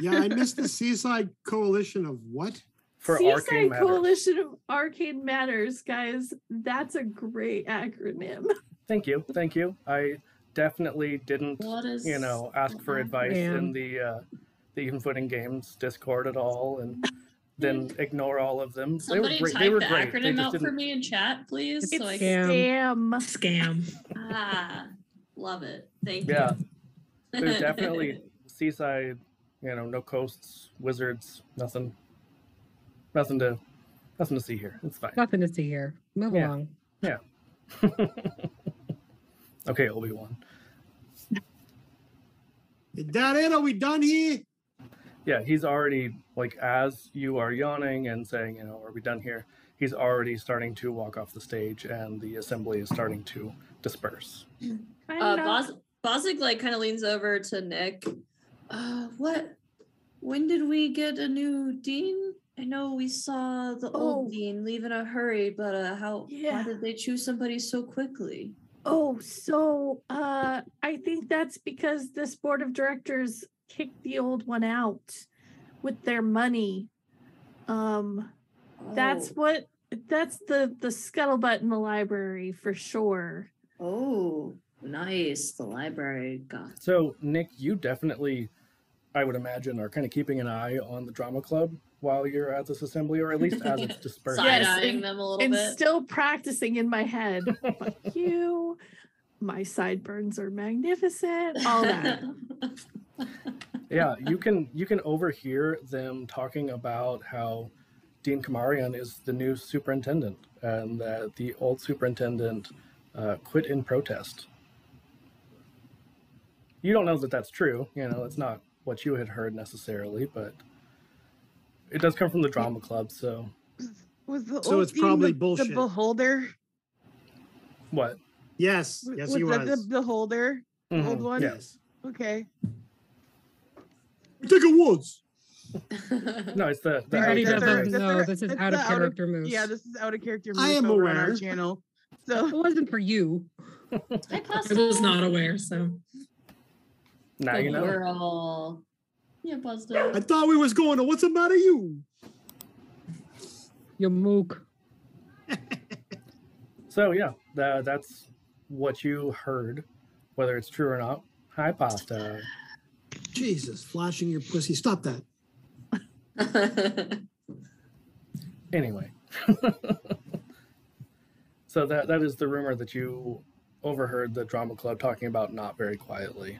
[SPEAKER 5] Yeah, I missed the Seaside Coalition of what?
[SPEAKER 1] For Arcane
[SPEAKER 7] Seaside
[SPEAKER 1] Matters.
[SPEAKER 7] Coalition of Arcane Matters, guys. That's a great acronym.
[SPEAKER 1] Thank you. Thank you. I definitely didn't
[SPEAKER 6] *laughs* what is
[SPEAKER 1] you know, ask for advice
[SPEAKER 9] Yeah.
[SPEAKER 1] in the uh, the Even Footing Games Discord at all,
[SPEAKER 6] *laughs*
[SPEAKER 1] and then ignore all of them.
[SPEAKER 6] Somebody
[SPEAKER 1] they were great.
[SPEAKER 6] type
[SPEAKER 1] They were
[SPEAKER 6] the
[SPEAKER 1] great. They
[SPEAKER 6] acronym
[SPEAKER 1] just
[SPEAKER 6] out for
[SPEAKER 1] didn't-
[SPEAKER 6] me in chat, please.
[SPEAKER 7] It's
[SPEAKER 6] so I can,
[SPEAKER 7] Damn.
[SPEAKER 4] Scam.
[SPEAKER 6] ah, love it. Thank *laughs*
[SPEAKER 1] Yeah,
[SPEAKER 6] you.
[SPEAKER 1] there's definitely- seaside, you know, no coasts, wizards, nothing, nothing to, nothing to see here. It's fine.
[SPEAKER 9] Nothing to see here. Move
[SPEAKER 1] Yeah.
[SPEAKER 9] along.
[SPEAKER 1] Okay, Obi Wan.
[SPEAKER 5] Is that it? Are we done here?
[SPEAKER 1] Yeah, he's already like as you are yawning and saying, you know, are we done here? He's already starting to walk off the stage, and the assembly is starting to disperse.
[SPEAKER 7] I'm
[SPEAKER 6] uh,
[SPEAKER 7] not-
[SPEAKER 6] Boz- Bozzik like kind of leans over to Nick. Uh, what? When did we get a new dean? I know we saw the
[SPEAKER 7] Oh.
[SPEAKER 6] old dean leave in a hurry, but uh, how?
[SPEAKER 7] Yeah.
[SPEAKER 6] Why did they choose somebody so quickly?
[SPEAKER 7] Oh, so uh, I think that's because this board of directors kicked the old one out with their money. Um, that's
[SPEAKER 6] Oh.
[SPEAKER 7] what that's the the scuttlebutt in the library for sure.
[SPEAKER 6] Oh, nice. The library got.
[SPEAKER 1] So, Nick, you definitely, I would imagine, are kind of keeping an eye on the drama club while you're at this assembly, or at least as it's dispersing.
[SPEAKER 6] Side
[SPEAKER 7] Yes,
[SPEAKER 6] eyeing
[SPEAKER 7] and-
[SPEAKER 6] them a little
[SPEAKER 7] And
[SPEAKER 6] bit.
[SPEAKER 7] still practicing in my head. Fuck you. My sideburns are
[SPEAKER 6] *laughs*
[SPEAKER 7] magnificent. All that.
[SPEAKER 1] yeah, you can you can overhear them talking about how Dean Kamarian is the new superintendent, and that the old superintendent uh, quit in protest. You don't know that that's true. You know, it's not what you had heard necessarily, but It does come from the drama club, so
[SPEAKER 8] Was the
[SPEAKER 5] So
[SPEAKER 8] old
[SPEAKER 5] it's
[SPEAKER 8] team
[SPEAKER 5] probably
[SPEAKER 8] the,
[SPEAKER 5] bullshit.
[SPEAKER 8] the beholder?
[SPEAKER 1] what?
[SPEAKER 5] Yes,
[SPEAKER 8] W-
[SPEAKER 5] yes,
[SPEAKER 8] was
[SPEAKER 5] he
[SPEAKER 8] that the
[SPEAKER 5] was.
[SPEAKER 8] beholder? Old
[SPEAKER 1] Mhm.
[SPEAKER 8] one?
[SPEAKER 1] Yes.
[SPEAKER 8] Okay.
[SPEAKER 5] I think it was.
[SPEAKER 1] No, it's the, the outer
[SPEAKER 8] Alright, already
[SPEAKER 1] Grey
[SPEAKER 8] that's
[SPEAKER 1] Grace.
[SPEAKER 8] our- that's
[SPEAKER 9] no,
[SPEAKER 8] our-
[SPEAKER 9] this is
[SPEAKER 8] that's
[SPEAKER 9] out
[SPEAKER 8] the
[SPEAKER 9] of
[SPEAKER 8] outer-
[SPEAKER 9] character moves.
[SPEAKER 8] Yeah, this is out of character
[SPEAKER 5] I
[SPEAKER 8] moves
[SPEAKER 5] am
[SPEAKER 8] over on our
[SPEAKER 5] aware.
[SPEAKER 8] channel. *laughs*
[SPEAKER 9] it
[SPEAKER 8] So
[SPEAKER 9] wasn't for you.
[SPEAKER 6] I
[SPEAKER 4] I
[SPEAKER 6] passed
[SPEAKER 4] was
[SPEAKER 6] it.
[SPEAKER 4] not aware, so
[SPEAKER 1] Now you know.
[SPEAKER 6] We're all. Yeah, positive. *laughs*
[SPEAKER 5] I thought we was going to what's the matter you?
[SPEAKER 9] You mook.
[SPEAKER 1] So yeah, tha- that's what you heard, whether it's true or not. Hi, pasta.
[SPEAKER 5] Jesus, flashing your pussy. Stop that.
[SPEAKER 1] Anyway, *laughs* so that that is the rumor that you overheard the drama club talking about not very quietly.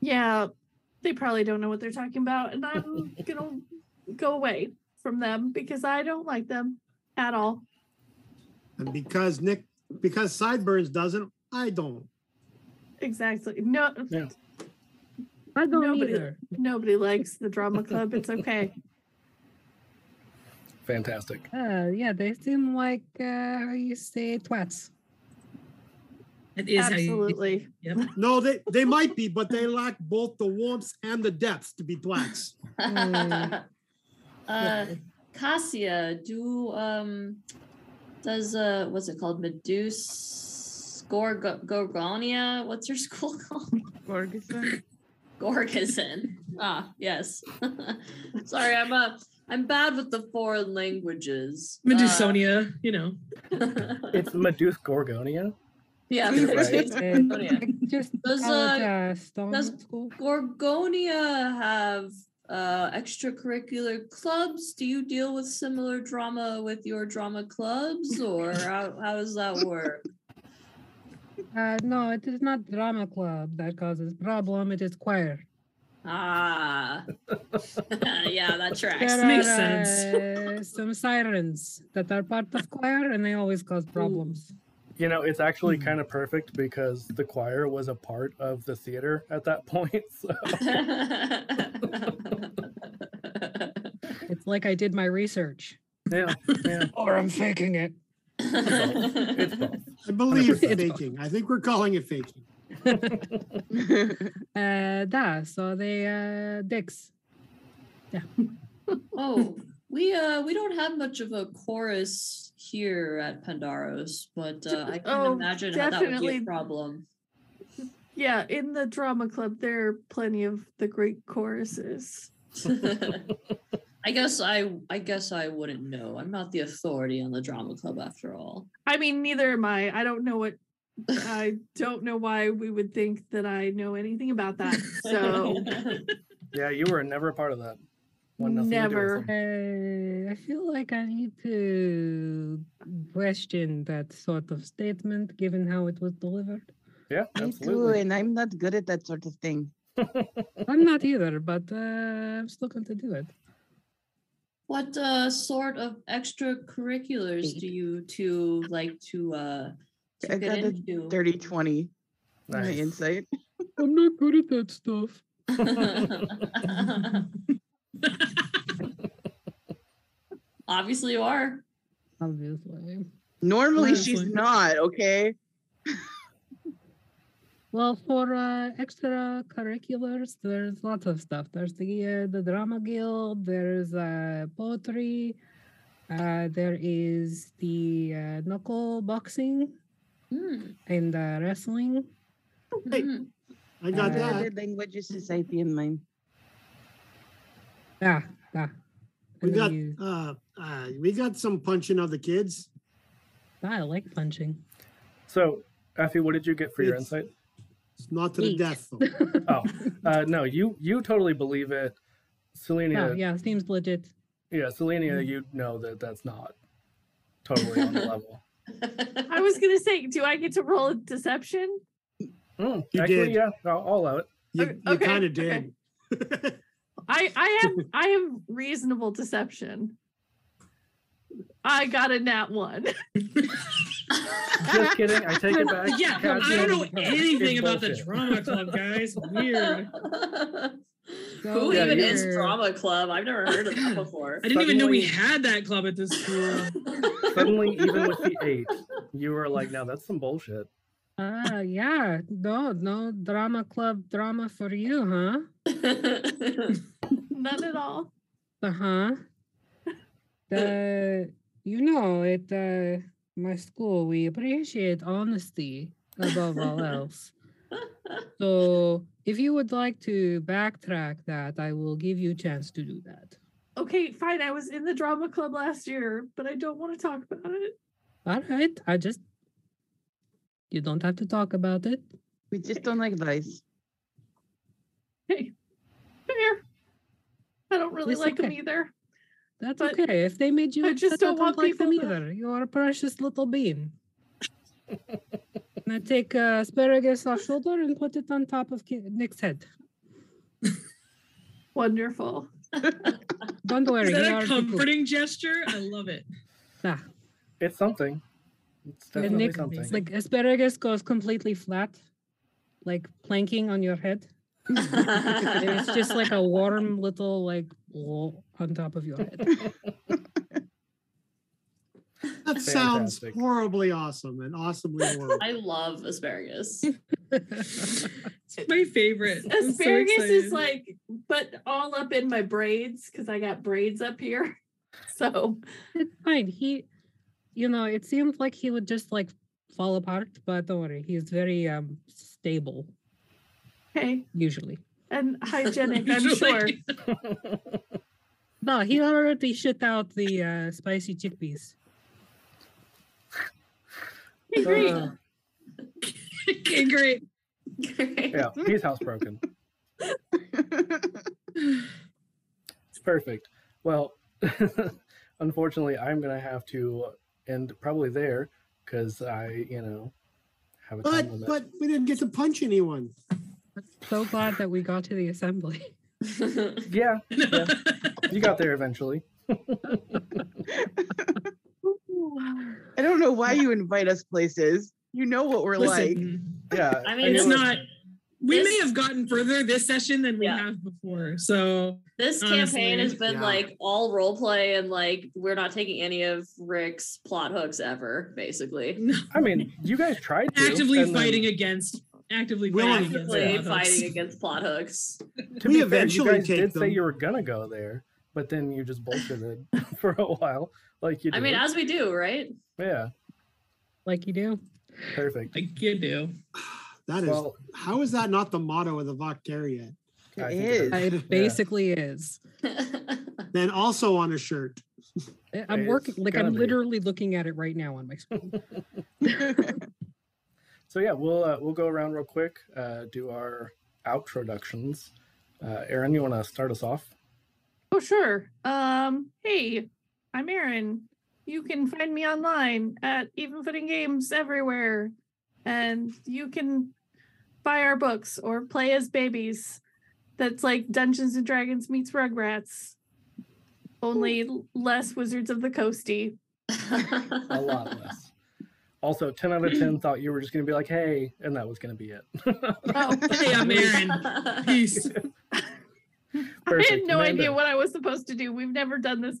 [SPEAKER 7] Yeah, they probably don't know what they're talking about, and I'm gonna go away from them because I don't like them at all.
[SPEAKER 5] And because Nick, because Sideburns doesn't, I don't.
[SPEAKER 7] Exactly. No,
[SPEAKER 1] Yeah.
[SPEAKER 9] I don't
[SPEAKER 7] Nobody-
[SPEAKER 9] either.
[SPEAKER 7] nobody likes the drama club. It's okay.
[SPEAKER 1] Fantastic.
[SPEAKER 9] Uh, yeah, they seem like uh, how you say twats.
[SPEAKER 4] it is how
[SPEAKER 7] Absolutely.
[SPEAKER 4] you. Yep.
[SPEAKER 5] No, they they might be, but they lack both the warmth and the depth to be blacks.
[SPEAKER 6] Hmm.
[SPEAKER 9] Mm.
[SPEAKER 6] *laughs* uh, Cassia, do um, does uh, what's it called? Medusa Gorg- Gorgonia? What's your *laughs* school called?
[SPEAKER 8] *laughs* Gorgeson.
[SPEAKER 6] Gorgeson. Ah, yes. *laughs* Sorry, I'm uh, I'm bad with the foreign languages. Uh,
[SPEAKER 4] Medusonia, you know.
[SPEAKER 1] It's Meduth Gorgonia.
[SPEAKER 6] *laughs* yeah,
[SPEAKER 1] Right.
[SPEAKER 6] Medusa
[SPEAKER 9] Uh,
[SPEAKER 6] Gorgonia.
[SPEAKER 9] Just
[SPEAKER 6] Does,
[SPEAKER 9] call *laughs* it,
[SPEAKER 6] uh,
[SPEAKER 9] uh, stone
[SPEAKER 6] does-
[SPEAKER 9] school.
[SPEAKER 6] Gorgonia have uh, extracurricular clubs? Do you deal with similar drama with your drama clubs,
[SPEAKER 1] *laughs*
[SPEAKER 6] or how, how does that work?
[SPEAKER 9] Uh, no, it is not drama club that causes problem. It is choir.
[SPEAKER 6] Ah, *laughs* yeah, that tracks.
[SPEAKER 9] There
[SPEAKER 4] Makes
[SPEAKER 9] are,
[SPEAKER 4] sense.
[SPEAKER 9] uh, some sirens that are part of choir, and they always cause problems.
[SPEAKER 1] You know, it's actually kind of perfect because the choir was a part of the theater at that *laughs* point. So
[SPEAKER 6] *laughs*
[SPEAKER 9] It's like I did my research,
[SPEAKER 1] yeah, yeah.
[SPEAKER 9] or I'm faking it.
[SPEAKER 1] It's both.
[SPEAKER 5] I believe
[SPEAKER 1] 100%.
[SPEAKER 5] faking. I think we're calling it faking.
[SPEAKER 9] Uh, da, so they uh, dicks.
[SPEAKER 6] oh, we uh we don't have much of a chorus here at Pandaros, but uh, I can
[SPEAKER 7] Oh,
[SPEAKER 6] imagine how that would be a
[SPEAKER 7] definitely.
[SPEAKER 8] *laughs*
[SPEAKER 6] problem. *laughs*
[SPEAKER 7] Yeah, in the drama club, there are plenty of the Greek choruses.
[SPEAKER 6] I guess I I guess I wouldn't know. I'm not the authority on the drama club after all.
[SPEAKER 7] I mean, neither am I. I don't know what.
[SPEAKER 9] *laughs*
[SPEAKER 7] I don't know why we would think that I know anything about that.
[SPEAKER 9] *laughs*
[SPEAKER 7] So
[SPEAKER 1] Yeah, you were never a part of that. One nothing.
[SPEAKER 7] Never.
[SPEAKER 1] Never.
[SPEAKER 9] Uh, I feel like I need to question that sort of statement, given how it was delivered.
[SPEAKER 1] Yeah,
[SPEAKER 8] I do,
[SPEAKER 1] absolutely.
[SPEAKER 8] and I'm not good at that sort of thing.
[SPEAKER 9] I'm not either, but uh, I'm still going to do it.
[SPEAKER 6] *laughs* what uh, sort of extracurriculars do you two like to uh to
[SPEAKER 8] I
[SPEAKER 6] get
[SPEAKER 8] got a
[SPEAKER 6] into?
[SPEAKER 8] Dirty *laughs* 20. My
[SPEAKER 1] Nice.
[SPEAKER 8] insight.
[SPEAKER 9] I'm not good at that stuff.
[SPEAKER 6] *laughs* Obviously you are.
[SPEAKER 9] Obviously.
[SPEAKER 8] Normally
[SPEAKER 4] Honestly.
[SPEAKER 8] she's not, okay?
[SPEAKER 9] Well, for uh, extracurriculars, there's lots of stuff. There's the uh, the drama guild. There's uh, poetry. Uh, there is the uh, knuckle boxing
[SPEAKER 6] Mm,
[SPEAKER 9] and uh, wrestling.
[SPEAKER 5] Hey.
[SPEAKER 6] mhm.
[SPEAKER 5] I got
[SPEAKER 9] Uh,
[SPEAKER 8] I
[SPEAKER 5] that.
[SPEAKER 8] did languages society in mine.
[SPEAKER 9] Ah, ah. I
[SPEAKER 5] We
[SPEAKER 9] know
[SPEAKER 5] got
[SPEAKER 9] you-
[SPEAKER 5] uh, uh we got some punching of the kids.
[SPEAKER 9] Ah, I like punching.
[SPEAKER 1] So, Effie, what did you get for your
[SPEAKER 5] It's-
[SPEAKER 1] insight? *laughs*
[SPEAKER 5] It's not to the
[SPEAKER 9] Eight.
[SPEAKER 5] death
[SPEAKER 7] *laughs*
[SPEAKER 5] though.
[SPEAKER 1] Oh, uh, no, you you totally believe it, Selenia.
[SPEAKER 9] Oh, yeah, seems legit.
[SPEAKER 1] Yeah, Selenia, you know that that's not totally on the level.
[SPEAKER 4] *laughs*
[SPEAKER 7] I was gonna say, do I get to roll a deception?
[SPEAKER 1] Mm,
[SPEAKER 5] You
[SPEAKER 1] actually,
[SPEAKER 5] did.
[SPEAKER 1] yeah, I'll, I'll allow it.
[SPEAKER 5] You,
[SPEAKER 7] Okay,
[SPEAKER 5] you
[SPEAKER 7] okay,
[SPEAKER 5] kind of
[SPEAKER 7] okay.
[SPEAKER 5] did.
[SPEAKER 7] I I
[SPEAKER 9] *laughs*
[SPEAKER 7] have I have reasonable deception. I got a nat one. *laughs*
[SPEAKER 1] Just kidding. I take it back.
[SPEAKER 4] yeah,
[SPEAKER 1] Cats
[SPEAKER 4] I don't know
[SPEAKER 1] is
[SPEAKER 4] anything about the
[SPEAKER 1] bullshit.
[SPEAKER 4] drama club, guys. Weird.
[SPEAKER 9] So
[SPEAKER 6] Who
[SPEAKER 1] Yeah,
[SPEAKER 6] even is
[SPEAKER 9] you're-
[SPEAKER 6] drama club? I've never heard of that before.
[SPEAKER 4] I didn't even know we
[SPEAKER 1] Suddenly-
[SPEAKER 4] had that club at this school.
[SPEAKER 1] Suddenly,
[SPEAKER 8] *laughs*
[SPEAKER 1] even with the eight, you were like, "No, that's some bullshit."
[SPEAKER 9] *laughs* Ah, yeah. No, no drama club drama for you, huh?
[SPEAKER 6] *laughs*
[SPEAKER 7] None at all.
[SPEAKER 9] Uh huh.
[SPEAKER 4] *laughs*
[SPEAKER 9] The you know at uh, my school we appreciate honesty above all
[SPEAKER 4] *laughs*
[SPEAKER 9] else. So if you would like to backtrack that, I will give you a chance to do that.
[SPEAKER 7] Okay, fine. I was in the drama club last year, but I don't want to talk about it.
[SPEAKER 9] All right. I just you don't have to talk about it.
[SPEAKER 8] We just don't like *laughs* advice.
[SPEAKER 7] Fair. I don't really
[SPEAKER 9] It's
[SPEAKER 7] like them
[SPEAKER 9] okay.
[SPEAKER 7] either.
[SPEAKER 9] That's
[SPEAKER 7] But
[SPEAKER 9] okay. If they made you
[SPEAKER 7] I
[SPEAKER 9] upset,
[SPEAKER 7] just don't want
[SPEAKER 9] like them
[SPEAKER 7] people to-
[SPEAKER 9] either. You are a precious little
[SPEAKER 7] *laughs*
[SPEAKER 9] bean. and I take uh, asparagus off shoulder and put it on top of Ki- Nick's head.
[SPEAKER 7] Wonderful. *laughs*
[SPEAKER 9] Don't worry.
[SPEAKER 4] Is
[SPEAKER 9] he
[SPEAKER 4] that a
[SPEAKER 9] already cooked.
[SPEAKER 4] comforting
[SPEAKER 6] *laughs*
[SPEAKER 4] gesture? Uh, I love it.
[SPEAKER 9] Ah,
[SPEAKER 1] It's something. It's
[SPEAKER 9] and
[SPEAKER 1] definitely
[SPEAKER 9] Nick,
[SPEAKER 1] something.
[SPEAKER 9] like asparagus goes completely flat, like planking on your head. And it's
[SPEAKER 4] *laughs*
[SPEAKER 9] just like a
[SPEAKER 7] *laughs*
[SPEAKER 9] warm little like wall on top of your head.
[SPEAKER 5] That sounds
[SPEAKER 1] Fantastic.
[SPEAKER 5] horribly awesome and
[SPEAKER 7] *laughs*
[SPEAKER 5] awesomely horrible.
[SPEAKER 6] I love asparagus.
[SPEAKER 4] It's my favorite. I'm so
[SPEAKER 7] Asparagus is
[SPEAKER 4] excited.
[SPEAKER 7] like, but all up in my braids because I got braids up here. *laughs* So
[SPEAKER 9] it's fine. He, you know, it seemed like he would just like fall apart, but don't worry, he's very um stable
[SPEAKER 7] okay,
[SPEAKER 9] usually.
[SPEAKER 4] *laughs*
[SPEAKER 7] and hygienic, I'm
[SPEAKER 4] Usually-
[SPEAKER 7] sure.
[SPEAKER 9] No, he already shit out the uh, spicy chickpeas.
[SPEAKER 7] Great.
[SPEAKER 1] Uh,
[SPEAKER 4] *laughs* okay, great.
[SPEAKER 1] yeah, he's housebroken. Perfect. Well, *laughs* unfortunately, I'm gonna have to end probably there because I, you know, have a time
[SPEAKER 5] But
[SPEAKER 1] limit.
[SPEAKER 5] but we didn't get to punch anyone. *sighs*
[SPEAKER 9] So glad that we got to
[SPEAKER 4] *laughs*
[SPEAKER 9] the assembly. *laughs*
[SPEAKER 1] yeah, you got there eventually.
[SPEAKER 8] I don't know why you invite us places. You know what we're like.
[SPEAKER 4] Listen,
[SPEAKER 1] Yeah,
[SPEAKER 6] I mean,
[SPEAKER 1] you
[SPEAKER 4] it's
[SPEAKER 1] know,
[SPEAKER 4] not. We may
[SPEAKER 6] This-
[SPEAKER 4] have gotten further this session than we
[SPEAKER 6] Yeah.
[SPEAKER 4] have before. So
[SPEAKER 6] *laughs* This
[SPEAKER 4] Honestly,
[SPEAKER 6] campaign has been
[SPEAKER 5] yeah.
[SPEAKER 6] like all role play and like we're not taking any of Rick's plot hooks ever, basically.
[SPEAKER 1] I mean, you guys tried to,
[SPEAKER 4] actively
[SPEAKER 1] and then,
[SPEAKER 4] fighting against, actively
[SPEAKER 5] Will
[SPEAKER 4] fighting against.
[SPEAKER 6] Actively
[SPEAKER 4] plot hooks.
[SPEAKER 6] fighting against
[SPEAKER 1] *laughs*
[SPEAKER 6] plot hooks.
[SPEAKER 1] To
[SPEAKER 5] We
[SPEAKER 1] be
[SPEAKER 5] eventually
[SPEAKER 1] fair, you guys
[SPEAKER 5] take
[SPEAKER 1] did say
[SPEAKER 5] them.
[SPEAKER 1] you were gonna go there, but then you just bullshitted *laughs* for a while, like you. Do.
[SPEAKER 6] I mean, as we do, right? *laughs*
[SPEAKER 1] yeah,
[SPEAKER 9] Like you do.
[SPEAKER 1] perfect.
[SPEAKER 4] Like you do.
[SPEAKER 5] That is
[SPEAKER 1] Well,
[SPEAKER 5] how is that not the motto of the Voctare yet?
[SPEAKER 1] I think
[SPEAKER 8] It
[SPEAKER 1] it
[SPEAKER 8] is.
[SPEAKER 9] Uh,
[SPEAKER 5] Yeah.
[SPEAKER 9] It basically is.
[SPEAKER 5] Then also on a shirt.
[SPEAKER 9] I- Eh, I'm
[SPEAKER 1] It's
[SPEAKER 9] working like
[SPEAKER 1] gotta
[SPEAKER 9] I'm
[SPEAKER 1] be.
[SPEAKER 9] literally looking at it right now on my
[SPEAKER 1] *laughs*
[SPEAKER 9] screen.
[SPEAKER 1] So yeah, we'll uh, we'll go around real quick, uh, do our outroductions. Uh, Aaron, you want to start us off?
[SPEAKER 7] Oh, sure. Um, hey, I'm Erin. You can find me online at Even Footing Games everywhere. And you can buy our books or play as babies. That's like Dungeons and Dragons meets Rugrats. Only l- less Wizards of the Coasty.
[SPEAKER 1] A lot less. Also, ten out of ten thought you were just going to be like, "Hey," and that was going to be it.
[SPEAKER 7] Oh,
[SPEAKER 4] Hey, I'm Aaron. Peace.
[SPEAKER 7] I had
[SPEAKER 1] Perfect.
[SPEAKER 7] no
[SPEAKER 1] Amanda.
[SPEAKER 7] idea what I was supposed to do. We've never done this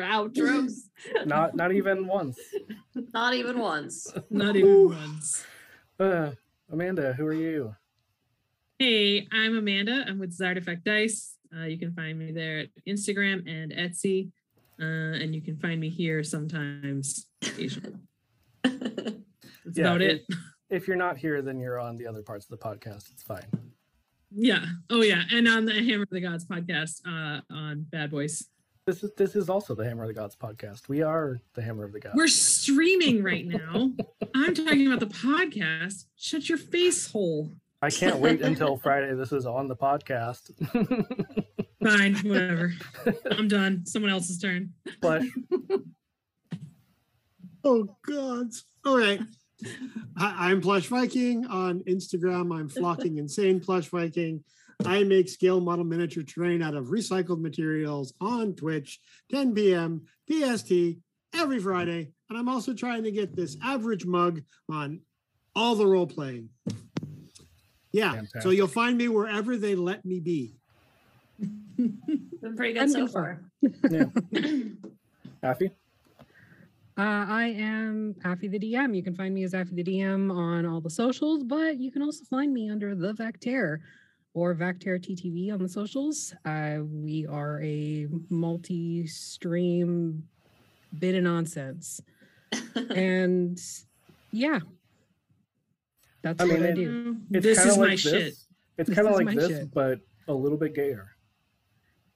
[SPEAKER 4] *laughs*
[SPEAKER 7] Outros.
[SPEAKER 1] Not not even once.
[SPEAKER 6] *laughs* Not even once.
[SPEAKER 4] Not even once.
[SPEAKER 1] Uh, Amanda, who are you?
[SPEAKER 4] Hey, I'm Amanda. I'm with Zartifact Dice. Uh, you can find me there at Instagram and Etsy. Uh, and you can find me here sometimes.
[SPEAKER 1] *laughs*
[SPEAKER 4] Occasionally. That's
[SPEAKER 1] Yeah,
[SPEAKER 4] about it.
[SPEAKER 1] If you're not here, then you're on the other parts of the podcast. It's fine.
[SPEAKER 4] *laughs* Yeah. Oh, yeah. And on the Hammer of the Gods podcast uh, on Bad Boys.
[SPEAKER 1] This is this is also the Hammer of the Gods podcast. We are the Hammer of the Gods.
[SPEAKER 4] We're streaming right now.
[SPEAKER 1] *laughs*
[SPEAKER 4] I'm talking about the podcast. Shut your face hole.
[SPEAKER 1] I can't wait until Friday. This is on the podcast. *laughs*
[SPEAKER 4] Fine, whatever. I'm done. Someone else's turn.
[SPEAKER 1] Flush.
[SPEAKER 5] Oh God! All right. I, I'm Plush Viking on Instagram.
[SPEAKER 4] *laughs*
[SPEAKER 5] I'm flocking insane Plush Viking. I make scale model miniature terrain out of recycled materials on Twitch, 10 p.m. PST every Friday, and I'm also trying to get this average mug on all the role playing. Yeah, so
[SPEAKER 1] Fantastic.
[SPEAKER 5] you'll find me wherever they let me be.
[SPEAKER 6] Been pretty good
[SPEAKER 9] I'm
[SPEAKER 6] so
[SPEAKER 9] in
[SPEAKER 6] far.
[SPEAKER 1] Happy?
[SPEAKER 9] Uh, I am Affy the DM. You can find me as Affy the DM on all the socials, but you can also find me under the Vactair or Vactair TTV on the socials. Uh, we are a multi-stream bit of nonsense,
[SPEAKER 6] *laughs*
[SPEAKER 9] and yeah, that's
[SPEAKER 1] I mean,
[SPEAKER 9] what I
[SPEAKER 1] it-
[SPEAKER 9] do.
[SPEAKER 1] It's
[SPEAKER 4] this
[SPEAKER 1] kinda
[SPEAKER 4] is
[SPEAKER 1] like
[SPEAKER 4] my
[SPEAKER 1] this.
[SPEAKER 4] shit.
[SPEAKER 1] It's
[SPEAKER 9] This
[SPEAKER 1] kind of
[SPEAKER 9] is
[SPEAKER 1] like
[SPEAKER 9] my
[SPEAKER 1] this,
[SPEAKER 9] shit.
[SPEAKER 1] but a little bit gayer.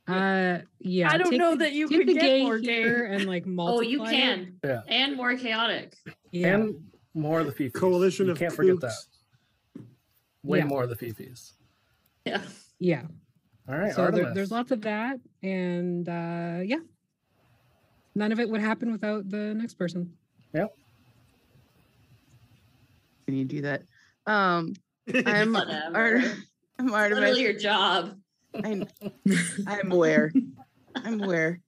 [SPEAKER 9] Uh, yeah,
[SPEAKER 7] I don't
[SPEAKER 9] take
[SPEAKER 7] know
[SPEAKER 9] the-
[SPEAKER 7] that you
[SPEAKER 9] take
[SPEAKER 7] could
[SPEAKER 9] the
[SPEAKER 7] get
[SPEAKER 9] gay
[SPEAKER 7] more gay.
[SPEAKER 9] here and like multiply.
[SPEAKER 6] Oh, you
[SPEAKER 9] it.
[SPEAKER 6] can.
[SPEAKER 1] Yeah.
[SPEAKER 6] And more chaotic. *laughs*
[SPEAKER 9] Yeah.
[SPEAKER 1] And more of the fifis.
[SPEAKER 5] Coalition
[SPEAKER 1] you
[SPEAKER 5] of
[SPEAKER 1] can't forget
[SPEAKER 5] kooks.
[SPEAKER 1] that. Way
[SPEAKER 9] Yeah.
[SPEAKER 1] more of the fifis.
[SPEAKER 6] Yeah.
[SPEAKER 9] yeah.
[SPEAKER 1] All right,
[SPEAKER 9] so there,
[SPEAKER 1] Artemis.
[SPEAKER 9] there's lots of that and uh yeah none of it would happen without the next person
[SPEAKER 8] *laughs* Can you do that? *laughs* Um, I'm,
[SPEAKER 6] Whatever.
[SPEAKER 8] Ar- I'm
[SPEAKER 6] Literally
[SPEAKER 8] Artemis.
[SPEAKER 6] your job. *laughs*
[SPEAKER 8] I'm, I'm aware. I'm aware.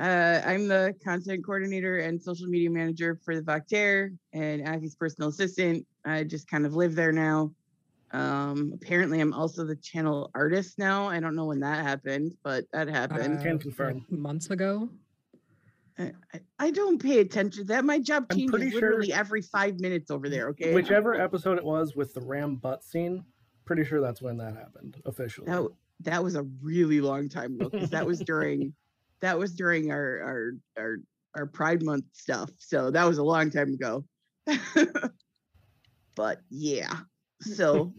[SPEAKER 8] Uh, I'm the content coordinator and social media manager for the Vactaire and Aggie's personal assistant. I just kind of live there now. Um, apparently, I'm also the channel artist now. I don't know when that happened, but that happened.
[SPEAKER 9] Uh,
[SPEAKER 1] Can
[SPEAKER 9] like,
[SPEAKER 1] confirm.
[SPEAKER 9] months ago
[SPEAKER 8] I, I- I don't pay attention to that. My job
[SPEAKER 1] I'm
[SPEAKER 8] changes
[SPEAKER 1] pretty sure-
[SPEAKER 8] literally every five minutes over there. Okay.
[SPEAKER 1] Whichever episode it was with the ram butt scene, pretty sure that's when that happened officially.
[SPEAKER 8] That w- that was a really long time ago because that was during that was during our our our our Pride Month stuff. So that was a long time ago. *laughs* but yeah, so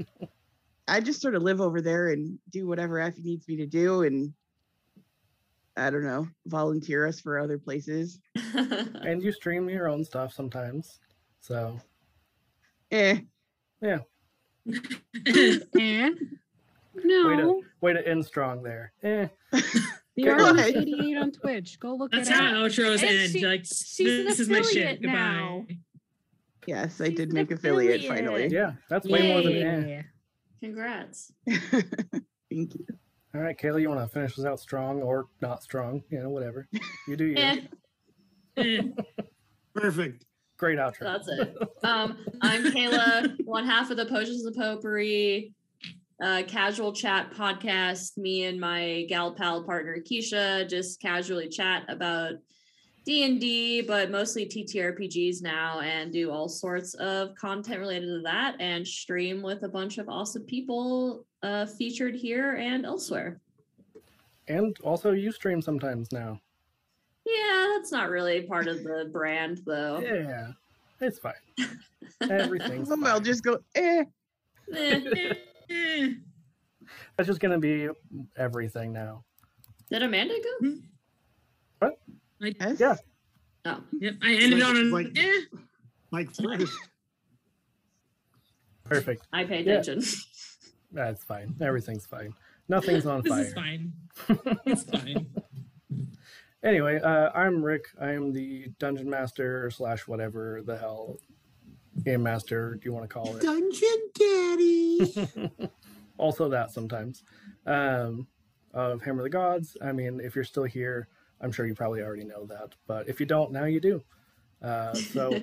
[SPEAKER 8] I just sort of live over there and do whatever Effie needs me to do, and I don't know, volunteer us for other places.
[SPEAKER 1] And you stream your own stuff sometimes. So
[SPEAKER 8] Eh,
[SPEAKER 4] *laughs*
[SPEAKER 9] and no
[SPEAKER 1] way to end strong there. Eh.
[SPEAKER 9] the
[SPEAKER 1] *laughs*
[SPEAKER 8] Go ahead.
[SPEAKER 9] Artemis 88 on twitch go look
[SPEAKER 4] That's
[SPEAKER 9] it up
[SPEAKER 4] how outros
[SPEAKER 7] And
[SPEAKER 4] end.
[SPEAKER 7] she-
[SPEAKER 4] like
[SPEAKER 7] she's an
[SPEAKER 4] this is my
[SPEAKER 7] affiliate
[SPEAKER 4] shit.
[SPEAKER 7] now.
[SPEAKER 4] Goodbye.
[SPEAKER 8] yes, I
[SPEAKER 7] She's
[SPEAKER 8] did
[SPEAKER 7] an
[SPEAKER 8] make affiliate,
[SPEAKER 7] affiliate.
[SPEAKER 1] Yeah, that's way more than eh.
[SPEAKER 9] Yeah.
[SPEAKER 6] Congrats.
[SPEAKER 8] finally. *laughs* Thank you.
[SPEAKER 1] All right, Kayla, you want to finish this out strong or not strong? You know, whatever.
[SPEAKER 4] *laughs*
[SPEAKER 1] You do you.
[SPEAKER 6] Eh,
[SPEAKER 4] Eh,
[SPEAKER 5] Perfect.
[SPEAKER 1] Great outro.
[SPEAKER 6] that's it. Um, I'm Kayla, one half of the Potions of Potpourri uh, casual chat podcast. Me and my gal pal partner Keisha just casually chat about D and D, but mostly TTRPGs now, and do all sorts of content related to that, and stream with a bunch of awesome people uh, featured here and elsewhere.
[SPEAKER 1] And also, you stream sometimes now.
[SPEAKER 6] Yeah, that's not really part of the brand
[SPEAKER 4] Oh.
[SPEAKER 6] though.
[SPEAKER 1] Yeah, it's
[SPEAKER 4] *laughs*
[SPEAKER 1] fine. Everything's
[SPEAKER 8] Well, I'll
[SPEAKER 1] fine.
[SPEAKER 8] just go. Eh.
[SPEAKER 6] Eh.
[SPEAKER 4] eh.
[SPEAKER 1] That's just gonna be everything now.
[SPEAKER 6] *laughs* Did Amanda go?
[SPEAKER 8] Yes.
[SPEAKER 1] Yeah.
[SPEAKER 6] Oh,
[SPEAKER 4] Yep, I ended
[SPEAKER 5] Like-
[SPEAKER 4] on an
[SPEAKER 5] like-
[SPEAKER 4] eh.
[SPEAKER 5] Mike first.
[SPEAKER 4] *laughs*
[SPEAKER 1] Perfect.
[SPEAKER 6] I pay
[SPEAKER 1] Yeah.
[SPEAKER 6] attention. *laughs*
[SPEAKER 1] That's fine. Everything's fine. Nothing's
[SPEAKER 4] *laughs*
[SPEAKER 1] on
[SPEAKER 4] This
[SPEAKER 1] fire.
[SPEAKER 4] is
[SPEAKER 1] *laughs*
[SPEAKER 4] fine. It's fine.
[SPEAKER 1] Anyway, uh, I'm Rick. I'm the dungeon master slash whatever the hell game master you want to call it.
[SPEAKER 5] Dungeon Daddy.
[SPEAKER 1] *laughs* also that sometimes um, of hammer of the gods i mean if you're still here i'm sure you probably already know that but if you don't now you do uh, so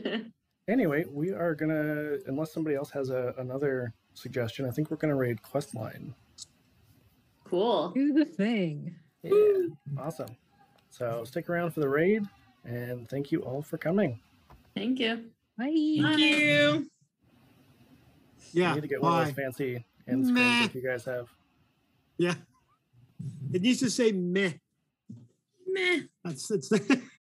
[SPEAKER 1] anyway we are gonna unless somebody else has a, another suggestion i think we're gonna raid questline
[SPEAKER 6] *laughs* cool.
[SPEAKER 9] do the thing
[SPEAKER 1] yeah awesome so stick around for the raid and thank you all for coming
[SPEAKER 6] Thank you.
[SPEAKER 9] bye
[SPEAKER 4] Thank you.
[SPEAKER 1] i
[SPEAKER 5] Yeah.
[SPEAKER 1] need to get one of
[SPEAKER 5] Bye.
[SPEAKER 1] those fancy end screens
[SPEAKER 5] Meh.
[SPEAKER 1] if you guys have
[SPEAKER 5] Yeah. It needs to say meh.
[SPEAKER 4] Meh.
[SPEAKER 5] That's it's. *laughs*